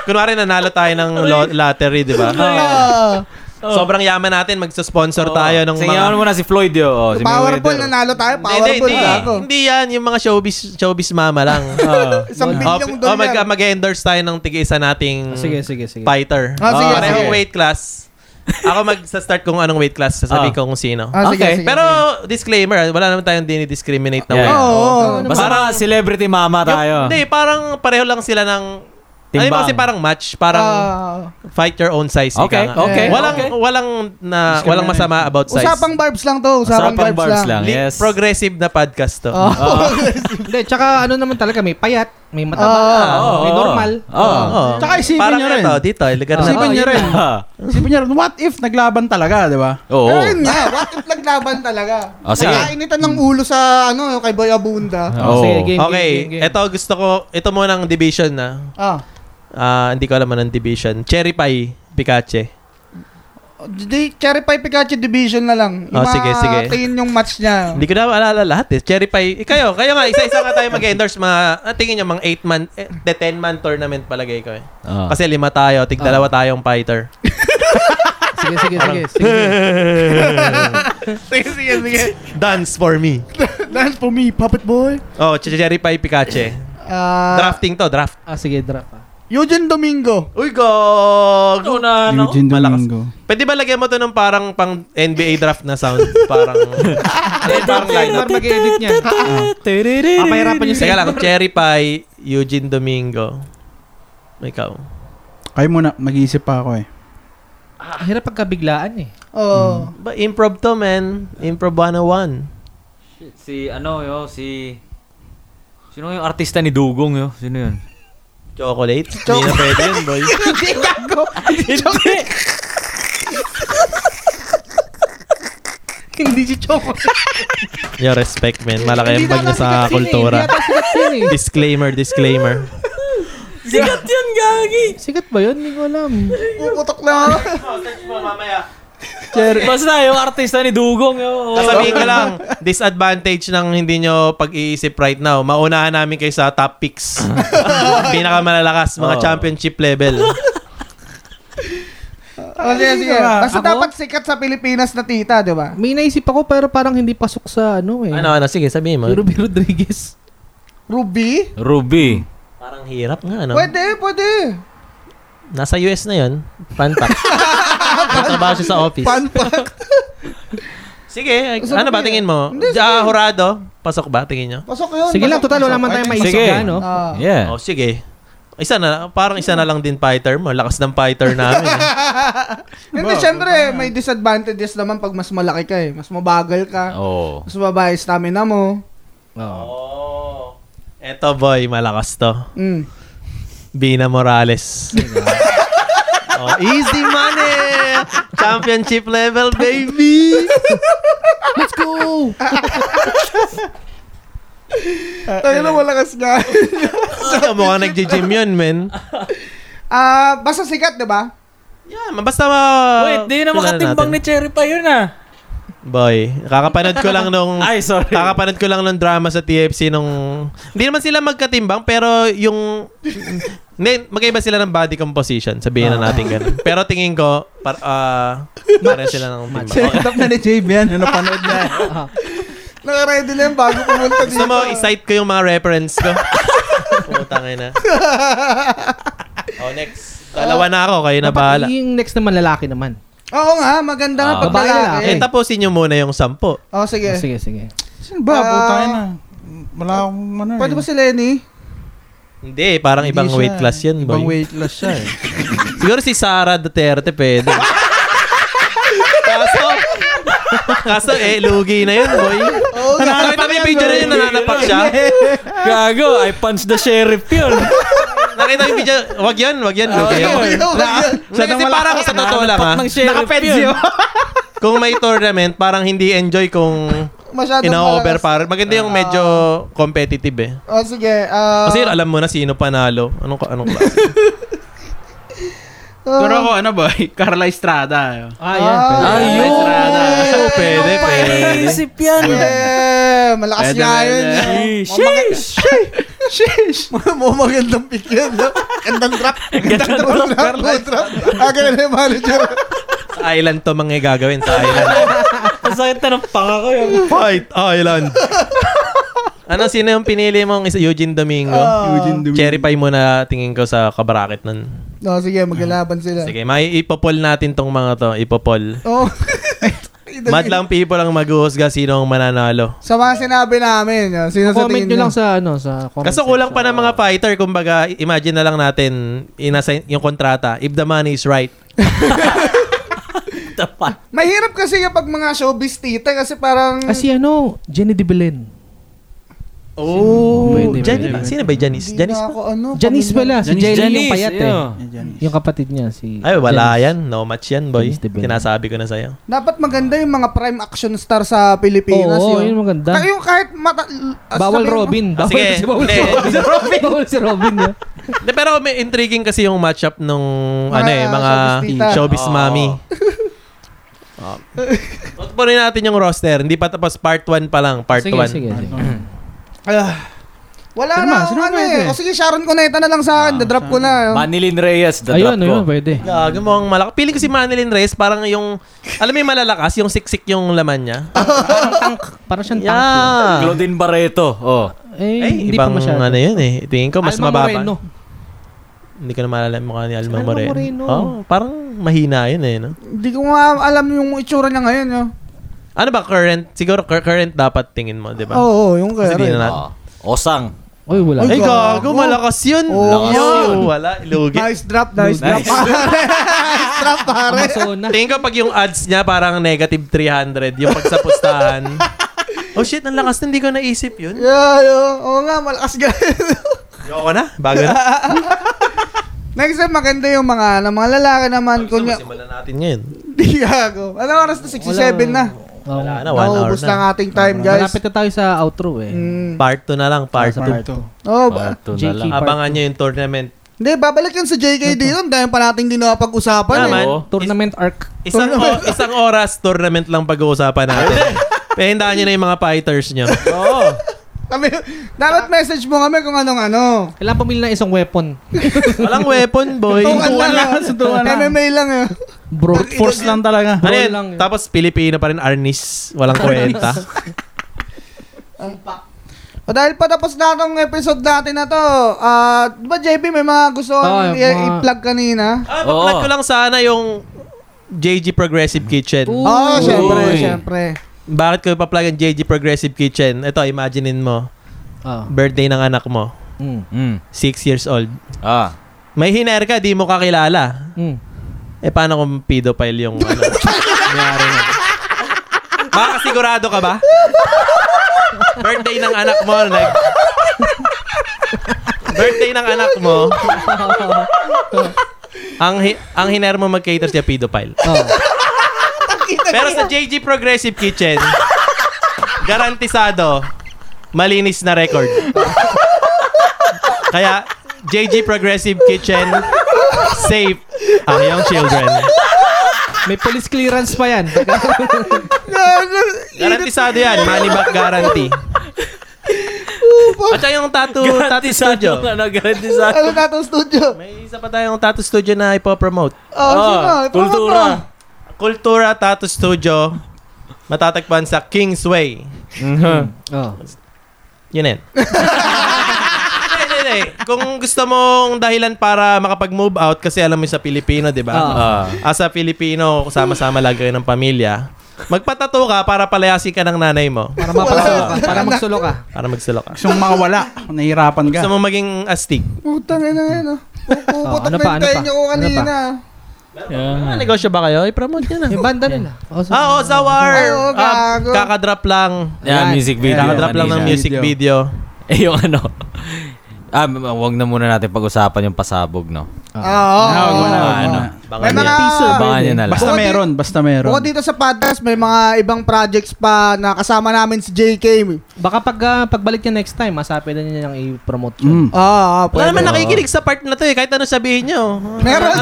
Speaker 4: kunwari nanalo tayo ng lo- lottery, di ba?
Speaker 1: Ah.
Speaker 4: Sobrang yaman natin, magsusponsor tayo ng
Speaker 6: Oh. Sige, yaman
Speaker 4: mga...
Speaker 6: mo na si Floyd yo. Oh, si
Speaker 1: powerful,
Speaker 6: Mayweather.
Speaker 1: nanalo tayo.
Speaker 4: Hindi,
Speaker 1: Powerful
Speaker 4: hindi,
Speaker 1: na ako.
Speaker 4: hindi, hindi yan. Yung mga showbiz, showbiz mama lang. Ah.
Speaker 6: Oh.
Speaker 1: Isang
Speaker 4: Oh,
Speaker 1: bilyong
Speaker 4: oh, mag,
Speaker 1: dollar.
Speaker 4: mag-endorse tayo ng tig-isa nating
Speaker 6: Ah,
Speaker 7: Sige, sige, sige.
Speaker 4: fighter.
Speaker 1: Ah, sige,
Speaker 4: Parehong
Speaker 1: sige.
Speaker 4: weight class. Ako mag-start kung anong weight class,
Speaker 6: Ah.
Speaker 4: sasabihin ko kung sino.
Speaker 1: Ah, sige,
Speaker 6: Okay,
Speaker 1: sige,
Speaker 4: Pero disclaimer, ah, wala naman tayong dinidiscriminate na
Speaker 6: Yeah.
Speaker 4: weight.
Speaker 1: Oo.
Speaker 6: Basta mga celebrity mama tayo.
Speaker 4: Hindi, parang pareho lang sila ng Timbang.
Speaker 6: Timbang.
Speaker 4: kasi parang match, parang
Speaker 1: Ah.
Speaker 4: fight your own size. ika
Speaker 6: Okay,
Speaker 4: nga.
Speaker 6: okay,
Speaker 4: Walang
Speaker 6: okay.
Speaker 4: walang na walang masama about size.
Speaker 1: usapang barbs lang to. Usapang,
Speaker 6: Usapang
Speaker 1: barbs,
Speaker 6: barbs
Speaker 1: lang.
Speaker 6: lang.
Speaker 4: Li-
Speaker 6: Yes.
Speaker 4: Progressive na podcast to.
Speaker 1: Oh.
Speaker 7: Hindi, tsaka ano naman talaga, may payat, may
Speaker 1: Ah,
Speaker 7: mataba,
Speaker 6: oo,
Speaker 7: may
Speaker 6: oo. Ah.
Speaker 7: normal.
Speaker 6: Oo.
Speaker 4: Oo.
Speaker 5: Tsaka isipin
Speaker 4: parang
Speaker 5: nyo rin.
Speaker 4: ito, dito, lugar na.
Speaker 5: Isipin
Speaker 7: oh,
Speaker 5: nyo
Speaker 7: yun
Speaker 5: rin.
Speaker 6: Ah.
Speaker 5: Isipin nyo rin, what if naglaban talaga, di ba?
Speaker 6: Oo.
Speaker 1: Pero yun nga, what if naglaban talaga?
Speaker 6: Ah, sige.
Speaker 1: Nagkainitan ng ulo sa, ano, kay Boy Abunda.
Speaker 6: Oo.
Speaker 7: Sige, game,
Speaker 4: Okay,
Speaker 7: game, game, game.
Speaker 4: ito gusto ko, ito muna ang division na.
Speaker 1: Ah.
Speaker 4: Ah, hindi ko alam anong division. Cherry Pie, Pikachu.
Speaker 1: Di, Cherry Pie Pikachu Division na lang.
Speaker 4: Oh, sige, sige.
Speaker 1: Tingin yung match niya.
Speaker 4: Hindi ko na maalala lahat eh. Cherry Pie. Eh, kayo, kayo nga, isa-isa nga tayo mag-endorse mga, ah, tingin nyo, mga 8-man, eh, 10-man tournament palagay ko eh.
Speaker 6: Ah.
Speaker 4: Kasi lima tayo, tig dalawa tayong fighter.
Speaker 7: Sige, sige, sige, sige.
Speaker 4: sige, sige, sige. Dance for me.
Speaker 1: Dance for me, puppet boy.
Speaker 4: Oh, Ch- Cherry Pie Pikachu.
Speaker 1: Ah,
Speaker 4: Drafting to, draft.
Speaker 7: Ah, sige, drop ah.
Speaker 1: Eugene Domingo.
Speaker 4: Uy, go!
Speaker 6: na,
Speaker 7: ano?
Speaker 5: Eugene
Speaker 4: Ano? malakas.
Speaker 5: Domingo.
Speaker 4: Pwede ba lagyan mo to ng parang pang NBA draft na sound? Parang... parang
Speaker 7: Ay,
Speaker 4: line.
Speaker 7: Mar, mag-edit niya. Papahirapan niya
Speaker 4: Teka lang, Cherry Pie, Eugene Domingo. Ikaw.
Speaker 5: Kayo muna, mag-iisip pa ako eh.
Speaker 7: Hirap pagkabiglaan eh.
Speaker 1: Oh.
Speaker 4: Ba, improv to, oh man. Improv 101.
Speaker 6: Si ano yo, si si Sino yung artista ni Dugong yun? Sino yun?
Speaker 4: Chocolate? Hindi na pwede yun, boy.
Speaker 1: Hindi ako.
Speaker 7: Hindi si Choco.
Speaker 4: Yung respect, man. Malaki yung bag niya sa Ah, kultura.
Speaker 3: Hindi ata sikat yun eh.
Speaker 4: Disclaimer, disclaimer.
Speaker 6: Sikat yun, Gagi!
Speaker 7: Sikat ba yun? Hindi ko alam.
Speaker 1: Puputok lang ako.
Speaker 6: Basta yung artista ni Dugong yun. Oo.
Speaker 4: Kasabihin ka Oh. lang, disadvantage ng hindi nyo pag-iisip right now. Maunahan namin kayo sa top picks. Pinakamalalakas, mga
Speaker 6: Oo.
Speaker 4: championship level.
Speaker 1: Oh, sige, sige. Basta
Speaker 3: Ako?
Speaker 1: dapat sikat sa Pilipinas na tita, di ba?
Speaker 7: May naisip ako pero parang hindi pasok sa ano eh.
Speaker 4: Ano, ano, sige, sabihin mo.
Speaker 7: Ruby Rodriguez.
Speaker 1: Ruby?
Speaker 6: Ruby.
Speaker 4: Parang hirap nga, ano?
Speaker 1: Pwede, pwede.
Speaker 4: Nasa US na yun. Fun fact. Nagtrabaho siya sa office.
Speaker 1: Fun fact.
Speaker 4: Sige,
Speaker 1: Sabi-
Speaker 4: ano ba tingin mo?
Speaker 1: Hindi,
Speaker 4: Ja, Horado, pasok ba tingin nyo?
Speaker 1: Pasok yun.
Speaker 7: Sige lang,
Speaker 1: pasok,
Speaker 7: total wala
Speaker 1: pasok.
Speaker 7: man tayong
Speaker 1: I think-
Speaker 7: maisip
Speaker 6: Sige.
Speaker 7: ka, no?
Speaker 1: Ah.
Speaker 6: Yeah.
Speaker 4: Oh, sige. Isa na, parang isa na lang din fighter mo. Lakas ng fighter namin. eh.
Speaker 1: Hindi, syempre, may disadvantages naman pag mas malaki ka eh. Mas mabagal ka.
Speaker 6: Oo.
Speaker 1: Mas mababa yung stamina mo.
Speaker 6: Ah.
Speaker 4: Oh. Eto boy, malakas to.
Speaker 1: Mm.
Speaker 4: Bina Morales. oh, easy money! Championship level, baby!
Speaker 7: Let's go!
Speaker 1: Tayo na malakas nga.
Speaker 4: Ikaw mukhang nagji-gym yun, men.
Speaker 1: Ah, basta sikat, di ba?
Speaker 4: Yeah, basta ma-
Speaker 6: Wait, di na makatimbang ni
Speaker 4: kilala natin.
Speaker 6: Cherry pa yun ah.
Speaker 4: Boy, kakapanood ko lang nung...
Speaker 6: Ay, sorry.
Speaker 4: Kakapanood ko lang ng drama sa TFC nung... Hindi naman sila magkatimbang, pero yung... Hindi, magkaiba sila ng body composition. Sabihin
Speaker 5: Ah.
Speaker 4: na natin ganun. Pero tingin ko, par, ah, pareho sila ng timbang.
Speaker 5: Set up na ni JB yan. Ano panood niya?
Speaker 1: Nakaready na yan bago pumunta dito.
Speaker 4: Gusto mo, i-cite ko yung mga reference ko. Putangay na. oh, next. Dalawa na ako, kayo na
Speaker 7: Dapat
Speaker 4: bahala.
Speaker 7: Yung next naman lalaki naman.
Speaker 1: Oo nga, maganda nga
Speaker 6: Ah.
Speaker 1: pag
Speaker 7: Babae
Speaker 1: lalaki.
Speaker 4: Eh, tapusin nyo muna yung sampo.
Speaker 1: Oh, sige.
Speaker 7: Oh, sige, sige.
Speaker 5: Sino ba?
Speaker 1: Ah,
Speaker 5: Putangin na. Wala akong ano eh.
Speaker 1: Pwede ba si Lenny?
Speaker 4: Hindi, parang
Speaker 5: Hindi
Speaker 4: ibang
Speaker 5: siya.
Speaker 4: weight class yun, boy.
Speaker 5: Ibang weight class siya eh.
Speaker 4: Siguro si Sara Duterte pwede. kaso, kaso eh, lugi na yun, boy.
Speaker 1: Oo nga.
Speaker 4: Nakita mo yung picture na yun, nananapak siya.
Speaker 6: Gago, I punch the sheriff yun.
Speaker 4: Nakita mo yung picture, wag yun, wag yun, lugi yun.
Speaker 1: Ayun, ayun.
Speaker 4: Hindi, kasi parang ano sa totoo lang ha,
Speaker 6: ng ah. sheriff yun.
Speaker 4: kung may tournament, parang hindi enjoy kung
Speaker 1: Masyadong
Speaker 4: ina-over
Speaker 1: malakas.
Speaker 4: par. Maganda yung medyo competitive eh.
Speaker 1: Oh, sige. ah,
Speaker 4: Kasi alam mo na sino panalo. Anong, anong klase?
Speaker 1: ah,
Speaker 5: Pero ako ano boy, Carla Estrada. eh. yun.
Speaker 7: Ah, yan.
Speaker 1: Ah.
Speaker 7: pwede.
Speaker 1: Ayun.
Speaker 6: Ayun!
Speaker 4: Pwede, pwede.
Speaker 6: Painisip yan.
Speaker 1: Eh, oh, malakas
Speaker 5: Pwede,
Speaker 1: nga yun. eh.
Speaker 5: pwede.
Speaker 6: Sheesh!
Speaker 1: Sheesh! Mga magandang pick yun. no? Gandang drop. Gandang drop. Gandang drop. Aga na yung manager.
Speaker 4: Sa island to mga gagawin sa island.
Speaker 6: Ang sakit na ng panga ko yun.
Speaker 4: Fight Island. ano, sino yung pinili mong isa? Eugene Domingo?
Speaker 5: Ah. Eugene Domingo.
Speaker 4: Cherry pie muna tingin ko sa kabraket nun.
Speaker 1: No, sige, maglalaban sila.
Speaker 4: Sige, may ipopol natin tong mga to. Ipopol.
Speaker 1: Oh.
Speaker 4: Madlang people ang maghuhusga sino ang mananalo.
Speaker 1: Sa mga sinabi namin, no, sino sa
Speaker 7: Comment
Speaker 1: tingin
Speaker 7: nyo lang sa ano, sa comment
Speaker 4: Kaso kulang pa ng mga fighter. Kumbaga, imagine na lang natin inasign yung kontrata. If the money is right.
Speaker 1: Mahirap kasi kapag mga showbiz tita kasi parang...
Speaker 3: Ah,
Speaker 7: Kasi ano, Jenny De Belen.
Speaker 4: Oh,
Speaker 7: Pwede,
Speaker 4: Janice.
Speaker 7: pwede.
Speaker 4: Sino ba yung Janice?
Speaker 1: Hindi
Speaker 4: Janice?
Speaker 1: na ako, ano,
Speaker 7: Janice
Speaker 1: pamilyar.
Speaker 7: pala, si Jelly yung payat eh.
Speaker 5: Yan, yan.
Speaker 7: Yung kapatid niya, si
Speaker 4: Ay, wala
Speaker 7: Janice.
Speaker 4: yan. No match yan, boy.
Speaker 7: Janice de Belen.
Speaker 4: Tinasabi ko na sa'yo.
Speaker 1: Dapat maganda yung mga prime action star sa Pilipinas.
Speaker 7: Oo, yun maganda.
Speaker 1: Kaya yung kahit mata... as-
Speaker 7: Bawal
Speaker 1: sabihin-
Speaker 7: Robin. Bawal
Speaker 4: Ah, sige.
Speaker 7: si bawal
Speaker 4: Hindi.
Speaker 7: si Robin. bawal si Robin. yun.
Speaker 4: De, pero may intriguing kasi yung matchup nung
Speaker 1: Mga
Speaker 4: ano eh, mga
Speaker 1: showbiz tita.
Speaker 4: showbiz
Speaker 6: Oo.
Speaker 4: mami. Oh. Tutupunin natin yung roster. Hindi pa tapos part 1 pa lang. Part 1.
Speaker 7: Sige, sige. sige.
Speaker 1: Ah, wala
Speaker 5: Sino
Speaker 1: na.
Speaker 5: ba? Sino
Speaker 1: ano
Speaker 5: ba
Speaker 1: eh. O
Speaker 5: pwede?
Speaker 1: sige, Sharon Cuneta na lang sa
Speaker 7: Ah,
Speaker 1: akin. Dadrap ko na. yun.
Speaker 6: Manilin Reyes, the
Speaker 7: Ayun,
Speaker 6: drop ko.
Speaker 7: ayun, pwede.
Speaker 4: Gago mo ang Ah, malak. Piling ko si Manilyn Reyes parang yung alam mo yung malalakas, yung siksik yung laman niya.
Speaker 7: Parang siyang tank.
Speaker 4: Yeah.
Speaker 6: Claudine Barreto. Oh.
Speaker 7: Eh,
Speaker 4: Ay,
Speaker 7: hindi
Speaker 4: ibang
Speaker 7: pa masyado.
Speaker 4: ano yun eh. Tingin ko mas
Speaker 7: Alma
Speaker 4: mababa.
Speaker 7: Moreno.
Speaker 4: Hindi ko na maalala yung mukha ni Alma
Speaker 7: Alma
Speaker 4: Moreno.
Speaker 7: Moreno.
Speaker 4: Oh, parang mahina yun eh. No?
Speaker 1: Hindi ko nga alam yung itsura niya ngayon. Yo.
Speaker 4: Ano ba current? Siguro cur- current dapat tingin mo, di ba?
Speaker 1: Oo,
Speaker 7: Oh,
Speaker 1: oo, yung
Speaker 4: Kasi di
Speaker 1: kaya.
Speaker 4: na natin.
Speaker 6: Oh. Osang.
Speaker 7: Uy, wala.
Speaker 1: Ay,
Speaker 4: Ay, gago,
Speaker 1: gago.
Speaker 4: malakas yun.
Speaker 7: Oh.
Speaker 1: Oo.
Speaker 4: Lakas
Speaker 1: Yun.
Speaker 4: yun. Wala, ilugi.
Speaker 1: Nice drop, nice, drop. nice drop, pare.
Speaker 7: Amazona.
Speaker 4: Tingin ko pag yung ads niya parang negative 300, yung pag sa pustahan. Oh shit, ang lakas na hindi ko naisip yun.
Speaker 1: Yeah, yeah. Oo nga, malakas ganun.
Speaker 4: Ayoko na, bago na.
Speaker 1: Next time, maganda yung mga, ano, mga lalaki naman. Kunya,
Speaker 4: Simulan natin ngayon.
Speaker 1: di ako. Ano oras na? 67 na.
Speaker 7: Oo.
Speaker 4: Wala na, Ah, one hour
Speaker 1: Naubos na ang
Speaker 4: na.
Speaker 1: ating time, guys.
Speaker 7: Ah, Malapit na tayo sa outro eh.
Speaker 1: Mm.
Speaker 4: Part 2 na lang, part 2.
Speaker 5: Part two.
Speaker 1: Oh, ba-
Speaker 6: Part two na
Speaker 7: JK.
Speaker 6: lang.
Speaker 4: Abangan nyo yung tournament.
Speaker 1: hindi, babalik yan sa JK dito. Ang dami pa nating hindi napag-usapan. Eh.
Speaker 4: Naman,
Speaker 6: Oo.
Speaker 3: Tournament arc.
Speaker 4: isang, o- isang oras tournament lang pag-uusapan natin. Pahindahan nyo na yung mga fighters nyo.
Speaker 6: Oo.
Speaker 1: Kami, dapat
Speaker 7: Ah.
Speaker 1: message mo kami kung anong ano.
Speaker 7: Kailangan pumili ng isang weapon.
Speaker 4: Walang weapon, boy.
Speaker 1: Suntukan lang. ah.
Speaker 5: suntukan lang.
Speaker 1: MMA lang. ah.
Speaker 5: Brute force lang talaga.
Speaker 4: Ano yan?
Speaker 7: lang yun.
Speaker 4: Tapos Pilipino pa rin, Arnis. Walang kwenta.
Speaker 1: O dahil patapos na itong episode natin na to, ah, di ba JB may mga gusto
Speaker 7: Ah,
Speaker 1: kang i-
Speaker 7: mga-
Speaker 1: i-plug kanina?
Speaker 4: ah,
Speaker 6: Oo.
Speaker 4: pa-plug ko lang sana yung JG Progressive Kitchen.
Speaker 1: Oo, oh, syempre,
Speaker 6: Uy.
Speaker 1: syempre.
Speaker 4: Bakit ko pa-plug ang JG Progressive Kitchen? Ito, imaginein mo.
Speaker 7: Ah.
Speaker 4: Birthday ng anak mo.
Speaker 7: Mm.
Speaker 6: Mm.
Speaker 4: Six years old.
Speaker 6: Ah.
Speaker 4: May hiner ka, di mo kakilala.
Speaker 7: Mm.
Speaker 4: Eh, paano kung pedophile yung ano? nangyari na? Baka sigurado ka ba? Birthday ng anak mo, nag... Birthday ng anak mo, ang hi- ang hiner mo mag-cater siya pedophile.
Speaker 7: Oh.
Speaker 4: Pero sa JG Progressive Kitchen, garantisado, malinis na record. Kaya, JG Progressive Kitchen, safe ang iyong children.
Speaker 7: May police clearance pa yan.
Speaker 4: Garantisado yan, money back guarantee. At saka yung tattoo, tattoo studio.
Speaker 6: Garantisado. Ano, garantisado.
Speaker 1: Ano na itong studio?
Speaker 4: May isa pa tayong tattoo studio na ipopromote.
Speaker 1: Oh, sino?
Speaker 6: Ah,
Speaker 1: Ipakamot mo.
Speaker 6: kultura.
Speaker 4: Kultura Tattoo Studio, matatagpuan sa Kingsway.
Speaker 6: Mm-hmm.
Speaker 7: oh.
Speaker 4: Yun yan. Hindi, hindi, hindi. Kung gusto mong dahilan para makapag-move out, kasi alam mo yung sa Pilipino, di ba?
Speaker 6: Ah.
Speaker 4: As a Filipino, sama-sama lagi kayo ng pamilya. Magpatato ka para palayasin ka ng nanay mo.
Speaker 7: Para mapasulo ka. Para magsulo ka.
Speaker 4: Para magsulok ka.
Speaker 5: Gusto mong makawala. Nahihirapan ka.
Speaker 4: Gusto mo maging astig.
Speaker 1: Putang ina na yan. Puputak
Speaker 7: ano
Speaker 1: na
Speaker 7: pa,
Speaker 1: yung
Speaker 7: ano
Speaker 1: tayo
Speaker 7: pa?
Speaker 1: niyo ko
Speaker 7: Ano
Speaker 1: kanina.
Speaker 4: Ah, negosyo ba kayo? I-promote nyo na.
Speaker 7: Yung banda nila. Oh, so-
Speaker 4: Ah, oh, Zawar!
Speaker 1: Ay, oo,
Speaker 4: Ah,
Speaker 1: gago.
Speaker 4: kakadrop lang.
Speaker 6: Yan, music video.
Speaker 4: Kakadrop lang ng
Speaker 6: kanina.
Speaker 4: music video.
Speaker 6: Eh, yung ano. Ah, wag na muna natin pag-usapan yung pasabog, no?
Speaker 1: Oo.
Speaker 5: Ah, wag mo na, wag mo
Speaker 6: Ano?
Speaker 5: na.
Speaker 1: May mga...
Speaker 6: Abangan nyo na lang.
Speaker 5: Basta
Speaker 1: Bukod di-
Speaker 5: meron, basta meron.
Speaker 1: Bukod dito sa podcast, may mga ibang projects pa na kasama namin si JK.
Speaker 7: Baka pag, ah, pagbalik niya next time, masabi na niya niyang i-promote yun.
Speaker 1: Ah,
Speaker 5: Mm.
Speaker 1: ah,
Speaker 4: Wala
Speaker 1: pwede.
Speaker 4: naman nakikinig sa part na to eh. Kahit ano sabihin nyo.
Speaker 1: Meron.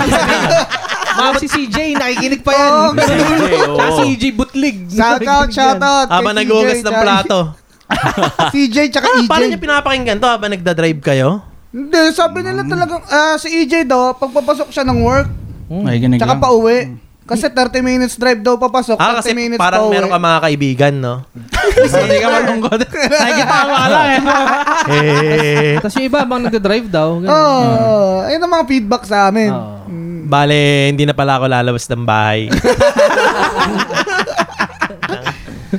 Speaker 7: Ah, si CJ, nakikinig pa yan.
Speaker 1: Oo,
Speaker 6: Si CJ, oo.
Speaker 7: Tsaka si
Speaker 4: oh.
Speaker 7: CJ Butlig.
Speaker 1: Shoutout, shoutout. kay
Speaker 4: Habang
Speaker 1: CJ,
Speaker 4: nagugas ng
Speaker 1: tsaka-
Speaker 4: plato.
Speaker 1: CJ tsaka
Speaker 4: Ah,
Speaker 1: EJ.
Speaker 4: paano nyo pinapakinggan to habang nagda-drive kayo?
Speaker 1: Hindi, sabi nila
Speaker 7: Mm.
Speaker 1: talagang ah, si EJ daw, pagpapasok siya ng work,
Speaker 5: Nakikinig
Speaker 1: tsaka
Speaker 5: lang.
Speaker 1: pauwi.
Speaker 7: Mm.
Speaker 1: Kasi 30 minutes drive daw papasok, 30
Speaker 4: Ah, kasi
Speaker 1: minutes eh.
Speaker 4: parang
Speaker 1: pauwi.
Speaker 4: meron ka mga kaibigan, no? Hindi ka malungkot.
Speaker 5: Nakikitama ka lang eh.
Speaker 4: eh,
Speaker 7: Tapos yung iba, habang nagdadrive daw.
Speaker 1: Oo,
Speaker 7: ganun.
Speaker 1: oh, ayun ang mga feedback sa amin.
Speaker 7: Mm. Oo.
Speaker 1: Mm.
Speaker 4: bale, hindi na pala ako lalabas ng bahay.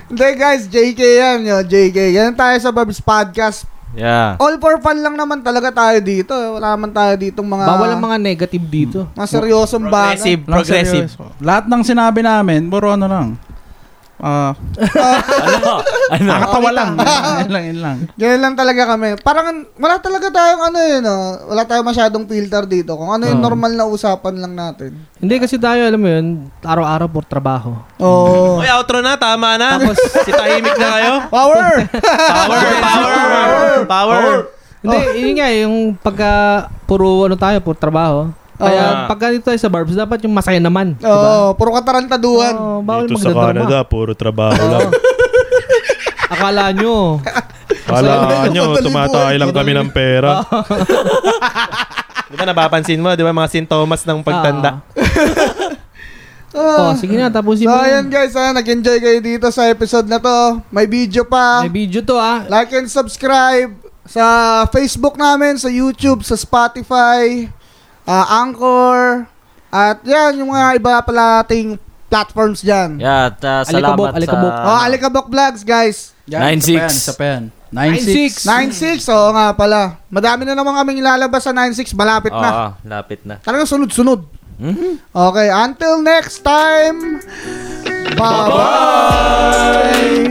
Speaker 1: Hindi guys, JK yan, yo, JK. Yan tayo sa Bob's Podcast.
Speaker 6: Yeah.
Speaker 1: All for fun lang naman talaga tayo dito. eh. Wala naman tayo ditong mga...
Speaker 7: Bawal ang mga negative dito.
Speaker 1: Mga seryosong bagay.
Speaker 4: Progressive, progressive.
Speaker 5: Lang seryoso. Lahat ng sinabi namin, puro ano lang. Ah,
Speaker 6: Ano? Ano?
Speaker 5: nakatawa lang. Yan lang, yun lang.
Speaker 1: Ganyan lang talaga kami. Parang wala talaga tayong ano yun, oh. wala tayong masyadong filter dito. Kung ano
Speaker 7: Oo.
Speaker 1: yung normal na usapan lang natin.
Speaker 7: Hindi kasi tayo, alam mo yun, araw-araw por trabaho.
Speaker 1: Oo.
Speaker 4: Uy, outro na, tama na. Tapos, si tahimik na kayo.
Speaker 1: Power!
Speaker 7: Diba?
Speaker 4: Power, power, power.
Speaker 7: Hindi,
Speaker 1: Oh.
Speaker 7: yun nga, yung pagka puro ano tayo, puro trabaho. Kaya
Speaker 6: Ah.
Speaker 7: pagka dito tayo sa barbs, dapat yung masaya naman.
Speaker 1: Oo, puro katarantaduhan.
Speaker 7: Oo, bawal magdadrama.
Speaker 8: puro trabaho lang.
Speaker 7: Akala nyo.
Speaker 8: Kala nyo,
Speaker 1: Madali
Speaker 8: tumatay lang kami ng pera.
Speaker 4: Di ba napapansin mo, di ba mga sintomas
Speaker 3: Ah.
Speaker 4: ng pagtanda?
Speaker 7: Oh,
Speaker 1: Ah.
Speaker 7: sige na, tapusin mo.
Speaker 1: So,
Speaker 7: na.
Speaker 1: ayan guys, ah, nag-enjoy kayo dito sa episode na to. May video pa.
Speaker 7: May video to ah.
Speaker 1: Like and subscribe sa Facebook namin, sa YouTube, sa Spotify, ah, Anchor, at yan, yung mga iba pala ating platforms dyan.
Speaker 6: Yeah, at uh,
Speaker 7: Alikabok,
Speaker 6: salamat
Speaker 7: alikabok.
Speaker 6: sa...
Speaker 1: Oh, Alikabok Vlogs, guys.
Speaker 5: Yan, isa pa yan,
Speaker 6: 9-6.
Speaker 5: Isa pa yan.
Speaker 7: 9-6.
Speaker 1: 9-6,
Speaker 5: 9-6.
Speaker 1: oo nga pala. Madami na naman kaming ilalabas sa 9-6, malapit
Speaker 6: Oo,
Speaker 1: na.
Speaker 6: lapit na.
Speaker 1: Talagang sunod-sunod.
Speaker 6: Mhm.
Speaker 1: Okay, until next time, bye-bye!